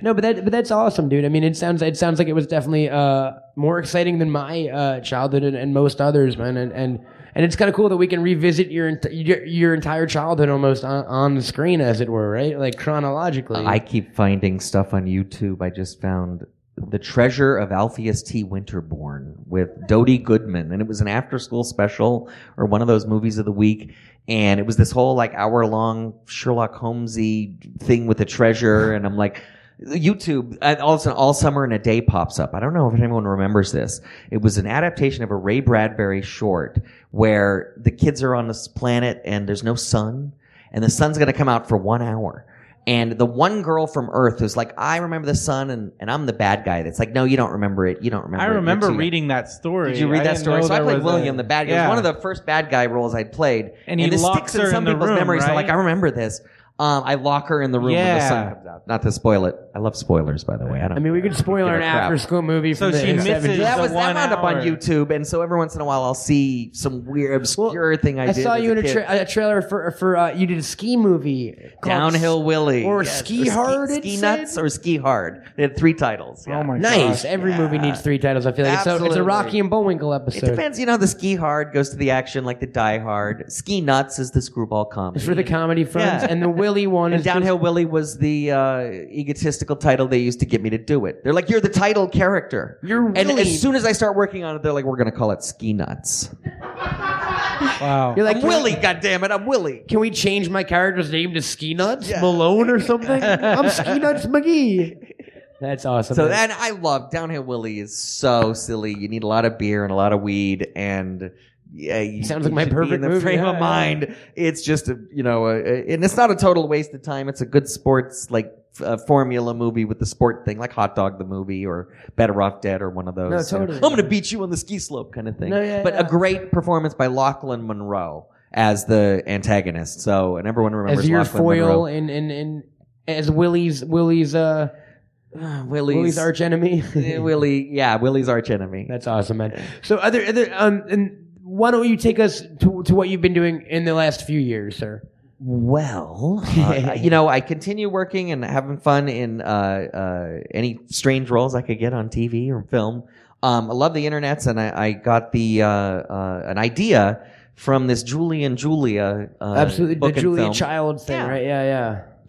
C: no, but that but that's awesome, dude. I mean, it sounds it sounds like it was definitely uh, more exciting than my uh, childhood and, and most others, man. And, and and it's kind of cool that we can revisit your ent- your, your entire childhood almost on, on the screen, as it were, right? Like chronologically.
F: I keep finding stuff on YouTube. I just found The Treasure of Alpheus T. Winterborn with Dodie Goodman. And it was an after school special or one of those movies of the week. And it was this whole like hour long Sherlock Holmesy thing with the treasure. And I'm like, YouTube, and all, of a sudden, all summer in a day pops up. I don't know if anyone remembers this. It was an adaptation of a Ray Bradbury short where the kids are on this planet and there's no sun and the sun's going to come out for one hour. And the one girl from Earth who's like, I remember the sun and, and I'm the bad guy. That's like, no, you don't remember it. You don't remember
B: I
F: it. You're
B: remember
F: too young."
B: reading that story.
F: Did you read
B: I
F: that
B: didn't
F: story?
B: know
F: So I
B: there
F: played
B: was
F: William,
B: a-
F: the bad guy. It
B: Yeah.
F: was one of the first bad guy roles I'd played.
B: And he
F: this
B: locks
F: sticks in
B: her
F: some
B: in the
F: people's
B: room,
F: memories. They're
B: right?
F: like, I remember this. Um, I lock her in the room when the
B: Yeah.
F: sun comes out. Not to spoil it. I love spoilers, by the way. I don't.
C: I mean, we could spoil
F: Give a
C: an
F: crap.
C: after-school movie.
B: So
C: From the
B: she misses
C: 70s.
B: It's
F: that
B: a
F: was
B: one
F: that wound up on
B: hour.
F: YouTube, and so every once in a while I'll see some weird obscure thing I,
C: I
F: did.
C: saw
F: as
C: you in a,
F: kid.
C: tra- uh, a trailer for for uh, you did a ski movie called
F: Downhill Willie
C: or Ski Hard, it
F: ski, ski
C: said?
F: nuts, or ski hard. They had three titles. yeah.
B: Oh my
C: Nice.
B: gosh.
C: Every movie needs three titles. I feel like so. It's a
F: Absolutely.
C: Rocky and Bullwinkle
F: It
C: episode.
F: depends, you know. The ski hard goes to the action, like the die hard. Ski nuts is the screwball comedy.
C: It's for the comedy friends
F: Yeah.
C: and the
F: *laughs*
C: Willy one
F: And
C: is just-
F: Downhill Willie was the uh, egotistical title they used to get me to do it. They're like, you're the title character.
C: You're
F: and
C: Willie.
F: as soon as I start working on it, they're like, we're going to call it Ski Nuts.
B: Wow.
C: You're like
F: I'm
C: can-
F: Willie, goddammit, I'm Willie.
C: Can we change my character's name to Ski Nuts Malone or
F: *laughs*
C: something? I'm Ski Nuts McGee. That's awesome.
F: So
C: That's-
F: then I love Downhill Willie is so silly. You need a lot of beer and a lot of weed and yeah, you,
C: Sounds like
F: you
C: my
F: should be
C: perfect
F: in the
C: movie.
F: frame
C: Yeah,
F: of
C: yeah.
F: mind. It's just a you know, a, a- and it's not a total waste of time. It's a good sports like f- uh, formula movie with the sport thing, like Hot Dog the movie or Better Off Dead or one of those.
C: No,
F: you know,
C: totally.
F: I'm gonna beat you on the ski slope kind of thing.
C: No, yeah,
F: but
C: yeah.
F: a great performance by Lachlan Monroe as the antagonist. So and everyone remembers
C: as your
F: Lachlan
C: foil
F: Monroe.
C: and and and as Willie's Willie's uh
F: Ah, Willie's,
C: Willie's arch enemy. *laughs*
F: Yeah, Willie, yeah, Willie's arch enemy.
C: That's awesome, man. So other other um and why don't you take us to to what you've been doing in the last few years, sir? *laughs*
F: Well, uh, you know, I continue working and having fun in uh, uh, any strange roles I could get on TV or film. Um, I love the internets, and I, I got the uh, uh, an idea from this Julian Julia uh,
C: Absolutely,
F: book
C: the
F: and
C: Julia
F: film
C: Child thing,
F: Yeah.
C: right? Yeah,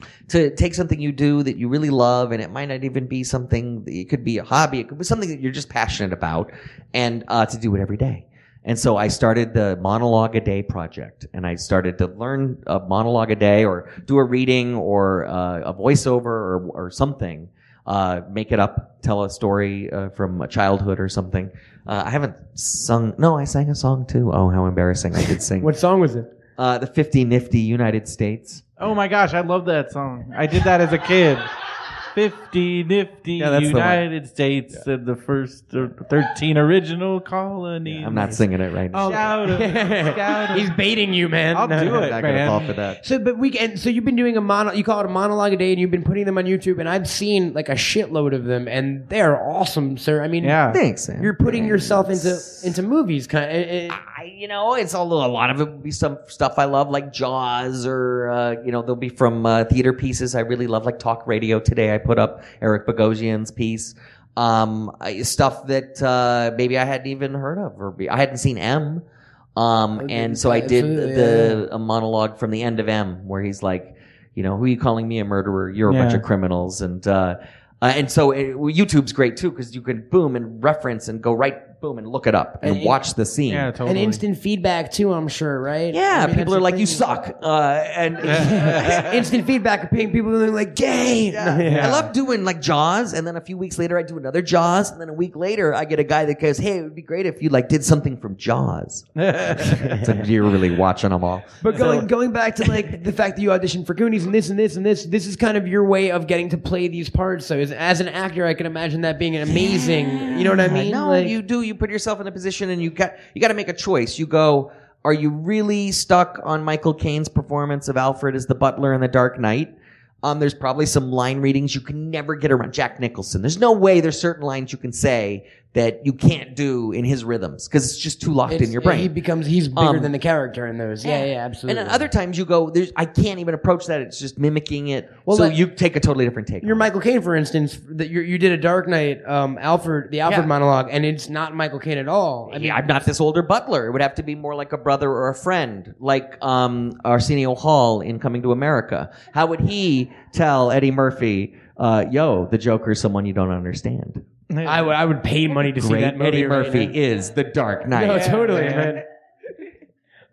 C: yeah.
F: to take something you do that you really love, and it might not even be something. It could be a hobby. It could be something that you're just passionate about, and uh, to do it every day. And so I started the monologue a day project, and I started to learn a monologue a day, or do a reading, or uh, a voiceover, or or something. Uh, make it up, tell a story uh, from a childhood or something. Uh, I haven't sung. No, I sang a song too. Oh, how embarrassing! I did
B: *laughs*
F: sing
C: What song was it?
F: uh, the Fifty Nifty United States.
B: Oh my gosh, I love that song. I did that as a
F: *laughs*
B: kid. 50 nifty
F: Yeah, that's the one.
B: United States of the first uh, 13 original colonies. Oh.
F: I'm not singing it right now.
B: Shout it,
C: *laughs*
F: *laughs*
B: shout it.
C: He's baiting you, man.
B: I'll
C: No,
B: do
C: no.
B: it,
F: not
B: man.
F: gonna fall for that.
C: So, but we and so you've been doing a mono. You call it a monologue a day, and you've been putting them on YouTube. And I've seen like a shitload of them, and they're awesome, sir. I mean,
B: Yeah.
F: Thanks. Sam.
C: you're putting yourself into into movies, kind. Of,
F: I, you know, it's a, little, a lot of it will be some stuff I love, like Jaws, or uh, you know, they'll be from uh, theater pieces I really love, like Talk Radio. Today, I put up Eric Bogosian's piece, um, I- stuff that uh, maybe I hadn't even heard of, or be, I hadn't seen M. Um, and so I did
C: Absolutely,
F: the a monologue from the end of M, where he's like, you know, who are you calling me a murderer? You're a bunch
B: Yeah.
F: of criminals, and uh, uh, and so it, well, YouTube's great too because you can boom and reference and go right boom and look it up and,
C: And-
F: watch the scene.
B: Yeah,
C: and
B: totally. *laughs*
F: *laughs*
C: instant feedback too. I'm sure, right?
F: Yeah,
C: I mean,
F: people
C: that's
F: are
C: the
F: like,
C: thing.
F: you suck. Uh, *laughs* and
C: instant feedback of paying people are like gay.
F: I love doing like Jaws, and then a few weeks later I do another Jaws, and then a week later I get a guy that goes, "Hey, it would be great if you like did something from *laughs* Jaws." It's like you're really watching them all.
C: *laughs* But going going back to like the fact that you auditioned for Goonies and this and this and this, this is kind of your way of getting to play these parts. So as, as an actor, I can imagine that being an amazing. You know what I mean?
F: No,
C: Like-
F: you do. You put yourself in a position, and you got you got to make a choice. You go. Are you really stuck on Michael Caine's performance of Alfred as the butler in The Dark Knight? Um, there's probably some line readings you can never get around. Jack Nicholson. There's no way there's certain lines you can say that you can't do in his rhythms because it's just too locked in your brain.
C: He becomes he's bigger
F: Um,
C: than the character in those. Yeah, yeah, absolutely.
F: And then other times you go, there's I can't even approach that. It's just mimicking it.
C: Well,
F: so
C: like-
F: you take a totally different take.
C: Your
F: on it.
C: Michael Caine, for instance, that you you did a Dark Knight, um, Alfred, the Alfred
F: Yeah.
C: monologue, and it's not Michael Caine at all. I mean,
F: Yeah, I'm not this older butler. It would have to be more like a brother or a friend, like um, Arsenio Hall in Coming to America. How would he tell Eddie Murphy, uh, "Yo, the Joker's someone you don't understand"?
C: I would I would pay money to see
F: Great
C: that movie.
F: Eddie
C: right
F: Murphy
C: now.
F: is the Dark Knight.
C: No, totally,
B: Yeah.
C: man.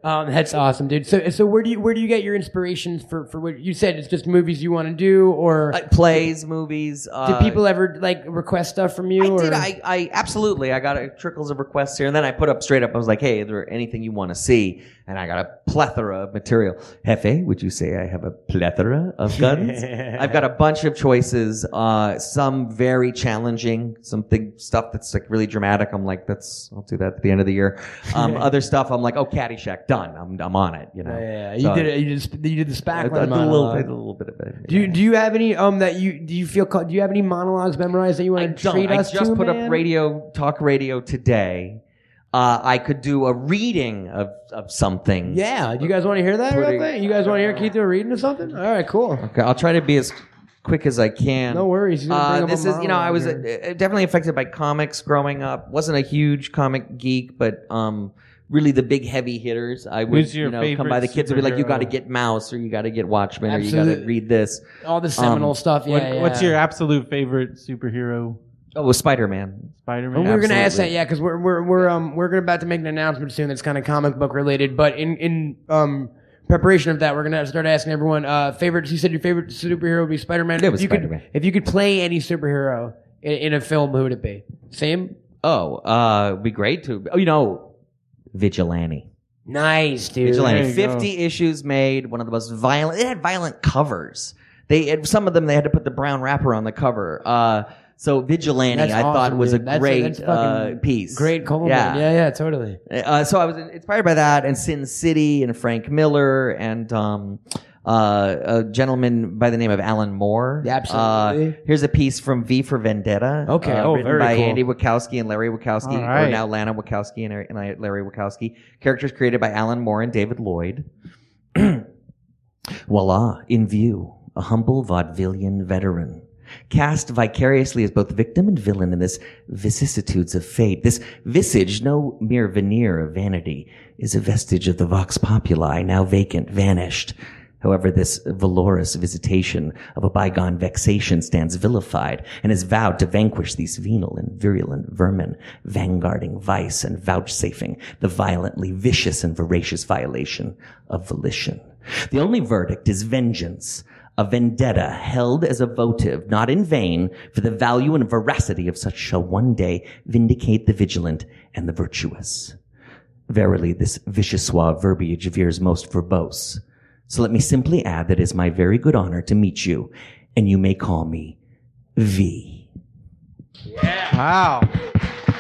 C: Um, that's awesome, dude. So, so where do you where do you get your inspirations for for what you said? It's just movies you want to do, or
F: Like Uh, plays, movies.
C: did
F: uh,
C: people ever like request stuff from you?
F: I
C: or?
F: did. I, I absolutely. I got a, trickles of requests here, and then I put up straight up. I was like, "Hey, is there anything you want to see?" And I got a plethora of material. Hefe, would you say I have a plethora
C: *laughs*
F: of guns? I've got a bunch of choices. Uh, some very challenging, something stuff that's like really dramatic. I'm like, "That's I'll do that at the end of the year."
C: *laughs*
F: Um, other stuff, I'm like, "Oh, Caddyshack, done. I'm I'm on it." You know.
C: Yeah, yeah, yeah.
F: So-
C: you did it. You did, sp- you did the
F: I,
C: SPAC
F: I did
C: one
F: a little, I
C: monologue.
F: did a little bit of it.
C: Do you, do you have any um that you do you feel co- do you have any monologues memorized that you
F: I
C: want to
F: don't.
C: treat
F: I
C: us
F: just
C: to,
F: put
C: man?
F: up radio talk radio today. Uh, I could do a reading of, of something.
C: Yeah, do you guys want to hear that real
F: Mm. Pretty-
C: quick? You guys want to hear Keith do a reading or something? All right, cool.
F: Okay, I'll try to be as quick as I can.
C: No worries. He's gonna bring
F: Uh,
C: up a
F: this is, you know, I
C: monologue
F: was uh,
C: here.
F: uh, definitely affected by comics growing up. wasn't a huge comic geek, but um, really the big heavy hitters. I would,
B: Who's your
F: you know, come by the
B: favorite
F: kids and be like, "You
B: superhero?"
F: got to get Mouse, or you got to get Watchmen, or you got
C: Absolute-
F: to read this."
C: all the seminal
F: um,
C: stuff. Yeah,
B: What-
C: yeah.
B: What's your absolute favorite superhero?
F: Oh, well, Spider Man.
B: Spider
C: Well,
F: Oh,
B: Man.
C: we we're gonna ask that,
F: Absolutely.
C: yeah, because we're we're we're um we're gonna about to make an announcement soon that's kind of comic book related. But in in um preparation of that, we're gonna start asking everyone uh favorite. You said your favorite superhero would be Spider Man.
F: It was
C: you
F: Spider-Man.
C: Could, if you could play any superhero in, in a film, who would it be? Same.
F: Oh, uh, it'd be great to. Oh, you know, Vigilante.
C: Nice, dude.
F: Vigilante.
B: There you
F: Fifty issues made. One of the most violent. It had violent covers. They had, some of them they had to put the brown wrapper on the cover. Uh, so Vigilante,
C: That's
F: I thought
C: awesome,
F: was
C: dude.
F: a
C: That's-
F: great
C: that's
F: uh,
C: fucking
F: piece.
C: Great Coleman. Yeah. yeah, totally.
F: Uh, so I was inspired by that and Sin City and Frank Miller and um, uh, a gentleman by the name of Alan Moore.
C: Yeah, absolutely.
F: Uh, here's a piece from V for Vendetta.
C: Okay.
F: uh,
C: Oh,
F: written
C: very
F: by
C: cool.
F: Andy Wachowski and Larry Wachowski,
B: All right.
F: or now Lana Wachowski and, and I- Larry Wachowski. Characters created by Alan Moore and David Lloyd. Voila, in view, a humble vaudevillian veteran. Cast vicariously as both victim and villain in this vicissitudes of fate, this visage, no mere veneer of vanity, is a vestige of the vox populi, now vacant, vanished. However, this valorous visitation of a bygone vexation stands vilified and is vowed to vanquish these venal and virulent vermin, vanguarding vice and vouchsafing the violently vicious and voracious violation of volition. The only verdict is vengeance, a vendetta held as a votive, not in vain, for the value and veracity of such shall one day vindicate the vigilant and the virtuous. Verily, this vicious suave verbiage of yours most verbose. So let me simply add that it is my very good honor to meet you, and you may call me V.
B: Wow.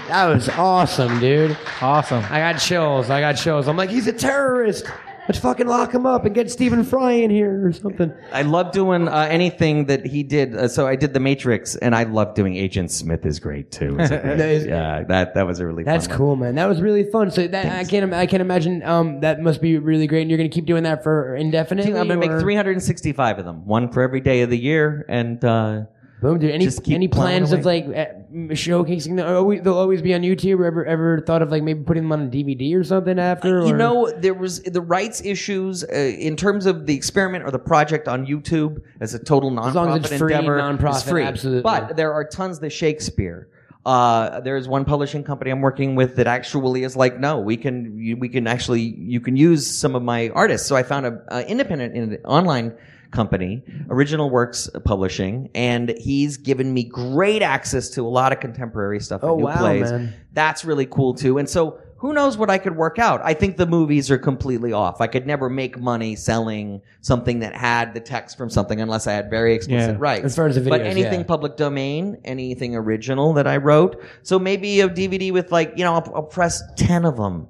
C: That was awesome, dude.
B: Awesome.
C: I got chills. I got chills. I'm like, he's a terrorist. Let's fucking lock him up and get Stephen Fry in here or something.
F: I love doing uh, anything that he did. Uh, so I did The Matrix, and I love doing Agent Smith is great too.
C: *laughs*
F: It's a great-
C: That is-
F: yeah, that that was a really
C: That's
F: fun one.
C: cool, man. That was really fun. So that I can't, im- I can't imagine. Um, that must be really great. And you're gonna keep doing that for indefinitely.
F: I'm gonna
C: or-
F: make 365 of them, one for every day of the year, and uh,
C: Boom, dude. Any
F: Just keep
C: any
F: plowing
C: plans of like eh, m- showcasing? The, always, they'll always be on YouTube. Or ever ever thought of like maybe putting them on a DVD or something after?
F: Uh, you
C: or- *laughs*
F: know there was the rights issues uh, in terms of the experiment or the project on YouTube as a total nonprofit
C: long as it's free,
F: endeavor.
C: nonprofit,
F: it's free.
C: absolutely.
F: But there are tons that Shakespeare. Uh, there is one publishing company I'm working with that actually is like, no, we can you, we can actually you can use some of my artists. So I found a, a independent in, online company, Original Works Publishing, and he's given me great access to a lot of contemporary stuff. and
C: Oh,
F: new
C: wow,
F: plays.
C: man.
F: That's really cool too. And so who knows what I could work out? I think the movies are completely off. I could never make money selling something that had the text from something unless I had very explicit
B: Yeah.
F: rights.
C: As far as the
F: but
C: videos,
F: anything
C: yeah.
F: public domain, anything original that I wrote. So maybe a DVD with like, you know, I'll, I'll press 10 of them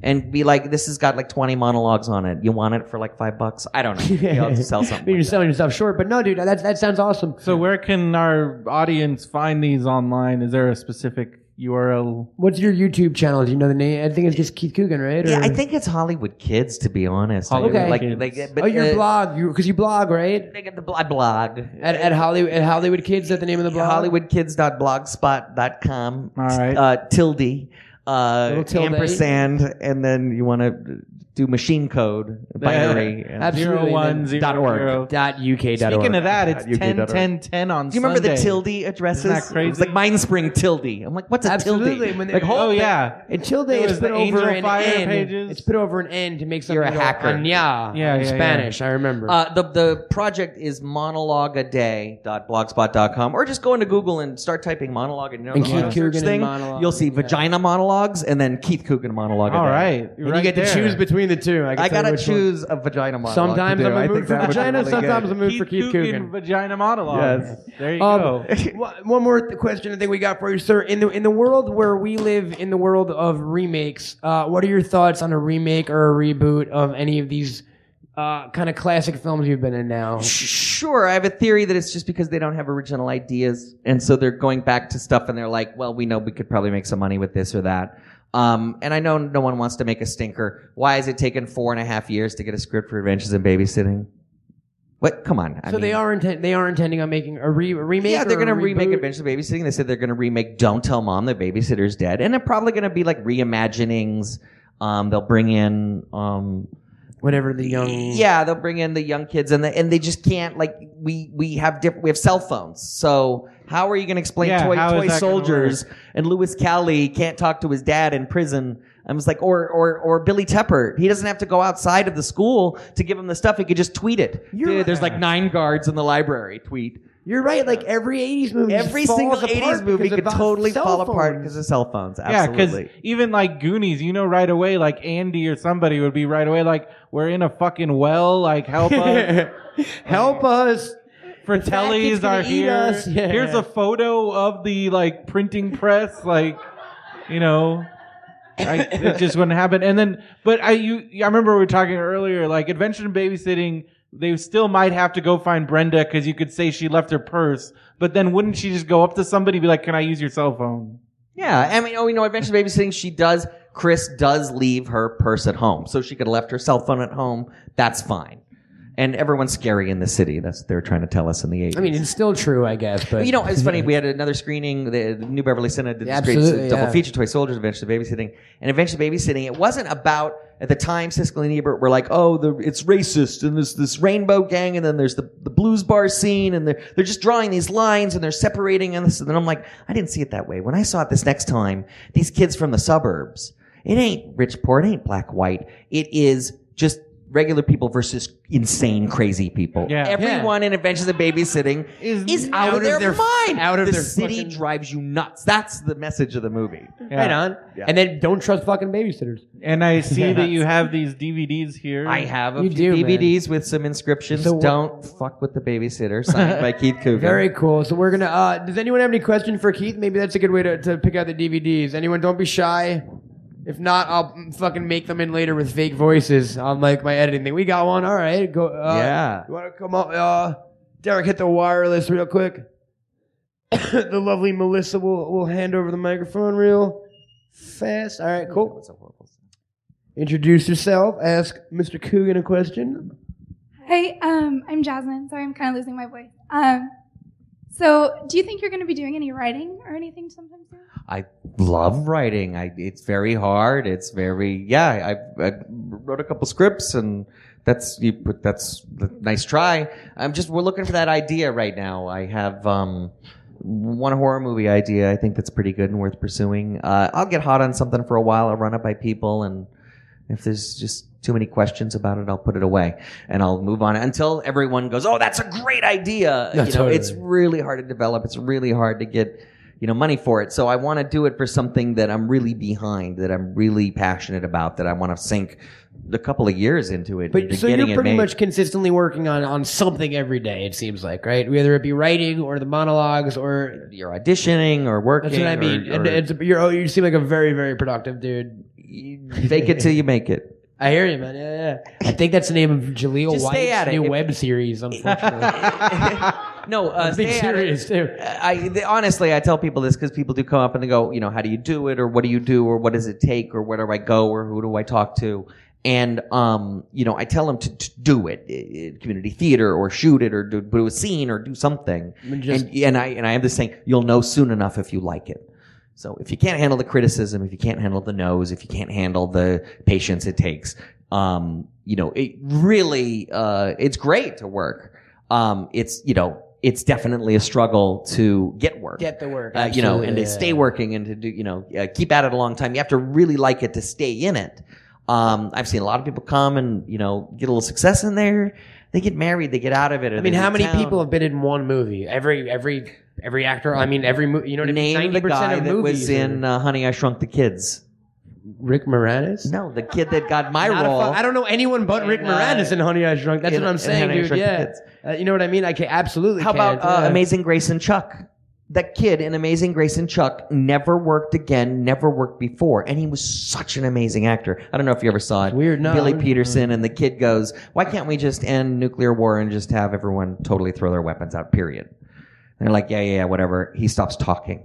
F: and be like, this has got like 20 monologues on it. You want it for like five bucks?
C: *laughs*
F: I don't know. Maybe I'll just sell
C: I
F: something.
C: mean, you're
F: like that.
C: selling yourself short, but no, dude, that that sounds awesome.
B: So where can our audience find these online? Is there a specific URL.
C: What's your YouTube channel? Do you know the name? I think it's just Keith Coogan, right?
F: Yeah,
C: Or-
F: I think it's Hollywood Kids, to be honest.
B: Hollywood
C: Okay.
F: like,
B: Kids.
F: like, but
C: Oh, your
F: uh,
C: blog, you because you blog, right?
F: They get the blog. blog.
C: At, at Hollywood, at Hollywood Kids, is that the name of the blog?
F: HollywoodKids.blogspot.com.
B: All right.
F: Uh, tilde. Uh,
C: Little tilde.
F: ampersand, and then you want to do machine code binary. and-
C: Absolutely.
B: Zero one zero
F: Dot org.
B: zero.
C: Dot uk. dot
B: Speaking of that, it's
F: Uh, UK
B: 10,
F: dot org.
B: 10, 10 on
F: do you remember the
B: Sunday.
F: tilde addresses?
B: Isn't that
F: It was
B: crazy?
F: like Mindspring tilde. I'm like, what's a
C: Absolutely.
F: tilde?
C: When they-
F: Like,
B: Oh,
F: hold-
B: yeah.
C: And Tilde
B: There
C: is
B: was
C: put
B: the
C: over
B: Angel
C: an
B: Fire
C: N.
B: pages.
C: It's put over an N to make something.
F: You're a
C: go,
F: hacker.
C: Aña, yeah,
B: yeah,
C: in
B: yeah.
C: Spanish. I remember.
F: Uh, the the project is monologaday.blogspot.com or just go into Google and start typing monologue and you know
C: And
F: the
C: Keith
F: auto search
C: Coogan and
F: thing.
C: monologue,
F: You'll see
C: yeah.
F: vagina monologues and then Keith Coogan monologue. a
B: All
F: day.
B: right.
C: and you get to choose between the two. I, can
F: I
C: tell you
F: gotta
C: which one.
F: choose a vagina monologue.
C: Sometimes
F: to do.
C: I'm
G: I
C: a
G: think
C: mood for
G: that would be
C: vagina.
G: really good.
C: sometimes I'm a mood
B: Keith
C: for Keith
B: Coogan,
C: Coogan.
B: vagina monologue.
G: Yes.
B: There you
C: Um,
F: *laughs*
B: go.
C: wh- *laughs* one more th- question I think we got for you, sir. In the in the world where we live, in the world of remakes, uh, what are your thoughts on a remake or a reboot of any of these uh, kind of classic films you've been in now?
F: Sure, I have a theory that it's just because they don't have original ideas, and so they're going back to stuff, and they're like, "Well, we know we could probably make some money with this or that." Um, and I know no one wants to make a stinker. Why has it taken four and a half years to get a script for Adventures in Babysitting? What? Come on. I
C: So they
F: mean-
C: are intent they are intending on making a, re- a remake.
F: Yeah, they're
C: going to
F: remake Adventures in Babysitting. They said they're going to remake Don't Tell Mom the Babysitter's Dead, and they're probably going to be like reimaginings. Um, they'll bring in um,
C: Whatever the young
F: yeah, they'll bring in the young kids and the, and they just can't like we we have different we have cell phones. So how are you going to explain
B: Yeah,
F: toy
B: how is
F: toy
B: that gonna
F: soldiers and Louis Cowley can't talk to his dad in prison? I was like, or or or Billy Tepper. He doesn't have to go outside of the school to give him the stuff. He could just tweet it.
C: You're
F: Dude,
C: right.
F: there's like nine guards in the library. Tweet.
C: You're right. Like every '80s movie, just
F: Every
C: falls
F: single
C: apart
F: '80s movie
C: because
F: could
C: of
F: totally
C: cell
F: fall apart
C: phones.
F: because of cell phones.
B: Yeah, because
F: Absolutely.
B: even like Goonies, you know right away, like Andy or somebody would be right away like, we're in a fucking well, like
C: *laughs*
B: help us.
F: *laughs*
C: Help us.
B: Fratellis
C: It's gonna
B: are
C: eat
B: here.
C: us. Yeah.
B: Here's a photo of the like printing press, like, you know. I, it just wouldn't happen. And then, but I you I remember we were talking earlier, like Adventure in Babysitting. They still might have to go find Brenda because you could say she left her purse, but then wouldn't she just go up to somebody and be like, "Can I use your cell phone?"
F: Yeah, I mean, oh, you know, Adventures in Babysitting, she does, Chris does leave her purse at home. So she could have left her cell phone at home. That's fine. And everyone's scary in the city. That's what they were trying to tell us in the 80s.
C: I mean, it's still true, I guess. But
F: you
C: *laughs*
F: know, it's funny. We had another screening. The the New Beverly Cinema did
C: Yeah,
F: this great
C: absolutely,
F: double
C: yeah.
F: feature, Toy Soldiers, Adventures of Babysitting. And Adventures of Babysitting, it wasn't about, at the time, Siskel and Ebert were like, oh, the, it's racist, and there's this rainbow gang, and then there's the, the blues bar scene, and they're, they're just drawing these lines, and they're separating, and this. And then I'm like, I didn't see it that way. When I saw it this next time, these kids from the suburbs, it ain't rich, poor, it ain't black, white. It is just regular people versus insane, crazy people.
B: Yeah.
F: Everyone in Adventures of Babysitting
B: Is
F: is out, of their, mind.
C: out of
F: the
C: their
F: city
C: fucking-
F: drives you nuts. That's the message of the movie.
C: right on. And then don't trust fucking babysitters.
B: And I
C: *laughs*
B: see that you have these DVDs here.
F: I have a
C: You
F: few
C: do, man.
F: DVDs with some inscriptions.
C: So what-
F: Don't fuck with the babysitter, signed by
C: *laughs*
F: Keith Coogan.
C: Very cool. So we're gonna. Uh, does anyone have any question for Keith? Maybe that's a good way to, to pick out the DVDs. Anyone? Don't be shy. If not, I'll mm, fucking make them in later with fake voices on like my editing thing. We got one. All right. Go. Uh,
F: Yeah.
C: You want to come up? Uh, Derek, hit the wireless real quick. *coughs* the lovely Melissa will will hand over the microphone real fast. All right. Cool. Introduce yourself. Ask Mr. Coogan a question.
H: Hi, um, I'm Jasmine. Sorry, I'm kind of losing my voice. Um, so, do you think you're going to be doing any writing or anything sometime soon?
F: I love writing. I, it's very hard. It's very yeah. I, I wrote a couple scripts and that's you. put- That's a nice try. I'm just we're looking for that idea right now. I have um one horror movie idea. I think that's pretty good and worth pursuing. Uh, I'll get hot on something for a while. I'll run it by people and if there's just too many questions about it, I'll put it away and I'll move on until everyone goes, "Oh, that's a great idea."
C: Yeah,
F: you know,
C: totally.
F: it's really hard to develop. It's really hard to get, you know, money for it. So I want to do it for something that I'm really behind, that I'm really passionate about, that I want to sink a couple of years into it.
C: But
F: into
C: so
F: getting
C: you're
F: it
C: pretty
F: made.
C: much consistently working on on something every day. It seems like right, whether it be writing or the monologues or
F: you're auditioning or working.
C: that's what I
F: or-
C: mean. and
F: or
C: it's, you're oh, you seem like a very very productive dude.
F: fake *laughs* it till you
C: *laughs*
F: make it.
C: I hear you, man. Yeah, yeah. I think that's the name of Jaleel
F: Just stay
C: White's
F: *laughs* at it.
C: new
F: If-
C: web series. Unfortunately,
F: No, uh,
C: I'm being
F: stay at it.
C: serious too.
F: I th- honestly, I tell people this because people do come up and they go, you know, how do you do it, or what do you do, or what does it take, or where do I go, or who do I talk to, and um, you know, I tell them to, to do it, i- i- community theater, or shoot it, or do, do a scene, or do something,
C: And just-
F: *laughs* and, and I and I have this thing, you'll know soon enough if you like it. So if you can't handle the criticism, if you can't handle the no's, if you can't handle the patience it takes, um, you know, it really, uh, it's great to work. Um, it's, you know, it's definitely a struggle to get work.
C: Get the work,
F: Uh, you know,
C: absolutely,
F: and to
C: yeah.
F: stay working and to do, you know, uh, keep at it a long time. You have to really like it to stay in it. Um, I've seen a lot of people come and, you know, get a little success in there. They get married, they get out of it. or
C: I mean,
F: they
C: how
F: leave
C: many
F: town.
C: people have been in one movie? Every every every actor. I mean, every movie. You know what I mean?
F: Name the
C: 90%
F: guy
C: of
F: that
C: movies
F: was
C: are-
F: in uh, Honey, I Shrunk the Kids.
C: Rick Moranis.
F: No, the kid that got my
C: Not a
F: role.
C: fu- I don't know anyone but Rick
F: And, uh,
C: Moranis in Honey I Shrunk. That's
F: in-
C: what I'm
F: in
C: saying,
F: Honey, I
C: dude.
F: Shrunk the
C: Yeah,
F: Kids.
C: Uh, you know what I mean? I can absolutely.
F: How about
C: can't,
F: uh,
C: yeah.
F: Amazing Grace and Chuck? That kid in Amazing Grace and Chuck never worked again, never worked before, and he was such an amazing actor. I don't know if you ever saw it.
C: Weird, no.
F: Billy Peterson and the kid goes, "Why can't we just end nuclear war and just have everyone totally throw their weapons out?" Period. And they're like, "Yeah, yeah, yeah, whatever." He stops talking.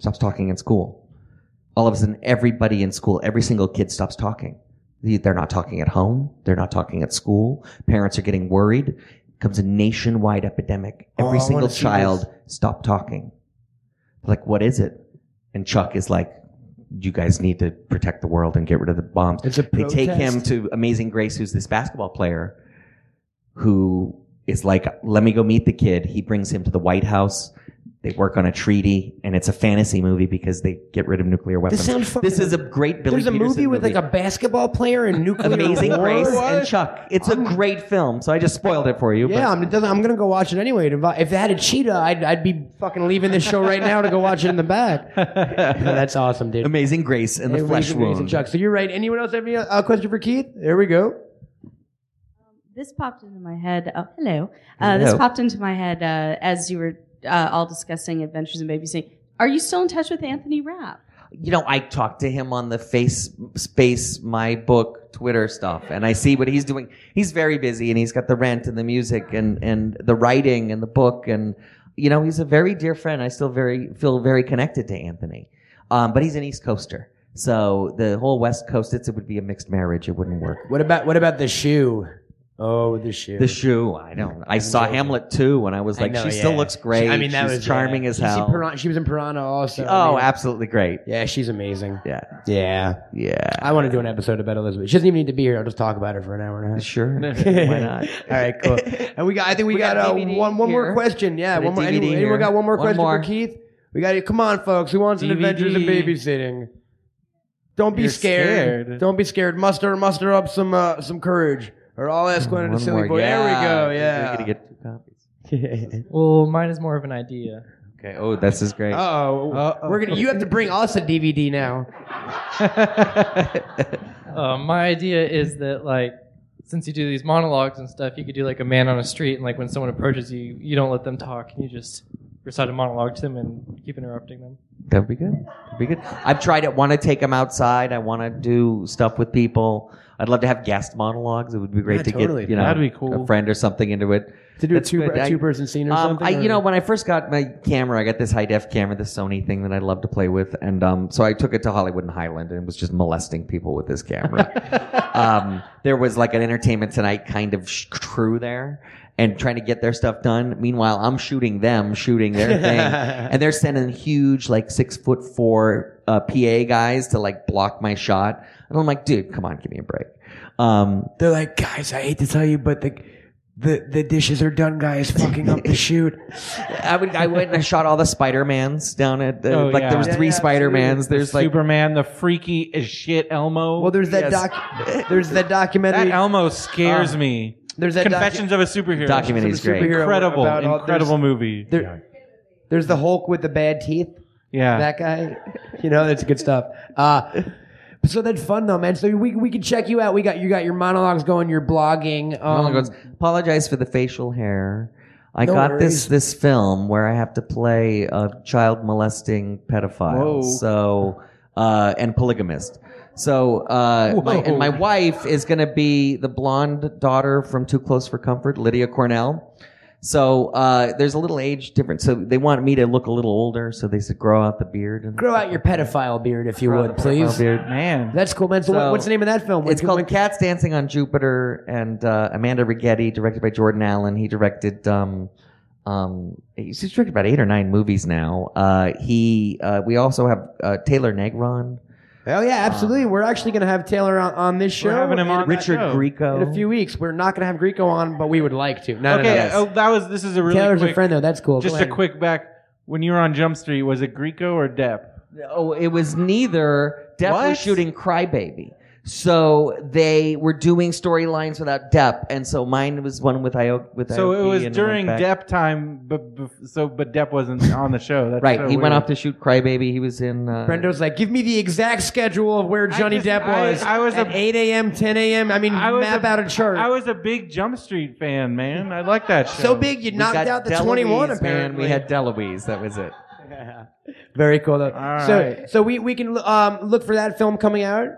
F: Stops talking in school. All of a sudden, everybody in school, every single kid stops talking. They're not talking at home. They're not talking at school. Parents are getting worried. Comes a nationwide epidemic.
C: Oh,
F: Every
C: I wanna
F: single
C: see
F: child stopped talking. Like, what is it? And Chuck is like, you guys need to protect the world and get rid of the bombs.
C: It's a
F: they take him
C: protest.
F: to Amazing Grace, who's this basketball player who is like, let me go meet the kid. He brings him to the White House. They work on a treaty, and it's a fantasy movie because they get rid of nuclear weapons.
C: sounds fucking-
F: This is a great Billy
C: There's a
F: Peterson
C: movie with like a basketball player and nuclear
F: Amazing
C: war.
F: Grace
C: What?
F: and Chuck. It's a great film, so I just spoiled it for you. but-
C: Yeah, I'm, it doesn't- I'm gonna go watch it anyway. If I- if they had a cheetah, I'd, I'd be fucking leaving this show right now to go watch it in the back.
F: *laughs*
C: That's awesome, dude.
F: Amazing Grace and the
C: Amazing
F: Flesh
C: Grace and
F: Wound.
C: Chuck. So you're right. Anyone else have any uh, question for Keith? There we go.
G: This popped into my head. Oh, hello. Uh, This
F: Hello.
G: popped into my head uh, as you were uh, all discussing adventures in babysitting. Are you still in touch with Anthony Rapp?
F: You know, I talk to him on the face space, my book, Twitter stuff, and I see what he's doing. He's very busy, and he's got the rent and the music and and the writing and the book, and you know, he's a very dear friend. I still very feel very connected to Anthony, um, but he's an East Coaster, so the whole West Coast, it's, it would be a mixed marriage. It wouldn't work.
C: What about what about the shoe? Oh, the shoe.
F: The shoe, I don't. I saw
C: joking.
F: Hamlet too, and I was
C: I
F: like,
C: know,
F: she still
C: yeah.
F: looks great.
C: She- I mean, that
F: she's
C: was
F: charming
C: yeah.
F: as
C: She's in
F: hell.
C: Piran- she was in Piranha also. I
F: oh,
C: mean,
F: absolutely great.
C: yeah, she's amazing.
F: Yeah,
C: Yeah,
F: yeah.
C: I want to do an episode about Elizabeth. She doesn't even need to be here. I'll just talk about her for an hour and a half. *laughs*
F: Sure, *laughs* why not?
C: All right,
F: *laughs*
C: cool. And we got. I think we,
F: We
C: got,
F: got
C: uh,
F: DVD
C: one one more
F: here.
C: question. Yeah,
F: Got a
C: one more.
F: DVD
C: Anyone, anyone
F: here.
C: got one more
F: One
C: question
F: more.
C: for Keith? We got it. Come on, folks. Who wants an
B: DVD.
C: adventures in babysitting? Don't be
B: You're
C: scared.
B: scared.
C: Don't be scared. Muster muster up some uh, some courage, or I'll ask Glenn and a
F: One
C: silly
F: more.
C: boy. There we go.
F: We're
C: Yeah.
F: gonna get two copies. *laughs*
I: Well, mine is more of an idea.
F: Okay. Oh, this is great.
C: Uh oh. We're gonna. You have to bring us a DVD now.
I: Uh, my idea is that like since you do these monologues and stuff, you could do like a man on a street, and like when someone approaches you, you don't let them talk, and you just recite a monologue to them and keep interrupting them.
F: That would be good. *laughs* That'd be good. I've tried it. Want to take them outside. I want to do stuff with people. I'd love to have guest monologues. It would be great
C: Yeah,
F: to
C: totally.
F: get you know
B: That'd be cool.
F: a friend or something into it.
C: To do
F: That's
C: a two
F: good.
C: a
F: I-
C: two person scene or
F: Um,
C: something.
F: I, you
C: or-
F: know, when I first got my camera, I got this high def camera, this Sony thing that I love to play with, and um, so I took it to Hollywood and Highland and was just molesting people with
C: *laughs*
F: this camera. um, there was like an Entertainment Tonight kind of sh- crew there. And trying to get their stuff done. Meanwhile, I'm shooting them, shooting their
C: *laughs*
F: thing, and they're sending huge, like six foot four uh, PA guys to like block my shot. And I'm like, dude, come on, give me a break. Um,
C: They're like, guys, I hate to tell you, but the the the dishes are done. Guys, fucking *laughs* up the shoot.
F: I would I went and I shot all the Spider Mans down at the,
B: Oh,
F: like
B: yeah.
F: there was
B: Yeah,
F: three
C: yeah,
F: Spider Mans.
B: The
F: There's like
B: Superman, the freaky as shit Elmo.
C: Well, there's that
F: Yes.
C: doc. There's that documentary.
B: that Elmo scares
C: Uh,
B: me.
C: there's that docu-
B: Confessions of a Superhero.
F: Documentary is
C: Some
F: great.
C: superhero
B: Incredible,
C: about all-
B: incredible movie.
C: there's, there- there's the Hulk with the bad teeth.
B: yeah.
C: That guy. You know, that's good stuff. Uh, so that's fun though, man. So we we can check you out. We got you got your monologues going. Your blogging.
F: Oh my
C: Um,
F: God. Apologize for the facial hair. I
C: No
F: got
C: worries.
F: this this film where I have to play a child molesting
B: Whoa.
F: pedophile. So uh, and polygamist. So uh, my, and my wife is going to be the blonde daughter from Too Close for Comfort, Lydia Cornell. So uh, there's a little age difference. So they want me to look a little older. So they said, grow out the beard. And
C: Grow out your pedophile beard if you would, please.
F: beard.
B: Man.
C: That's cool, man. So, what,
F: So-
C: what's the name of that film? When-
F: It's called
C: when-
F: Cats Dancing on Jupiter, and uh, Amanda Rigetti, directed by Jordan Allen. He directed. Um, um, he's he's directed about eight or nine movies now. Uh, he. Uh, we also have uh, Taylor Negron,
C: Oh yeah, absolutely. We're actually going to have Taylor on, on this show.
B: We're having him
C: in-
B: on that
F: Richard
B: show.
F: Grieco.
C: in a few weeks. We're not going to have Greco on, but we would like to. No, no, no,
B: Okay,
C: no.
B: oh, that was. This is a really
C: Taylor's
B: quick.
C: a friend though. That's cool. Go
B: Just a
C: ahead.
B: quick back. When you were on Jump Street, was it Greco or Depp?
F: Oh, it was neither. Depp
B: What?
F: was shooting Crybaby. So they were doing storylines without Depp, and so mine was one with Io- with
B: So it
F: Aoki
B: was
F: and
B: during
F: went back.
B: Depp time, but bef- so but Depp wasn't on the show. That's
F: Right,
B: so
F: he
B: weird.
F: went off to shoot Crybaby. He was in. Uh,
C: Brendo's like, give me the exact schedule of where Johnny
B: just-
C: Depp
B: I-
C: was.
B: I was
C: at
B: a-
C: 8 a.m., 10 a.m. I mean,
B: I was
C: map
B: a-
C: out a chart.
B: I was a big Jump Street fan, man. I like that show.
C: so big you
F: we
C: knocked
F: got
C: out the
F: Deloise,
C: 21.
F: Man.
C: Apparently,
F: We had Deloise. That was it.
C: very cool though.
B: All
C: so,
B: right.
C: so we we can um, look for that film coming out.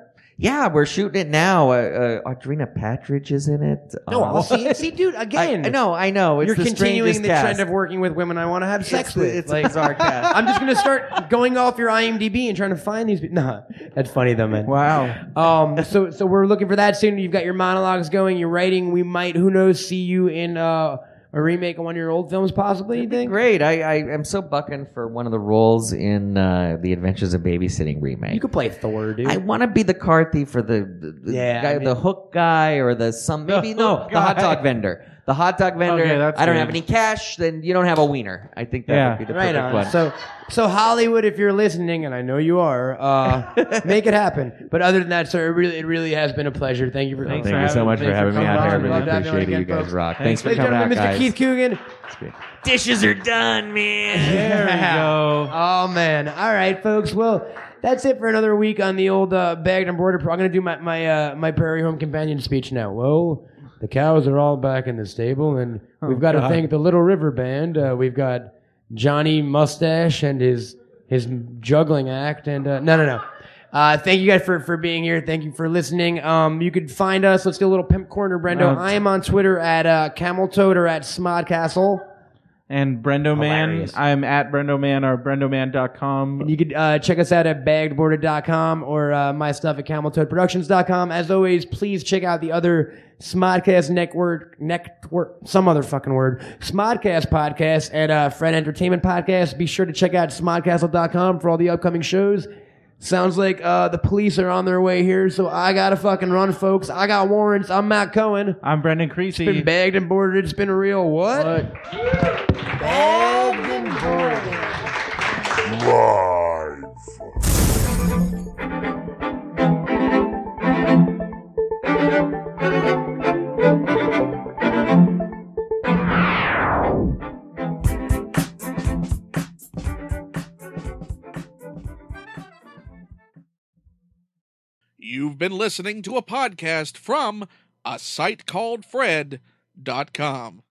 F: Yeah, we're shooting it now. Uh, uh, Audrina Patridge is in it.
C: No,
F: Uh,
C: I'll see it.
B: *laughs*
C: See, dude,
F: I,
C: again.
F: I know, I know. It's
C: You're
F: the
C: continuing
F: strangest
C: the
F: cast.
C: trend of working with women I want to have sex
F: It's the-
C: with.
F: it's a
C: Like,
F: bizarre
C: *laughs*
F: cast.
C: I'm just gonna start going off your IMDb and trying to find these. people. Nah, that's funny though, man.
B: Wow.
C: Um, so so we're looking for that soon. You've got your monologues going. You're writing. We might, who knows, see you in uh, a remake of one of your old films, possibly. You think?
F: Great. I, I am so bucking for one of the roles in uh, the Adventures of Babysitting remake.
C: You could play Thor, dude.
F: I want to be the car thief for the, the- the
C: Yeah,
F: guy,
C: I mean-
F: the hook guy or the some maybe no
B: hook
F: the hot
B: guy.
F: dog vendor. The hot dog vendor.
B: Okay, that's
F: I don't
B: good.
F: have any cash, then you don't have a wiener. I think that
B: Yeah.
F: would be the
C: right
F: perfect
C: on.
F: one.
C: So so Hollywood, if you're listening, and I know you
B: *laughs*
C: are, uh, make it happen. But other than that, sir, it really it really has been a pleasure. Thank you for coming.
B: Thanks for having- thanks for coming on. Love to have you
C: on again, folks.
F: rock.
B: Thanks.
C: Ladies and gentlemen, Mr. Keith Coogan.
F: Dishes are done, man.
B: There
C: *laughs*
B: we go.
C: Oh man! All right, folks. Well, that's it for another week on the old uh, bagged and border. Pro- I'm gonna do my my uh, my prairie home companion speech now. Well, the cows are all back in the stable, and we've got to thank the Little River Band. Uh, we've got Johnny Mustache and his his juggling act, and uh, no, no, no. Uh, thank you guys for, for being here. Thank you for listening. Um, you could find us. Let's do a little pimp corner, Brendo.
B: Oh.
C: I am on Twitter at uh, Camel Toad or at Smodcastle.
B: And Brendo Man,
F: Hilarious.
B: I'm at Brendo Man or brendoman.com.
C: And you could uh, check us out at baggedborder.com or uh, my stuff at cameltoadproductions.com. As always, please check out the other Smodcast Network, network some other fucking word, Smodcast podcast and uh, Fred Entertainment podcast. Be sure to check out smodcastle.com for all the upcoming shows. Sounds like uh, the police are on their way here, so I gotta fucking run, folks. I got warrants. I'm Matt Cohen.
B: I'm Brendan Creasy.
C: Been bagged and boarded. It's been a real what? Bagged and boarded.
A: You've been listening to a podcast from a site called Fred.com.